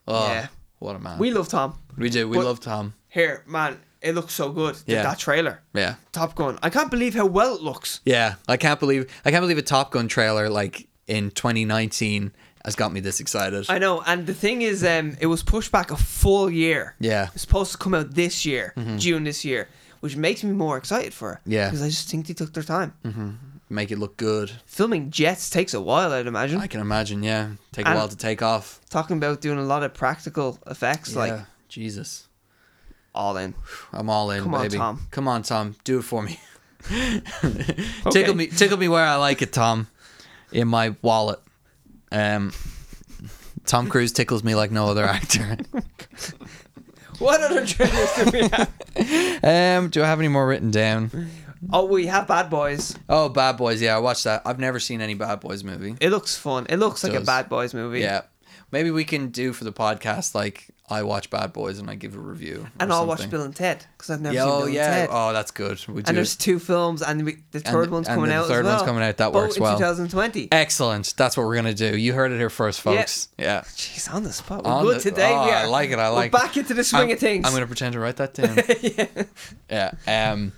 Speaker 1: Oh,
Speaker 2: Yeah.
Speaker 1: what a man.
Speaker 2: We
Speaker 1: We,
Speaker 2: love Tom.
Speaker 1: do. We
Speaker 2: but-
Speaker 1: love Tom.
Speaker 2: Here, man, it looks so good. Th-
Speaker 1: Yeah.
Speaker 2: That trailer.
Speaker 1: Yeah,
Speaker 2: Top Gun. I can't believe how well it looks.
Speaker 1: yeah. I can't believe I can't believe a Top Gun trailer like in 2019 has got me this excited.
Speaker 2: I know, and the thing is, um, it was pushed back a full year.
Speaker 1: Yeah.
Speaker 2: it's supposed to come out this year, June this year, which makes me more excited for it.
Speaker 1: Mm-hmm. Yeah. Mm.
Speaker 2: because I just think they took their time.
Speaker 1: Make it look good.
Speaker 2: Filming jets takes a while, I'd imagine.
Speaker 1: I can imagine. Yeah, take a
Speaker 2: And-
Speaker 1: while to take off.
Speaker 2: Talking about doing a lot of practical effects, like
Speaker 1: yeah. Jesus,
Speaker 2: all in.
Speaker 1: I'm all in,
Speaker 2: Come on,
Speaker 1: baby.
Speaker 2: Tom.
Speaker 1: Come on, Tom. Do it for me. Tickle me, tickle me where I like it, Tom. In my wallet. Um, Tom Cruise tickles me like no other actor.
Speaker 2: What other trailers do we have?
Speaker 1: um, do I have any more written down?
Speaker 2: Oh, we have Bad Boys.
Speaker 1: Oh, Bad Boys. Yeah, I watched that. I've never seen any Bad Boys movie.
Speaker 2: It looks fun. It looks like a
Speaker 1: does.
Speaker 2: Bad Boys movie.
Speaker 1: Yeah. Maybe we can do for the podcast like I watch Bad Boys and I give a review. or
Speaker 2: And I'll watch
Speaker 1: something.
Speaker 2: Bill and Ted because I've never
Speaker 1: Yeah,
Speaker 2: seen
Speaker 1: oh
Speaker 2: Bill
Speaker 1: yeah.
Speaker 2: and Ted.
Speaker 1: Oh, that's good. We do.
Speaker 2: and there's two films, and we, the
Speaker 1: And-
Speaker 2: third one's
Speaker 1: and
Speaker 2: coming
Speaker 1: the
Speaker 2: out.
Speaker 1: third
Speaker 2: as well.
Speaker 1: one's coming out. That
Speaker 2: Both
Speaker 1: works
Speaker 2: in
Speaker 1: well.
Speaker 2: 2020.
Speaker 1: Excellent. That's what we're gonna do. You heard it here first,
Speaker 2: Yeah.
Speaker 1: folks. Yeah.
Speaker 2: Jeez, on the spot. We're
Speaker 1: On
Speaker 2: good
Speaker 1: the-
Speaker 2: today.
Speaker 1: oh,
Speaker 2: we
Speaker 1: I
Speaker 2: are.
Speaker 1: like it, I
Speaker 2: We're
Speaker 1: like it.
Speaker 2: back into the swing
Speaker 1: I'm,
Speaker 2: of things.
Speaker 1: I'm gonna pretend to write that down. yeah. Um.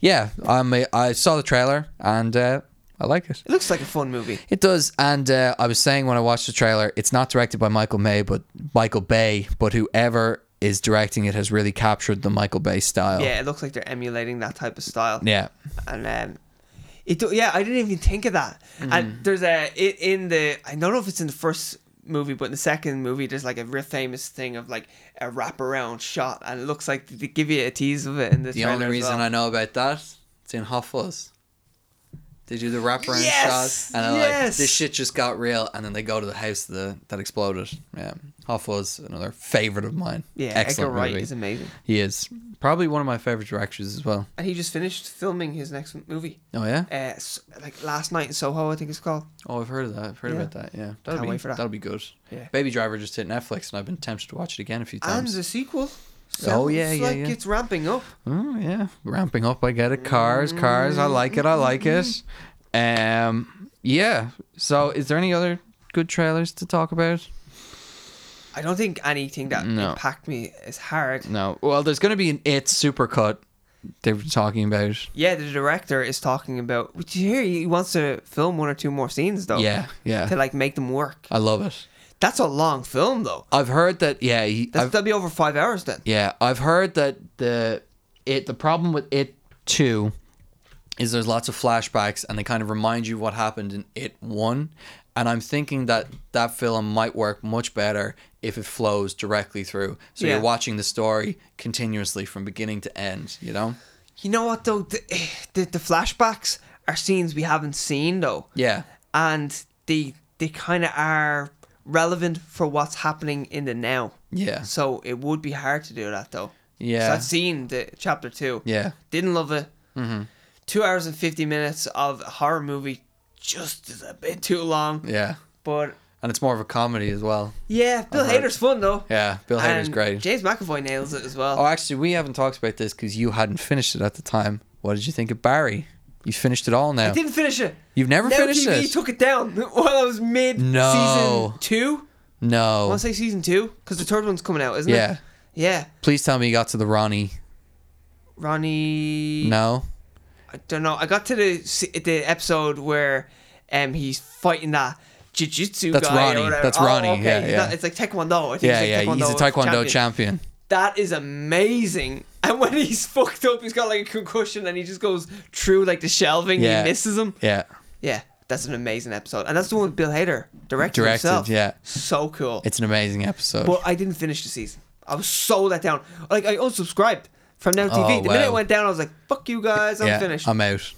Speaker 1: Yeah. I'm a, I saw the trailer and uh, I like it.
Speaker 2: It looks like a fun movie.
Speaker 1: It does, and uh, I was saying when I watched the trailer, it's not directed by Michael May, but Michael Bay. But whoever is directing it has really captured the Michael Bay style.
Speaker 2: Yeah, it looks like they're emulating that type of style.
Speaker 1: Oh. Yeah.
Speaker 2: and um, it do- yeah, I didn't even think of that.
Speaker 1: Mm.
Speaker 2: And there's a it in the I don't know if it's in the first movie, but in the second movie, there's like a real famous thing of like a wraparound shot, and it looks like they give you a tease of it in the,
Speaker 1: The
Speaker 2: trailer
Speaker 1: only
Speaker 2: as
Speaker 1: reason
Speaker 2: well.
Speaker 1: I know about that, it's in Hot Fuzz. They do the wraparound
Speaker 2: Yes!
Speaker 1: shot, and they're
Speaker 2: Yes!
Speaker 1: like, "This shit just got real," and then they go to the house the, that exploded. Yeah, Hot Fuzz, another favorite of mine.
Speaker 2: yeah,
Speaker 1: excellent
Speaker 2: Edgar Wright
Speaker 1: movie.
Speaker 2: is amazing,
Speaker 1: he is probably one of my favorite directors as well.
Speaker 2: and he just finished filming his next movie.
Speaker 1: Oh yeah,
Speaker 2: Uh, s- like last night in Soho, I think it's called.
Speaker 1: Oh, I've heard of that. I've heard
Speaker 2: Yeah.
Speaker 1: about that. Yeah, that'll
Speaker 2: Can't
Speaker 1: be
Speaker 2: wait for that.
Speaker 1: will be good.
Speaker 2: Yeah.
Speaker 1: Baby Driver just hit Netflix, and I've been tempted to watch it again a few
Speaker 2: And
Speaker 1: times.
Speaker 2: the sequel.
Speaker 1: Oh, yeah,
Speaker 2: Sounds
Speaker 1: yeah,
Speaker 2: like
Speaker 1: yeah.
Speaker 2: It's ramping up.
Speaker 1: oh yeah, ramping up. I get it. Cars, cars. I like it. I like it.
Speaker 2: Mm-hmm.
Speaker 1: Um, yeah. So, is there any other good trailers to talk about?
Speaker 2: I don't think anything that
Speaker 1: No.
Speaker 2: impacted me is hard.
Speaker 1: No. Well, there's going to be an It supercut. They were talking about.
Speaker 2: Yeah, the director is talking about. Which you hear he wants to film one or two more scenes though.
Speaker 1: Yeah, yeah.
Speaker 2: To like make them work.
Speaker 1: I love it.
Speaker 2: That's a long film though.
Speaker 1: I've heard that. Yeah, he,
Speaker 2: That's,
Speaker 1: I've-
Speaker 2: that'll be over five hours then.
Speaker 1: Yeah, I've heard that the it the problem with it two is there's lots of flashbacks and they kind of remind you what happened in it one, and I'm thinking that that film might work much better if it flows directly through. So
Speaker 2: Yeah.
Speaker 1: you're watching the story continuously from beginning to end. You know?
Speaker 2: You know what though? The, the, the flashbacks are scenes we haven't seen though,
Speaker 1: Yeah.
Speaker 2: and they they kind of are relevant for what's happening in the now.
Speaker 1: Yeah.
Speaker 2: So it would be hard to do that though.
Speaker 1: Yeah.
Speaker 2: So I've seen the chapter two.
Speaker 1: Yeah.
Speaker 2: Didn't love it. Mm-hmm. Two hours and fifty minutes of a horror movie just is a bit too long.
Speaker 1: Yeah.
Speaker 2: But
Speaker 1: And it's more of a comedy as well.
Speaker 2: yeah, Bill
Speaker 1: I've heard-
Speaker 2: Hader's fun though.
Speaker 1: Yeah, Bill Hader's
Speaker 2: And
Speaker 1: great.
Speaker 2: James McAvoy nails it as well.
Speaker 1: Oh, actually, we haven't talked about this because you hadn't finished it at the time. What did you think of Barry? You finished it all now.
Speaker 2: I didn't finish it.
Speaker 1: You've never
Speaker 2: Now
Speaker 1: finished
Speaker 2: TV
Speaker 1: it.
Speaker 2: took it down while I was mid
Speaker 1: No.
Speaker 2: season two. I
Speaker 1: No.
Speaker 2: want to say season two because the third one's coming out, isn't
Speaker 1: Yeah.
Speaker 2: it? Yeah. Yeah.
Speaker 1: Please tell me you got to the Ronnie.
Speaker 2: Ronnie.
Speaker 1: No.
Speaker 2: I don't know. I got to the se- the episode where um he's fighting that jiu-jitsu
Speaker 1: That's
Speaker 2: guy. or
Speaker 1: Ronnie.
Speaker 2: whatever.
Speaker 1: That's
Speaker 2: Oh,
Speaker 1: Ronnie.
Speaker 2: okay.
Speaker 1: Yeah,
Speaker 2: He's
Speaker 1: yeah.
Speaker 2: not- it's like Taekwondo. I think
Speaker 1: Yeah,
Speaker 2: he's
Speaker 1: yeah.
Speaker 2: like
Speaker 1: He's a Taekwondo champion.
Speaker 2: That is amazing. And when he's fucked up, he's got like a concussion, and he just goes through like the shelving.
Speaker 1: Yeah.
Speaker 2: He misses him.
Speaker 1: Yeah.
Speaker 2: Yeah, that's an amazing episode, and that's the one with Bill Hader directed,
Speaker 1: Directed,
Speaker 2: himself.
Speaker 1: yeah.
Speaker 2: so cool.
Speaker 1: It's an amazing episode.
Speaker 2: but I didn't finish the season. I was so let down. Like I unsubscribed from Now TV.
Speaker 1: Oh,
Speaker 2: the minute it
Speaker 1: wow.
Speaker 2: went down, I was like, "Fuck you guys, I'm
Speaker 1: yeah, um,
Speaker 2: finished."
Speaker 1: I'm out.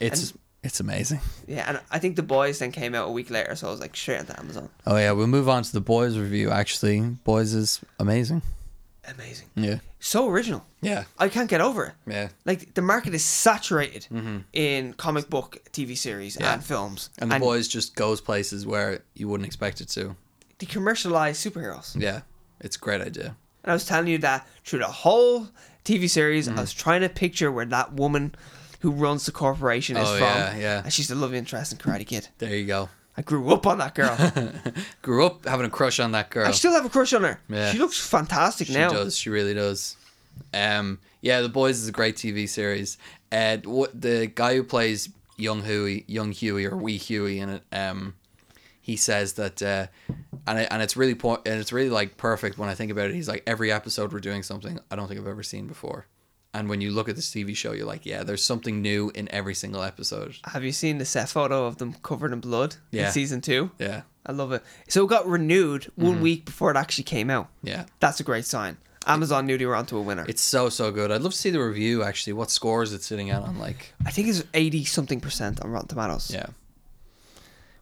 Speaker 1: It's it's amazing.
Speaker 2: yeah, and I think the boys then came out a week later, so I was like, "Straight onto Amazon."
Speaker 1: Oh yeah, we'll move on to the boys review actually. Boys is amazing.
Speaker 2: Amazing,
Speaker 1: Yeah.
Speaker 2: so original.
Speaker 1: Yeah.
Speaker 2: I can't get over it.
Speaker 1: Yeah.
Speaker 2: Like the market is saturated in comic book TV series
Speaker 1: Mm-hmm. Yeah.
Speaker 2: and films,
Speaker 1: And the boys just goes places where you wouldn't expect it to.
Speaker 2: they commercialize superheroes.
Speaker 1: Yeah. It's a great idea.
Speaker 2: And I was telling you that through the whole TV series,
Speaker 1: Mm-hmm.
Speaker 2: I was trying to picture where that woman who runs the corporation is
Speaker 1: Oh,
Speaker 2: from.
Speaker 1: yeah, yeah.
Speaker 2: And she's the love interest in Karate Kid.
Speaker 1: There you go.
Speaker 2: I grew up on that girl.
Speaker 1: Grew up having a crush on that girl.
Speaker 2: I still have a crush on her.
Speaker 1: Yeah.
Speaker 2: She looks fantastic
Speaker 1: She
Speaker 2: now.
Speaker 1: does. She really does. Um, yeah, The Boys is a great TV series. Uh, what the guy who plays young Huey, young Huey or wee Huey in it, um, he says that, uh, and it, and it's really point and it's really like perfect when I think about it. He's like every episode we're doing something I don't think I've ever seen before, and when you look at this TV show, you're like, yeah, there's something new in every single episode.
Speaker 2: Have you seen the set photo of them covered in blood
Speaker 1: Yeah.
Speaker 2: in season two?
Speaker 1: Yeah,
Speaker 2: I love it. So it got renewed one
Speaker 1: Mm-hmm.
Speaker 2: week before it actually came out.
Speaker 1: yeah.
Speaker 2: That's a great sign. Amazon knew they were onto a winner.
Speaker 1: It's so so good. I'd love to see the review actually. What score is it sitting at on like?
Speaker 2: I think it's 80 something percent on Rotten Tomatoes,
Speaker 1: Yeah,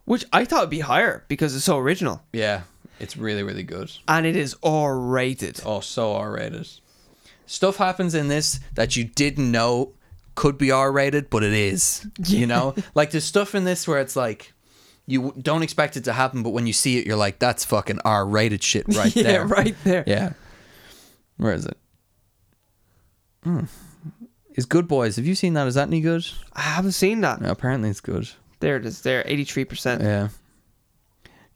Speaker 2: which I thought would be higher because it's so original.
Speaker 1: yeah. It's really really good.
Speaker 2: And it is R rated.
Speaker 1: Oh, so R rated. Stuff happens in this that you didn't know could be R rated, but it is. You know, like there's stuff in this where it's like you w- don't expect it to happen, but when you see it, you're like, that's fucking R rated shit right
Speaker 2: yeah,
Speaker 1: there.
Speaker 2: right there.
Speaker 1: Yeah. Where is it? Hmm. Is Good Boys? Have you seen that? Is that any good?
Speaker 2: I haven't seen that.
Speaker 1: No, apparently it's good.
Speaker 2: There it is. There, eighty-three percent,
Speaker 1: Yeah.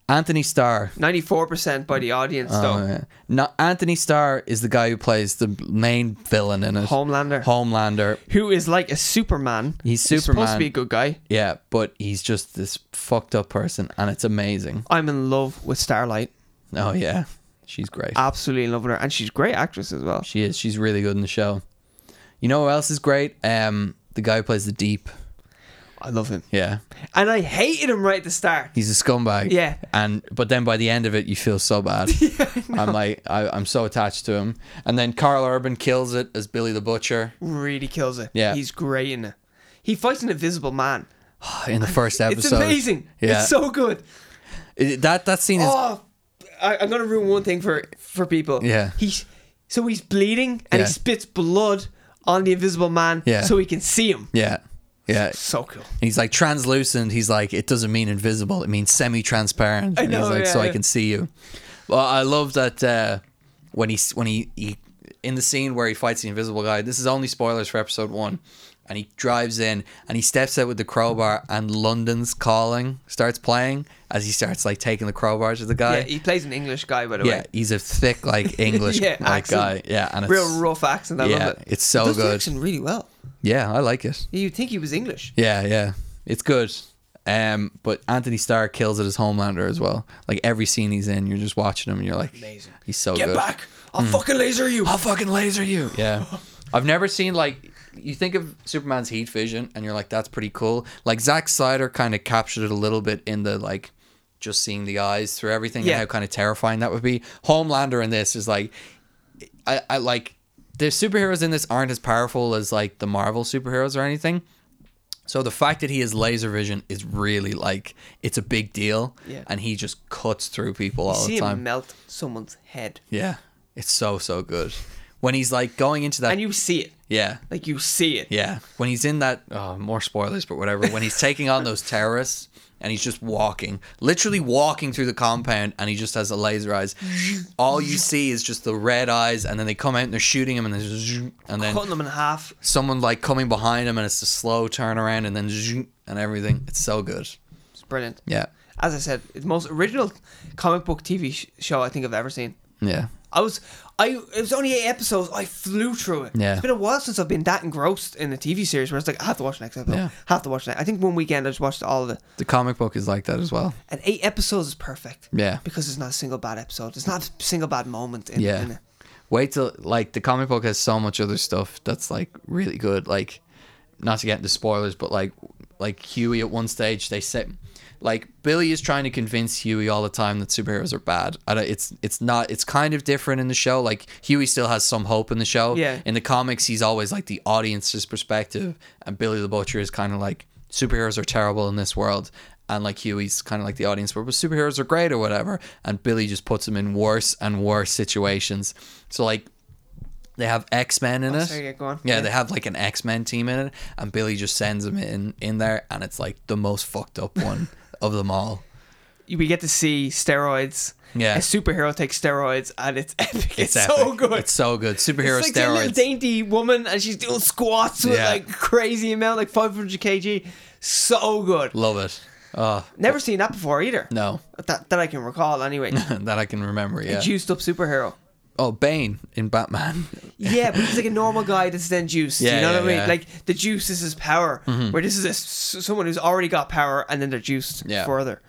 Speaker 1: Anthony Starr.
Speaker 2: ninety-four percent by the audience.
Speaker 1: Oh,
Speaker 2: though
Speaker 1: yeah. No, Anthony Starr is the guy who plays the main villain in it.
Speaker 2: Homelander,
Speaker 1: Homelander.
Speaker 2: who is like a Superman.
Speaker 1: He's
Speaker 2: supposed
Speaker 1: Superman.
Speaker 2: to be a good guy.
Speaker 1: Yeah, but he's just this fucked up person, and it's amazing.
Speaker 2: I'm in love with Starlight.
Speaker 1: Oh yeah, she's great.
Speaker 2: Absolutely in love with her, and she's a great actress as well.
Speaker 1: She is. She's really good in the show. You know who else is great? Um, the guy who plays the Deep.
Speaker 2: I love him,
Speaker 1: Yeah,
Speaker 2: and I hated him right at the start.
Speaker 1: he's a scumbag.
Speaker 2: Yeah.
Speaker 1: and but then by the end of it, you feel so bad. I'm like, I, I'm so attached to him. And then Carl Urban kills it as Billy the Butcher
Speaker 2: Really kills it.
Speaker 1: Yeah.
Speaker 2: he's great in it. He fights an invisible man.
Speaker 1: in the first episode.
Speaker 2: It's amazing.
Speaker 1: Yeah,
Speaker 2: It's so good.
Speaker 1: It- that that scene is
Speaker 2: Oh, I, I'm gonna ruin one thing for for people.
Speaker 1: Yeah.
Speaker 2: He's so he's bleeding and
Speaker 1: Yeah.
Speaker 2: he spits blood on the invisible man.
Speaker 1: Yeah.
Speaker 2: So he can see him.
Speaker 1: yeah. Yeah,
Speaker 2: So cool.
Speaker 1: he's like translucent. He's like it doesn't mean invisible. It means semi-transparent.
Speaker 2: I
Speaker 1: and he's
Speaker 2: know,
Speaker 1: like
Speaker 2: yeah,
Speaker 1: so I
Speaker 2: yeah.
Speaker 1: can see you. Well, I love that uh, when he when he, he in the scene where he fights the invisible guy. This is only spoilers for episode one. And he drives in and he steps out with the crowbar and London's calling starts playing as he starts like taking the crowbar to the guy.
Speaker 2: Yeah, he plays an English guy by the
Speaker 1: Yeah,
Speaker 2: way.
Speaker 1: he's a thick like English
Speaker 2: Yeah,
Speaker 1: like guy.
Speaker 2: accent.
Speaker 1: Yeah, and it's,
Speaker 2: Real rough accent. I
Speaker 1: yeah,
Speaker 2: love it.
Speaker 1: it's so
Speaker 2: he does the
Speaker 1: good.
Speaker 2: accent really well.
Speaker 1: Yeah, I like it.
Speaker 2: You'd think he was English.
Speaker 1: Yeah, yeah. It's good. Um, but Anthony Starr kills it as Homelander as well. Like every scene he's in, you're just watching him and you're like,
Speaker 2: Amazing.
Speaker 1: He's so
Speaker 2: Get
Speaker 1: good. Hmm.
Speaker 2: back! I'll fucking laser you.
Speaker 1: I'll fucking laser you. Yeah. I've never seen like you think of Superman's heat vision and you're like, that's pretty cool. Like Zack Snyder kind of captured it a little bit in the like just seeing the eyes through everything
Speaker 2: Yeah.
Speaker 1: and how kind of terrifying that would be. Homelander in this is like I, I like the superheroes in this aren't as powerful as like the Marvel superheroes or anything. So the fact that he has laser vision is really like it's a big deal.
Speaker 2: Yeah.
Speaker 1: And he just cuts through people all
Speaker 2: See
Speaker 1: the time.
Speaker 2: him melt someone's head,
Speaker 1: Yeah. It's so so good. When he's like going into that
Speaker 2: and you see it.
Speaker 1: Yeah.
Speaker 2: Like you see it.
Speaker 1: Yeah. When he's in that oh, more spoilers but whatever, when he's taking on those terrorists and he's just walking, literally walking through the compound and he just has the laser eyes. All you see is just the red eyes and then they come out and they're shooting him and there's zoom, and then
Speaker 2: Cutting them in half.
Speaker 1: someone like coming behind him and it's a slow turnaround and then zoom, and everything. It's so good.
Speaker 2: It's brilliant.
Speaker 1: Yeah.
Speaker 2: As I said, it's the most original comic book TV sh- show I think I've ever seen.
Speaker 1: Yeah.
Speaker 2: I was, I it was only eight episodes. I flew through it.
Speaker 1: Yeah.
Speaker 2: It's been a while since I've been that engrossed in a TV series where it's like I have to watch the next episode.
Speaker 1: Yeah.
Speaker 2: Have to watch that. I think one weekend I just watched all of it,
Speaker 1: The comic book is like that as well.
Speaker 2: and eight episodes is perfect.
Speaker 1: Yeah.
Speaker 2: Because there's not a single bad episode. There's not a single bad moment in, in
Speaker 1: Yeah.
Speaker 2: it.
Speaker 1: Wait till like the comic book has so much other stuff that's like really good. Like not to get into spoilers, but like like Huey at one stage they say like Billy is trying to convince Huey all the time that superheroes are bad. I don't, it's it's not it's kind of different in the show. Like Huey still has some hope in the show.
Speaker 2: Yeah.
Speaker 1: In the comics he's always like the audience's perspective and Billy the Butcher is kind of like superheroes are terrible in this world and like Huey's kind of like the audience where but superheroes are great or whatever and Billy just puts him in worse and worse situations. So like they have X Men in it.
Speaker 2: Oh, sorry, yeah, go on.
Speaker 1: Yeah,
Speaker 2: Yeah.
Speaker 1: they have like an X Men team in it, and Billy just sends them in in there, and it's like the most fucked up one of them all.
Speaker 2: We get to see steroids.
Speaker 1: Yeah.
Speaker 2: A superhero takes steroids, and it's epic. It's,
Speaker 1: epic.
Speaker 2: so good.
Speaker 1: It's so good. Superhero
Speaker 2: It's like a little
Speaker 1: steroids.
Speaker 2: dainty woman, and she's doing squats with
Speaker 1: Yeah.
Speaker 2: like crazy amount, like 500 kg. So good.
Speaker 1: Love it. Oh
Speaker 2: Never seen that before either.
Speaker 1: no,
Speaker 2: That, that I can recall anyway.
Speaker 1: that I can remember.
Speaker 2: A
Speaker 1: Yeah.
Speaker 2: juiced up superhero.
Speaker 1: Oh, Bane in Batman.
Speaker 2: Yeah, but he's like a normal guy that's then juiced.
Speaker 1: Yeah,
Speaker 2: you know
Speaker 1: yeah,
Speaker 2: what I mean?
Speaker 1: yeah. Mm-hmm.
Speaker 2: Like the juice is his power, where this is a s someone who's already got power and then they're juiced
Speaker 1: Yeah.
Speaker 2: further.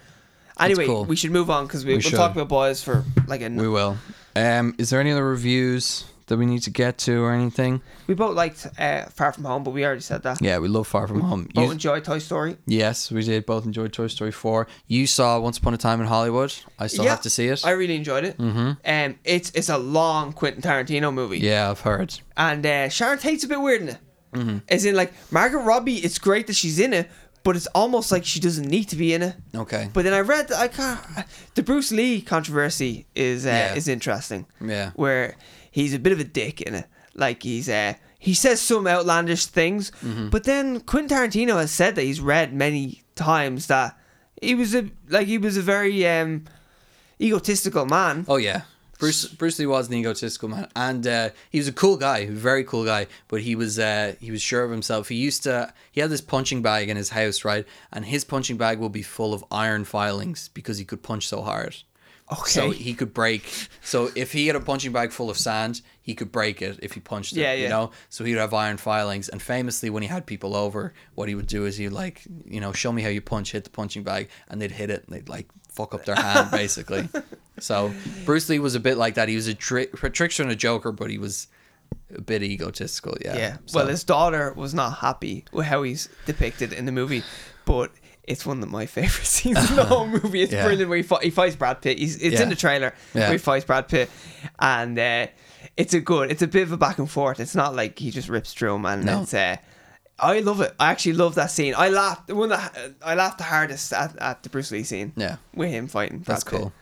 Speaker 2: Anyway,
Speaker 1: cool.
Speaker 2: we should move on because we,
Speaker 1: We
Speaker 2: we will
Speaker 1: should.
Speaker 2: talk about boys for like a.
Speaker 1: We
Speaker 2: We,
Speaker 1: will. Um, is there any other reviews that we need to get to or anything?
Speaker 2: both liked uh, Far From Home, but we already said that.
Speaker 1: Yeah, we love Far From Home.
Speaker 2: Mm-hmm. Both
Speaker 1: You-
Speaker 2: enjoyed Toy Story.
Speaker 1: yes, we did. Both enjoyed Toy Story Four. You saw Once Upon a Time in Hollywood. I still have to see it.
Speaker 2: I really enjoyed it. Mm-hmm. Um, it's it's a long Quentin Tarantino movie.
Speaker 1: yeah, I've heard.
Speaker 2: and uh, Sharon Tate's a bit weird in it.
Speaker 1: Mm-hmm.
Speaker 2: As in, like Margaret Robbie, it's great that she's in it, but it's almost like she doesn't need to be in it.
Speaker 1: Okay.
Speaker 2: But then I read that I can't, the Bruce Lee controversy is uh,
Speaker 1: Yeah.
Speaker 2: is interesting.
Speaker 1: Yeah.
Speaker 2: where he's a bit of a dick in it. Like he's uh, he says some outlandish things,
Speaker 1: Mm-hmm.
Speaker 2: but then Quentin Tarantino has said that he's read many times that he was a like he was a very um, egotistical man.
Speaker 1: Oh yeah, Bruce Bruce Lee was an egotistical man, and uh, he was a cool guy, very cool guy. But he was uh, he was sure of himself. He used to he had this punching bag in his house, right? And his punching bag will be full of iron filings because he could punch so hard. Oh, So
Speaker 2: Okay.
Speaker 1: he could break. So if he had a punching bag full of sand, he could break it if he punched it.
Speaker 2: Yeah, yeah.
Speaker 1: You know. So he'd have iron filings. And famously, when he had people over, what he would do is he'd like, you know, show me how you punch, hit the punching bag, and they'd hit it and they'd like fuck up their hand basically. So Bruce Lee was a bit like that. He was a, tri- a trickster and a joker, but he was a bit egotistical. Yeah.
Speaker 2: Yeah.
Speaker 1: So-
Speaker 2: Well, his daughter was not happy with how he's depicted in the movie, but it's one of my favorite scenes in the whole movie. It's
Speaker 1: Yeah.
Speaker 2: brilliant where he, fight, he fights Brad Pitt. He's, it's in
Speaker 1: Yeah.
Speaker 2: the trailer
Speaker 1: Yeah.
Speaker 2: where he fights Brad Pitt, and uh, it's a good. It's a bit of a back and forth. It's not like he just rips through him, and
Speaker 1: No.
Speaker 2: it's. Uh, I love it. I actually love that scene. I laughed. the One that I laughed the hardest at, at the Bruce Lee scene.
Speaker 1: Yeah.
Speaker 2: with him fighting. Brad
Speaker 1: that's cool.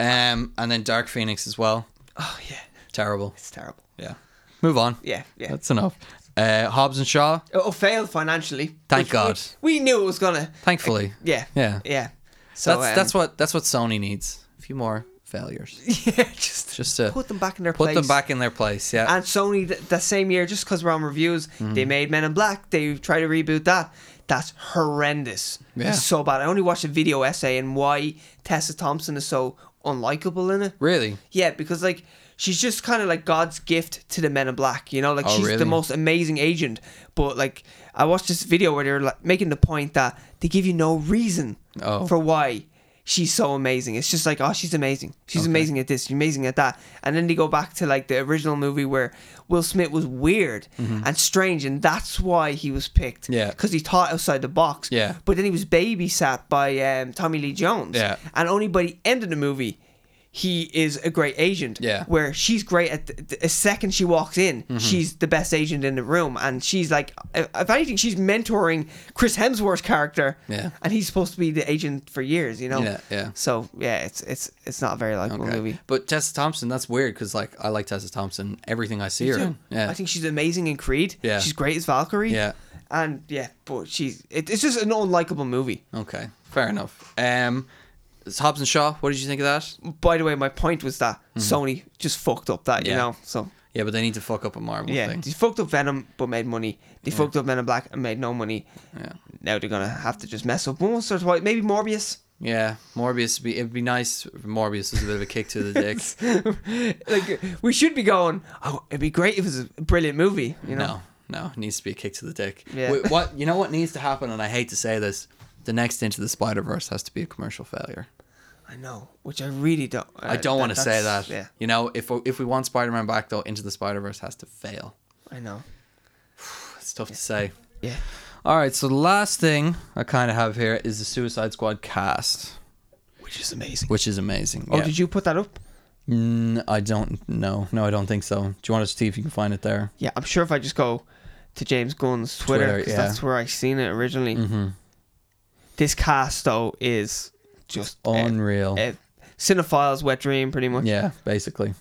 Speaker 1: Um, and then Dark Phoenix as well.
Speaker 2: Pitt. Oh yeah,
Speaker 1: Terrible.
Speaker 2: it's terrible.
Speaker 1: Yeah. Move on.
Speaker 2: Yeah, yeah.
Speaker 1: That's enough. Uh, Hobbs and Shaw.
Speaker 2: Oh, failed financially.
Speaker 1: Thank
Speaker 2: Which we-
Speaker 1: God.
Speaker 2: We, knew it was gonna.
Speaker 1: Thankfully.
Speaker 2: Yeah.
Speaker 1: Yeah.
Speaker 2: Yeah. So
Speaker 1: that's
Speaker 2: um,
Speaker 1: that's what that's what Sony needs. A few more failures,
Speaker 2: yeah, just,
Speaker 1: just to
Speaker 2: put them back in their
Speaker 1: put
Speaker 2: place.
Speaker 1: them back in their place. Yeah,
Speaker 2: And Sony th- that same year, just because we're on reviews,
Speaker 1: Mm-hmm.
Speaker 2: they made Men in Black. They tried to reboot that. That's horrendous.
Speaker 1: Yeah.
Speaker 2: It's so bad. I only watched a video essay on why Tessa Thompson is so unlikable in it.
Speaker 1: really.
Speaker 2: Yeah, because like she's just kind of like God's gift to the Men in Black, you know. Like
Speaker 1: Oh,
Speaker 2: she's
Speaker 1: really?
Speaker 2: the most amazing agent, but like I watched this video where they're like making the point that they give you no reason
Speaker 1: Oh.
Speaker 2: for why she's so amazing. It's just like oh, she's amazing. She's amazing at this. She's amazing at that. And then they go back to like the original movie where Will Smith was weird and strange, and that's why he was picked.
Speaker 1: Mm-hmm. Yeah.
Speaker 2: because he thought outside the box.
Speaker 1: Yeah.
Speaker 2: but then he was babysat by um, Tommy Lee Jones.
Speaker 1: Yeah.
Speaker 2: and only by the end of the movie he is a great agent.
Speaker 1: Yeah. Mm-hmm.
Speaker 2: Where she's great at the, the a second she walks in, she's the best agent in the room, and she's like, if if anything, she's mentoring Chris Hemsworth's character.
Speaker 1: Yeah.
Speaker 2: And he's supposed to be the agent for years, you know.
Speaker 1: Yeah, yeah.
Speaker 2: So yeah, it's it's it's not a very likable
Speaker 1: Okay.
Speaker 2: movie.
Speaker 1: But Tessa Thompson, that's weird because like I like Tessa Thompson. Everything I see her, in. yeah,
Speaker 2: I think she's amazing in Creed.
Speaker 1: Yeah.
Speaker 2: She's great as Valkyrie.
Speaker 1: Yeah.
Speaker 2: And yeah, but she's it, it's just an unlikable movie.
Speaker 1: okay, fair enough. Um, it's Hobbs and Shaw. What did you think of that?
Speaker 2: By the way, my point was that Sony just fucked up that, you
Speaker 1: Mm-hmm. Yeah.
Speaker 2: know. So
Speaker 1: Yeah, but they need to fuck up a Marvel
Speaker 2: Yeah,
Speaker 1: thing.
Speaker 2: they fucked up Venom but made money. They fucked up Men in Black and made no money.
Speaker 1: Yeah.
Speaker 2: Now they're gonna have to just mess up once or twice. Maybe Morbius.
Speaker 1: Yeah, Morbius. Would be, it'd be nice. If Morbius is a bit of a kick to the dick.
Speaker 2: like we should be going. Oh, it'd be great if it was a brilliant movie. You know.
Speaker 1: No, no, it needs to be a kick to the dick.
Speaker 2: Yeah.
Speaker 1: Wait, what you know what needs to happen, and I hate to say this, the next Into the Spider Verse has to be a commercial failure.
Speaker 2: I know, which I really don't. uh,
Speaker 1: I don't
Speaker 2: that-
Speaker 1: want to say
Speaker 2: that's-
Speaker 1: that.
Speaker 2: Yeah,
Speaker 1: You know, if if we want Spider Man back though, Into the Spider Verse has to fail.
Speaker 2: I know.
Speaker 1: It's tough to say.
Speaker 2: Yeah.
Speaker 1: All right, so the last thing I kind of have here is the Suicide Squad cast,
Speaker 2: Which is amazing.
Speaker 1: which is amazing.
Speaker 2: Oh, did you put that up?
Speaker 1: you? Mm, I don't know. No, I don't think so. Do you want to see if you can find it there?
Speaker 2: Yeah, I'm sure if I just go to James Gunn's Twitter,
Speaker 1: Twitter,
Speaker 2: 'cause
Speaker 1: yeah. Mm-hmm.
Speaker 2: that's where I seen it originally. This cast though is just uh,
Speaker 1: Unreal.
Speaker 2: uh, cinephiles' wet dream, pretty much.
Speaker 1: Yeah, basically.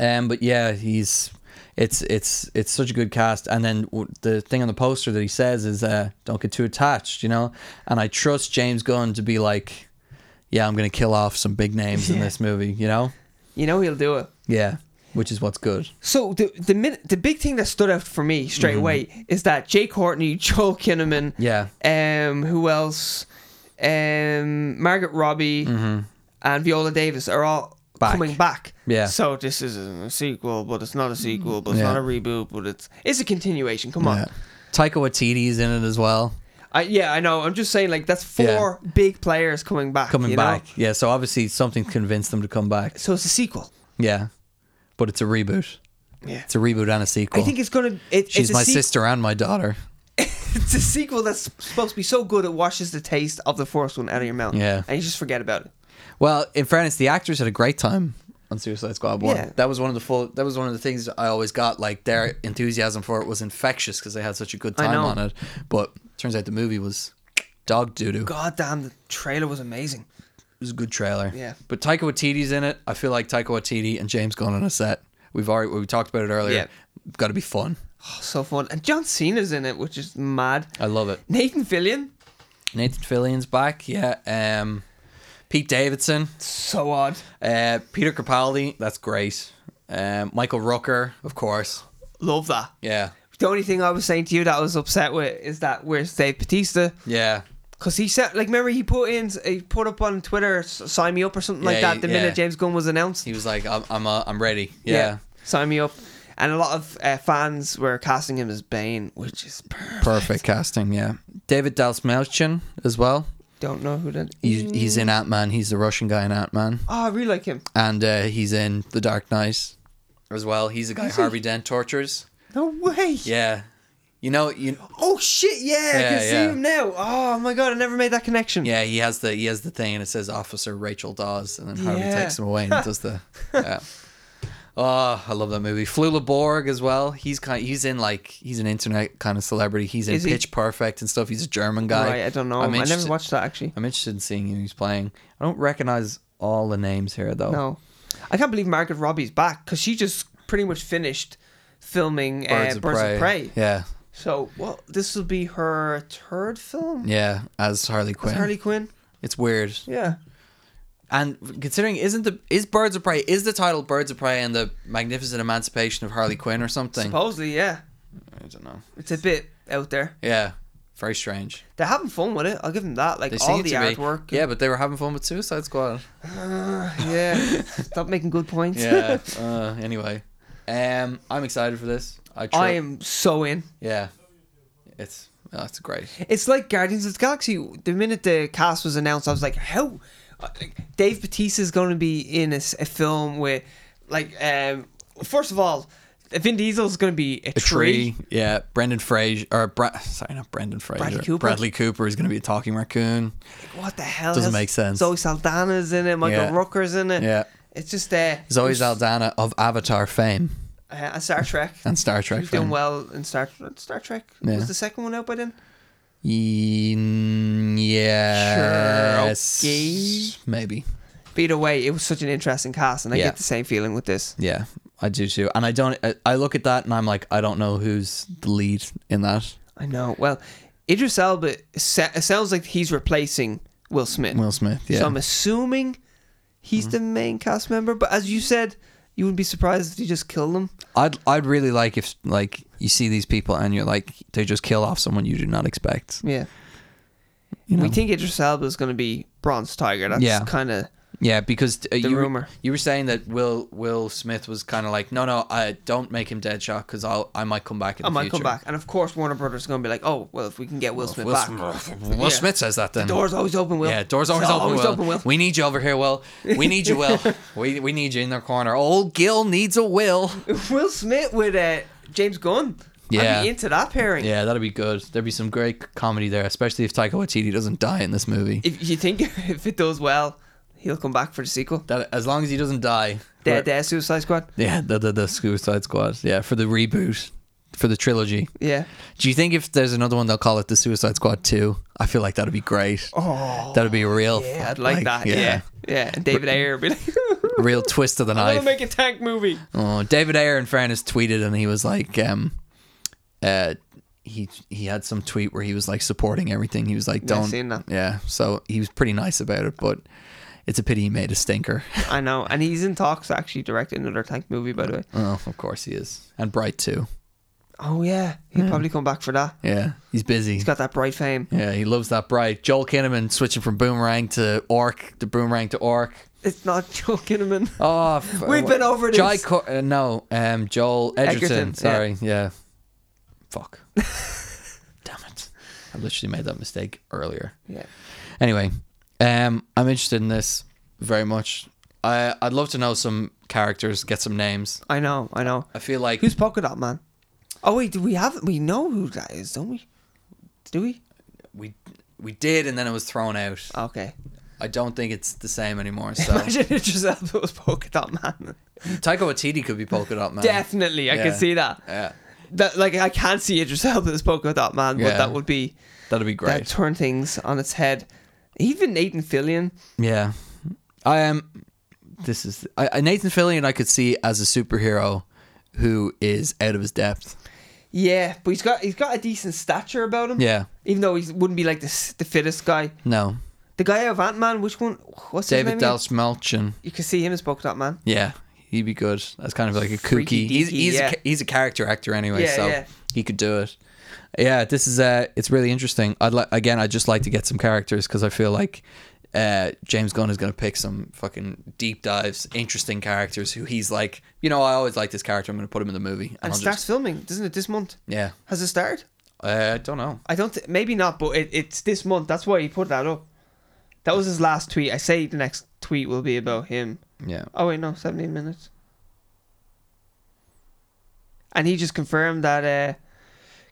Speaker 1: Um, but yeah, he's it's it's it's such a good cast. And then w- the thing on the poster that he says is, uh, "Don't get too attached," you know. And I trust James Gunn to be like, "Yeah, I'm gonna kill off some big names in
Speaker 2: Yeah.
Speaker 1: this movie," you know.
Speaker 2: You know he'll do it.
Speaker 1: Yeah, which is what's good.
Speaker 2: So the the min- the big thing that stood out for me
Speaker 1: Mm-hmm.
Speaker 2: straight away is that Jay Courtney, Joel Kinnaman,
Speaker 1: Yeah,
Speaker 2: um, who else, um, Margaret Robbie, and Viola Davis are all
Speaker 1: Mm-hmm. Back.
Speaker 2: coming back.
Speaker 1: Yeah.
Speaker 2: So this is a sequel, but it's not a sequel, but it's
Speaker 1: Yeah.
Speaker 2: not a reboot, but it's it's a continuation. Come on.
Speaker 1: yeah. Taika Waititi's in it as well.
Speaker 2: I, yeah, I know. I'm just saying, like that's
Speaker 1: Yeah.
Speaker 2: four big players coming back.
Speaker 1: Coming
Speaker 2: you know?
Speaker 1: back, yeah. So obviously something convinced them to come back.
Speaker 2: So it's a sequel.
Speaker 1: Yeah, but it's a reboot.
Speaker 2: Yeah.
Speaker 1: It's a reboot and a sequel.
Speaker 2: I think it's gonna. It,
Speaker 1: she's
Speaker 2: it's a
Speaker 1: my
Speaker 2: sequel.
Speaker 1: sister and my daughter.
Speaker 2: it's a sequel that's supposed to be so good it washes the taste of the first one out of your mouth.
Speaker 1: Yeah.
Speaker 2: And you just forget about it.
Speaker 1: Well, in fairness, the actors had a great time on Suicide Squad one.
Speaker 2: Yeah.
Speaker 1: That was one of the full. That was one of the things I always got. Like their enthusiasm for it was infectious because they had such a good
Speaker 2: I
Speaker 1: time
Speaker 2: know.
Speaker 1: on it. But turns out the movie was dog doo doo. It
Speaker 2: God damn, the trailer was amazing.
Speaker 1: was a good trailer.
Speaker 2: Yeah.
Speaker 1: But Taika Waititi's in it. I feel like Taika Waititi and James Gunn on a set. We've already we talked about it earlier.
Speaker 2: Yeah.
Speaker 1: got to be fun.
Speaker 2: Oh, so fun. And John Cena's in it, which is mad.
Speaker 1: I love it.
Speaker 2: Nathan Fillion,
Speaker 1: Nathan Fillion's back. Yeah. Um, Pete Davidson.
Speaker 2: so odd.
Speaker 1: Uh, Peter Capaldi. That's great. Um, Michael Rooker, of course.
Speaker 2: Love that.
Speaker 1: Yeah.
Speaker 2: The only thing I was saying to you that I was upset with is that where's Dave Batista?
Speaker 1: Yeah.
Speaker 2: Because he said, like, remember he put in, he put up on Twitter, "S- sign me up or something like
Speaker 1: Yeah,
Speaker 2: that. The
Speaker 1: yeah.
Speaker 2: minute James Gunn was announced,
Speaker 1: He was like, I'm I'm, uh, I'm ready. Yeah.
Speaker 2: sign me up. And a lot of uh, fans were casting him as Bane, which is perfect.
Speaker 1: Perfect casting. Yeah. David Dalsmelchin as well.
Speaker 2: Don't know who that.
Speaker 1: He's, he's in Ant Man. He's the Russian guy in Ant Man.
Speaker 2: Oh, I really like him.
Speaker 1: and uh, he's in The Dark Knight as well. He's a guy
Speaker 2: Is he?
Speaker 1: Harvey Dent tortures.
Speaker 2: No way.
Speaker 1: Yeah, you know, you
Speaker 2: Oh shit! Yeah, I
Speaker 1: Yeah,
Speaker 2: can
Speaker 1: yeah.
Speaker 2: see him now. Oh my god, I never made that connection.
Speaker 1: yeah, he has the he has the thing, and it says Officer Rachel Dawes, and then Harvey
Speaker 2: Yeah.
Speaker 1: takes him away and does the. Yeah. Oh, I love that movie. Flula Borg as well. He's kind. he's in like he's an internet kind of celebrity. He's in
Speaker 2: Is he?
Speaker 1: Pitch Perfect and stuff. He's a German guy.
Speaker 2: Right, I don't know. him. I never
Speaker 1: interested-
Speaker 2: watched that actually.
Speaker 1: I'm interested in seeing who he's playing. I don't recognize all the names here though.
Speaker 2: No, I can't believe Margaret Robbie's back because she just pretty much finished filming Birds, uh, Birds of Prey.
Speaker 1: Yeah,
Speaker 2: So, well, this will be her third film.
Speaker 1: yeah. As Harley
Speaker 2: With
Speaker 1: Quinn.
Speaker 2: Harley Quinn.
Speaker 1: it's weird.
Speaker 2: Yeah.
Speaker 1: And considering isn't the is Birds of Prey is the title Birds of Prey and the Magnificent Emancipation of Harley Quinn or something?
Speaker 2: Supposedly, yeah.
Speaker 1: I don't know.
Speaker 2: It's a bit out there.
Speaker 1: Yeah, very strange.
Speaker 2: They're having fun with it. I'll give them that. Like
Speaker 1: They
Speaker 2: all
Speaker 1: seem
Speaker 2: the
Speaker 1: to be.
Speaker 2: artwork. uh,
Speaker 1: Yeah, but they were having fun with Suicide Squad.
Speaker 2: yeah. Stop making good points.
Speaker 1: Yeah. uh, anyway, um, I'm excited for this. I, tr-
Speaker 2: I am so in.
Speaker 1: Yeah, it's oh, that's great.
Speaker 2: It's like Guardians of the Galaxy. The minute the cast was announced, I was like, how? Dave Bautista's going to be in a, s- a film with, like, um, first of all, Vin Diesel's going to be a,
Speaker 1: A
Speaker 2: tree.
Speaker 1: tree. Yeah, Brendan Fraser or Bra- sorry, not Brendan Fraser.
Speaker 2: Bradley Cooper.
Speaker 1: Bradley Cooper is going to be a talking raccoon.
Speaker 2: What the hell?
Speaker 1: Doesn't
Speaker 2: is-
Speaker 1: make sense.
Speaker 2: Zoe Saldana's in it. Michael
Speaker 1: Yeah.
Speaker 2: Rooker's in it.
Speaker 1: Yeah.
Speaker 2: It's just uh,
Speaker 1: Zoe
Speaker 2: it's-
Speaker 1: Saldana of Avatar fame
Speaker 2: uh, and Star Trek.
Speaker 1: and Star Trek
Speaker 2: She's doing
Speaker 1: fame.
Speaker 2: well in Star Star Trek.
Speaker 1: Yeah.
Speaker 2: Was the second one out by then?
Speaker 1: Mm, Yes.
Speaker 2: okay.
Speaker 1: Maybe.
Speaker 2: But either way, it was such an interesting cast, and I
Speaker 1: Yeah.
Speaker 2: get the same feeling with this.
Speaker 1: Yeah, I do too. And I don't. I- I look at that and I'm like, I don't know who's the lead in that.
Speaker 2: I know. Well, Idris Elba sa- it sounds like he's replacing Will Smith.
Speaker 1: Will Smith. Yeah. Mm-hmm.
Speaker 2: So I'm assuming he's the main cast member. But as you said, you wouldn't be surprised if you just killed him.
Speaker 1: I'd I'd really like if like you see these people and you're like they just kill off someone you do not expect.
Speaker 2: Yeah.
Speaker 1: You know?
Speaker 2: We think Idris Elba is going to be Bronze Tiger. That's
Speaker 1: Yeah.
Speaker 2: kind of
Speaker 1: yeah, because uh, you were-
Speaker 2: rumor.
Speaker 1: you were saying that Will Will Smith was kind of like, no, no, I don't make him Deadshot because I'll I might come back in
Speaker 2: I
Speaker 1: the
Speaker 2: might
Speaker 1: future.
Speaker 2: come back. And of course, Warner Brothers is going to be like, oh, well, if we can get Will Smith
Speaker 1: Will,
Speaker 2: back.
Speaker 1: Smith- Will
Speaker 2: Yeah.
Speaker 1: Smith says that then.
Speaker 2: Doors always open, Will.
Speaker 1: Yeah, doors always
Speaker 2: It's
Speaker 1: open. Will.
Speaker 2: Will.
Speaker 1: We need you over here, Will. We need you, Will. we we need you in the corner. Old Gil needs a Will.
Speaker 2: Will Smith with uh, James Gunn.
Speaker 1: Yeah.
Speaker 2: I'd be into that pairing.
Speaker 1: Yeah, that'd be good. There'd be some great comedy there, especially if Taika Waititi doesn't die in this movie.
Speaker 2: If you think if it does well, he'll come back for the sequel.
Speaker 1: that as long as he doesn't die.
Speaker 2: The,
Speaker 1: Where-
Speaker 2: the Suicide Squad.
Speaker 1: yeah, the, the the Suicide Squad. Yeah, for the reboot, for the trilogy.
Speaker 2: Yeah.
Speaker 1: Do you think if there's another one, they'll call it the Suicide Squad Two? I feel like that'd be great.
Speaker 2: Oh.
Speaker 1: That'd be a real.
Speaker 2: Yeah, I'd like, that. Yeah. yeah. And David Ayer would be like,
Speaker 1: a real twist of the
Speaker 2: I'm going to
Speaker 1: knife.
Speaker 2: make a tank movie.
Speaker 1: Oh, David Ayer, in fairness, tweeted and he was like, um, uh, he he had some tweet where he was like supporting everything. He was like,
Speaker 2: Yeah, I've
Speaker 1: don't,
Speaker 2: seen that.
Speaker 1: yeah. So he was pretty nice about it, but it's a pity he made a stinker.
Speaker 2: I know. And he's in talks to actually direct another tank movie, by the way.
Speaker 1: oh, of course he is, and Bright too.
Speaker 2: Oh, yeah. He'll probably come back for that.
Speaker 1: Yeah, he's busy.
Speaker 2: He's got that bright fame.
Speaker 1: yeah, he loves that Bright. Joel Kinnaman switching from Boomerang to Orc, to Boomerang to Orc.
Speaker 2: It's not Joel Kinnaman.
Speaker 1: Oh, f-
Speaker 2: We've been over this.
Speaker 1: Jai Cor- uh, no, um, Joel Edgerton.
Speaker 2: Edgerton,
Speaker 1: sorry, yeah. Fuck. Damn it! I literally made that mistake earlier.
Speaker 2: Yeah.
Speaker 1: Anyway, um, I'm interested in this very much. I I'd love to know some characters, get some names.
Speaker 2: I know. I know.
Speaker 1: I feel like
Speaker 2: Who's Polka Dot Man? Oh, wait. Do we have. We know who that is, don't we? Do we?
Speaker 1: we we did, and then it was thrown out.
Speaker 2: Okay.
Speaker 1: I don't think it's the same anymore. So
Speaker 2: Imagine it just if it was Polka Dot Man.
Speaker 1: Taika Waititi could be polka dot
Speaker 2: Uh,
Speaker 1: man.
Speaker 2: Definitely, I
Speaker 1: Yeah.
Speaker 2: can see that.
Speaker 1: Yeah,
Speaker 2: That like I can't see Idris Elba as Polka Dot Man,
Speaker 1: Yeah.
Speaker 2: but that would be
Speaker 1: that'd be
Speaker 2: that
Speaker 1: great.
Speaker 2: turn things on its head. Even Nathan Fillion,
Speaker 1: Yeah, I am. This is I, I- Nathan Fillion. I could see as a superhero who is out of his depth.
Speaker 2: Yeah, but he's got he's got a decent stature about him.
Speaker 1: Yeah.
Speaker 2: Even though he wouldn't be like the s- the fittest guy.
Speaker 1: No.
Speaker 2: The guy out of Ant Man, which one? What's his name?
Speaker 1: David
Speaker 2: again?
Speaker 1: Dalsmelchin.
Speaker 2: You can see him as Polka Dot Man.
Speaker 1: Yeah. He'd be good. That's kind of like a
Speaker 2: Freaky
Speaker 1: kooky. He's
Speaker 2: deaky,
Speaker 1: he's,
Speaker 2: yeah.
Speaker 1: a, ca- he's a character actor anyway,
Speaker 2: Yeah,
Speaker 1: so
Speaker 2: yeah.
Speaker 1: he could do it. Yeah, this is uh it's really interesting. I'd like again, I'd just like to get some characters because I feel like uh James Gunn is going to pick some fucking deep dives, interesting characters who he's like, you know, I always like this character. I'm going to put him in the movie. And,
Speaker 2: And it
Speaker 1: I'll
Speaker 2: starts
Speaker 1: just,
Speaker 2: filming, doesn't it? This month
Speaker 1: yeah.
Speaker 2: has it started?
Speaker 1: Uh, I don't know.
Speaker 2: I don't. Th- maybe not, but it, it's this month. That's why he put that up. That was his last tweet. I say the next tweet will be about him.
Speaker 1: Yeah.
Speaker 2: Oh wait, no, seventeen minutes. And he just confirmed that uh,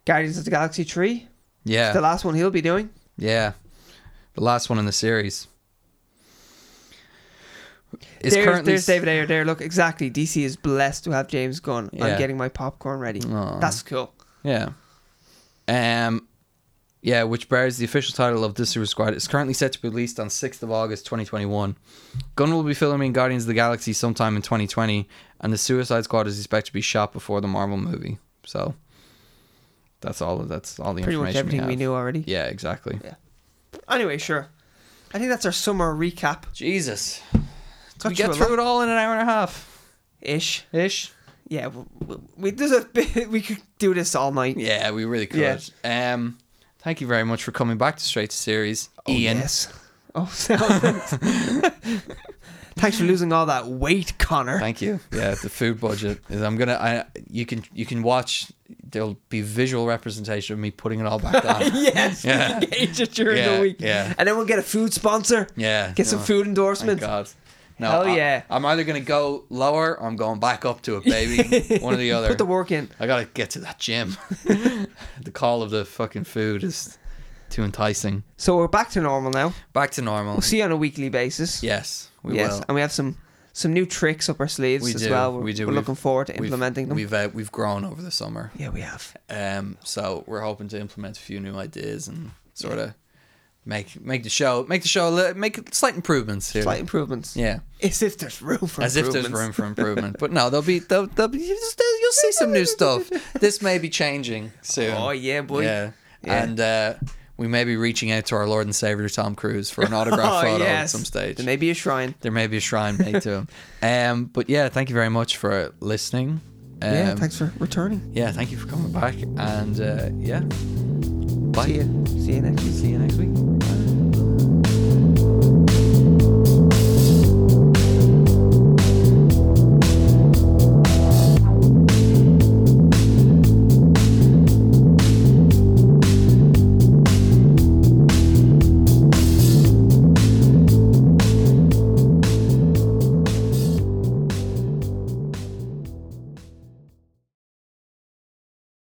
Speaker 2: Guardians of the Galaxy three,
Speaker 1: Yeah.
Speaker 2: the last one he'll be doing.
Speaker 1: Yeah. The last one in the series. It's
Speaker 2: there's,
Speaker 1: currently
Speaker 2: there's David Ayer there. Look, exactly. DC is blessed to have James Gunn. I'm
Speaker 1: Yeah. Mm.
Speaker 2: getting my popcorn ready.
Speaker 1: Aw.
Speaker 2: That's cool.
Speaker 1: Yeah. Um yeah, which bears the official title of this Super Squad is currently set to be released on 6th of August 2021. Gunn will be filming Guardians of the Galaxy sometime in 2020 and the Suicide Squad is expected to be shot before the Marvel movie. So that's all that's all the
Speaker 2: Pretty much
Speaker 1: information
Speaker 2: everything we,
Speaker 1: we, have.
Speaker 2: knew already.
Speaker 1: Yeah, exactly.
Speaker 2: Anyway, sure. I think that's our summer recap
Speaker 1: Jesus. Did
Speaker 2: Got
Speaker 1: we
Speaker 2: you a
Speaker 1: get
Speaker 2: lot.
Speaker 1: through it all in an hour and a half
Speaker 2: ish.
Speaker 1: ish?
Speaker 2: Yeah, we, we, we- there's a bit, we could do this all night.
Speaker 1: Yeah, we really could.
Speaker 2: Yeah.
Speaker 1: Um, thank you very much for coming back to Straight to Series,
Speaker 2: Oh,
Speaker 1: Ian.
Speaker 2: yes. Oh, so thanks for losing all that weight, Connor.
Speaker 1: Thank you. Yeah, the food budget is. I'm gonna. I you can you can watch. There'll be visual representation of me putting it all back down.
Speaker 2: yes,
Speaker 1: Yeah.
Speaker 2: we can gauge it during
Speaker 1: Yeah,
Speaker 2: the week.
Speaker 1: yeah.
Speaker 2: And then we'll get a food sponsor.
Speaker 1: yeah.
Speaker 2: Get some
Speaker 1: no,
Speaker 2: food
Speaker 1: Thank
Speaker 2: endorsements.
Speaker 1: God. No,
Speaker 2: Hell
Speaker 1: I-
Speaker 2: yeah.
Speaker 1: I'm either gonna go lower or I'm going back up to it, baby. One or the other.
Speaker 2: Put the work in.
Speaker 1: I gotta get to that gym. the call of the fucking food is too enticing.
Speaker 2: So we're back to normal now.
Speaker 1: Back to normal.
Speaker 2: We'll see you on a weekly basis.
Speaker 1: Yes, we
Speaker 2: yes,
Speaker 1: will.
Speaker 2: and we have some some new tricks up our sleeves
Speaker 1: We
Speaker 2: as
Speaker 1: do,
Speaker 2: well. We're,
Speaker 1: we do.
Speaker 2: We're
Speaker 1: We've-
Speaker 2: looking forward to implementing
Speaker 1: we've,
Speaker 2: them.
Speaker 1: We've uh, we've grown over the summer.
Speaker 2: yeah, we have.
Speaker 1: Um, so we're hoping to implement a few new ideas and sort of make make the show make the show a li- make slight improvements here.
Speaker 2: Slight improvements.
Speaker 1: Yeah,
Speaker 2: As if there's room for
Speaker 1: as if there's room
Speaker 2: improvements.
Speaker 1: for improvement. but no, there'll be there'll, there'll be you'll see some new stuff. This may be changing soon.
Speaker 2: Oh yeah, boy.
Speaker 1: yeah.
Speaker 2: Yeah.
Speaker 1: and uh, we may be reaching out to our Lord and Savior Tom Cruise for an autograph
Speaker 2: Oh,
Speaker 1: photo at
Speaker 2: yes.
Speaker 1: some stage.
Speaker 2: There may be a shrine.
Speaker 1: There may be a shrine made to him. Um, but yeah, thank you very much for listening. Um,
Speaker 2: yeah, thanks for returning.
Speaker 1: Yeah, thank you for coming back. And uh, yeah, bye.
Speaker 2: See you. See you next week.
Speaker 1: See you next week. Bye.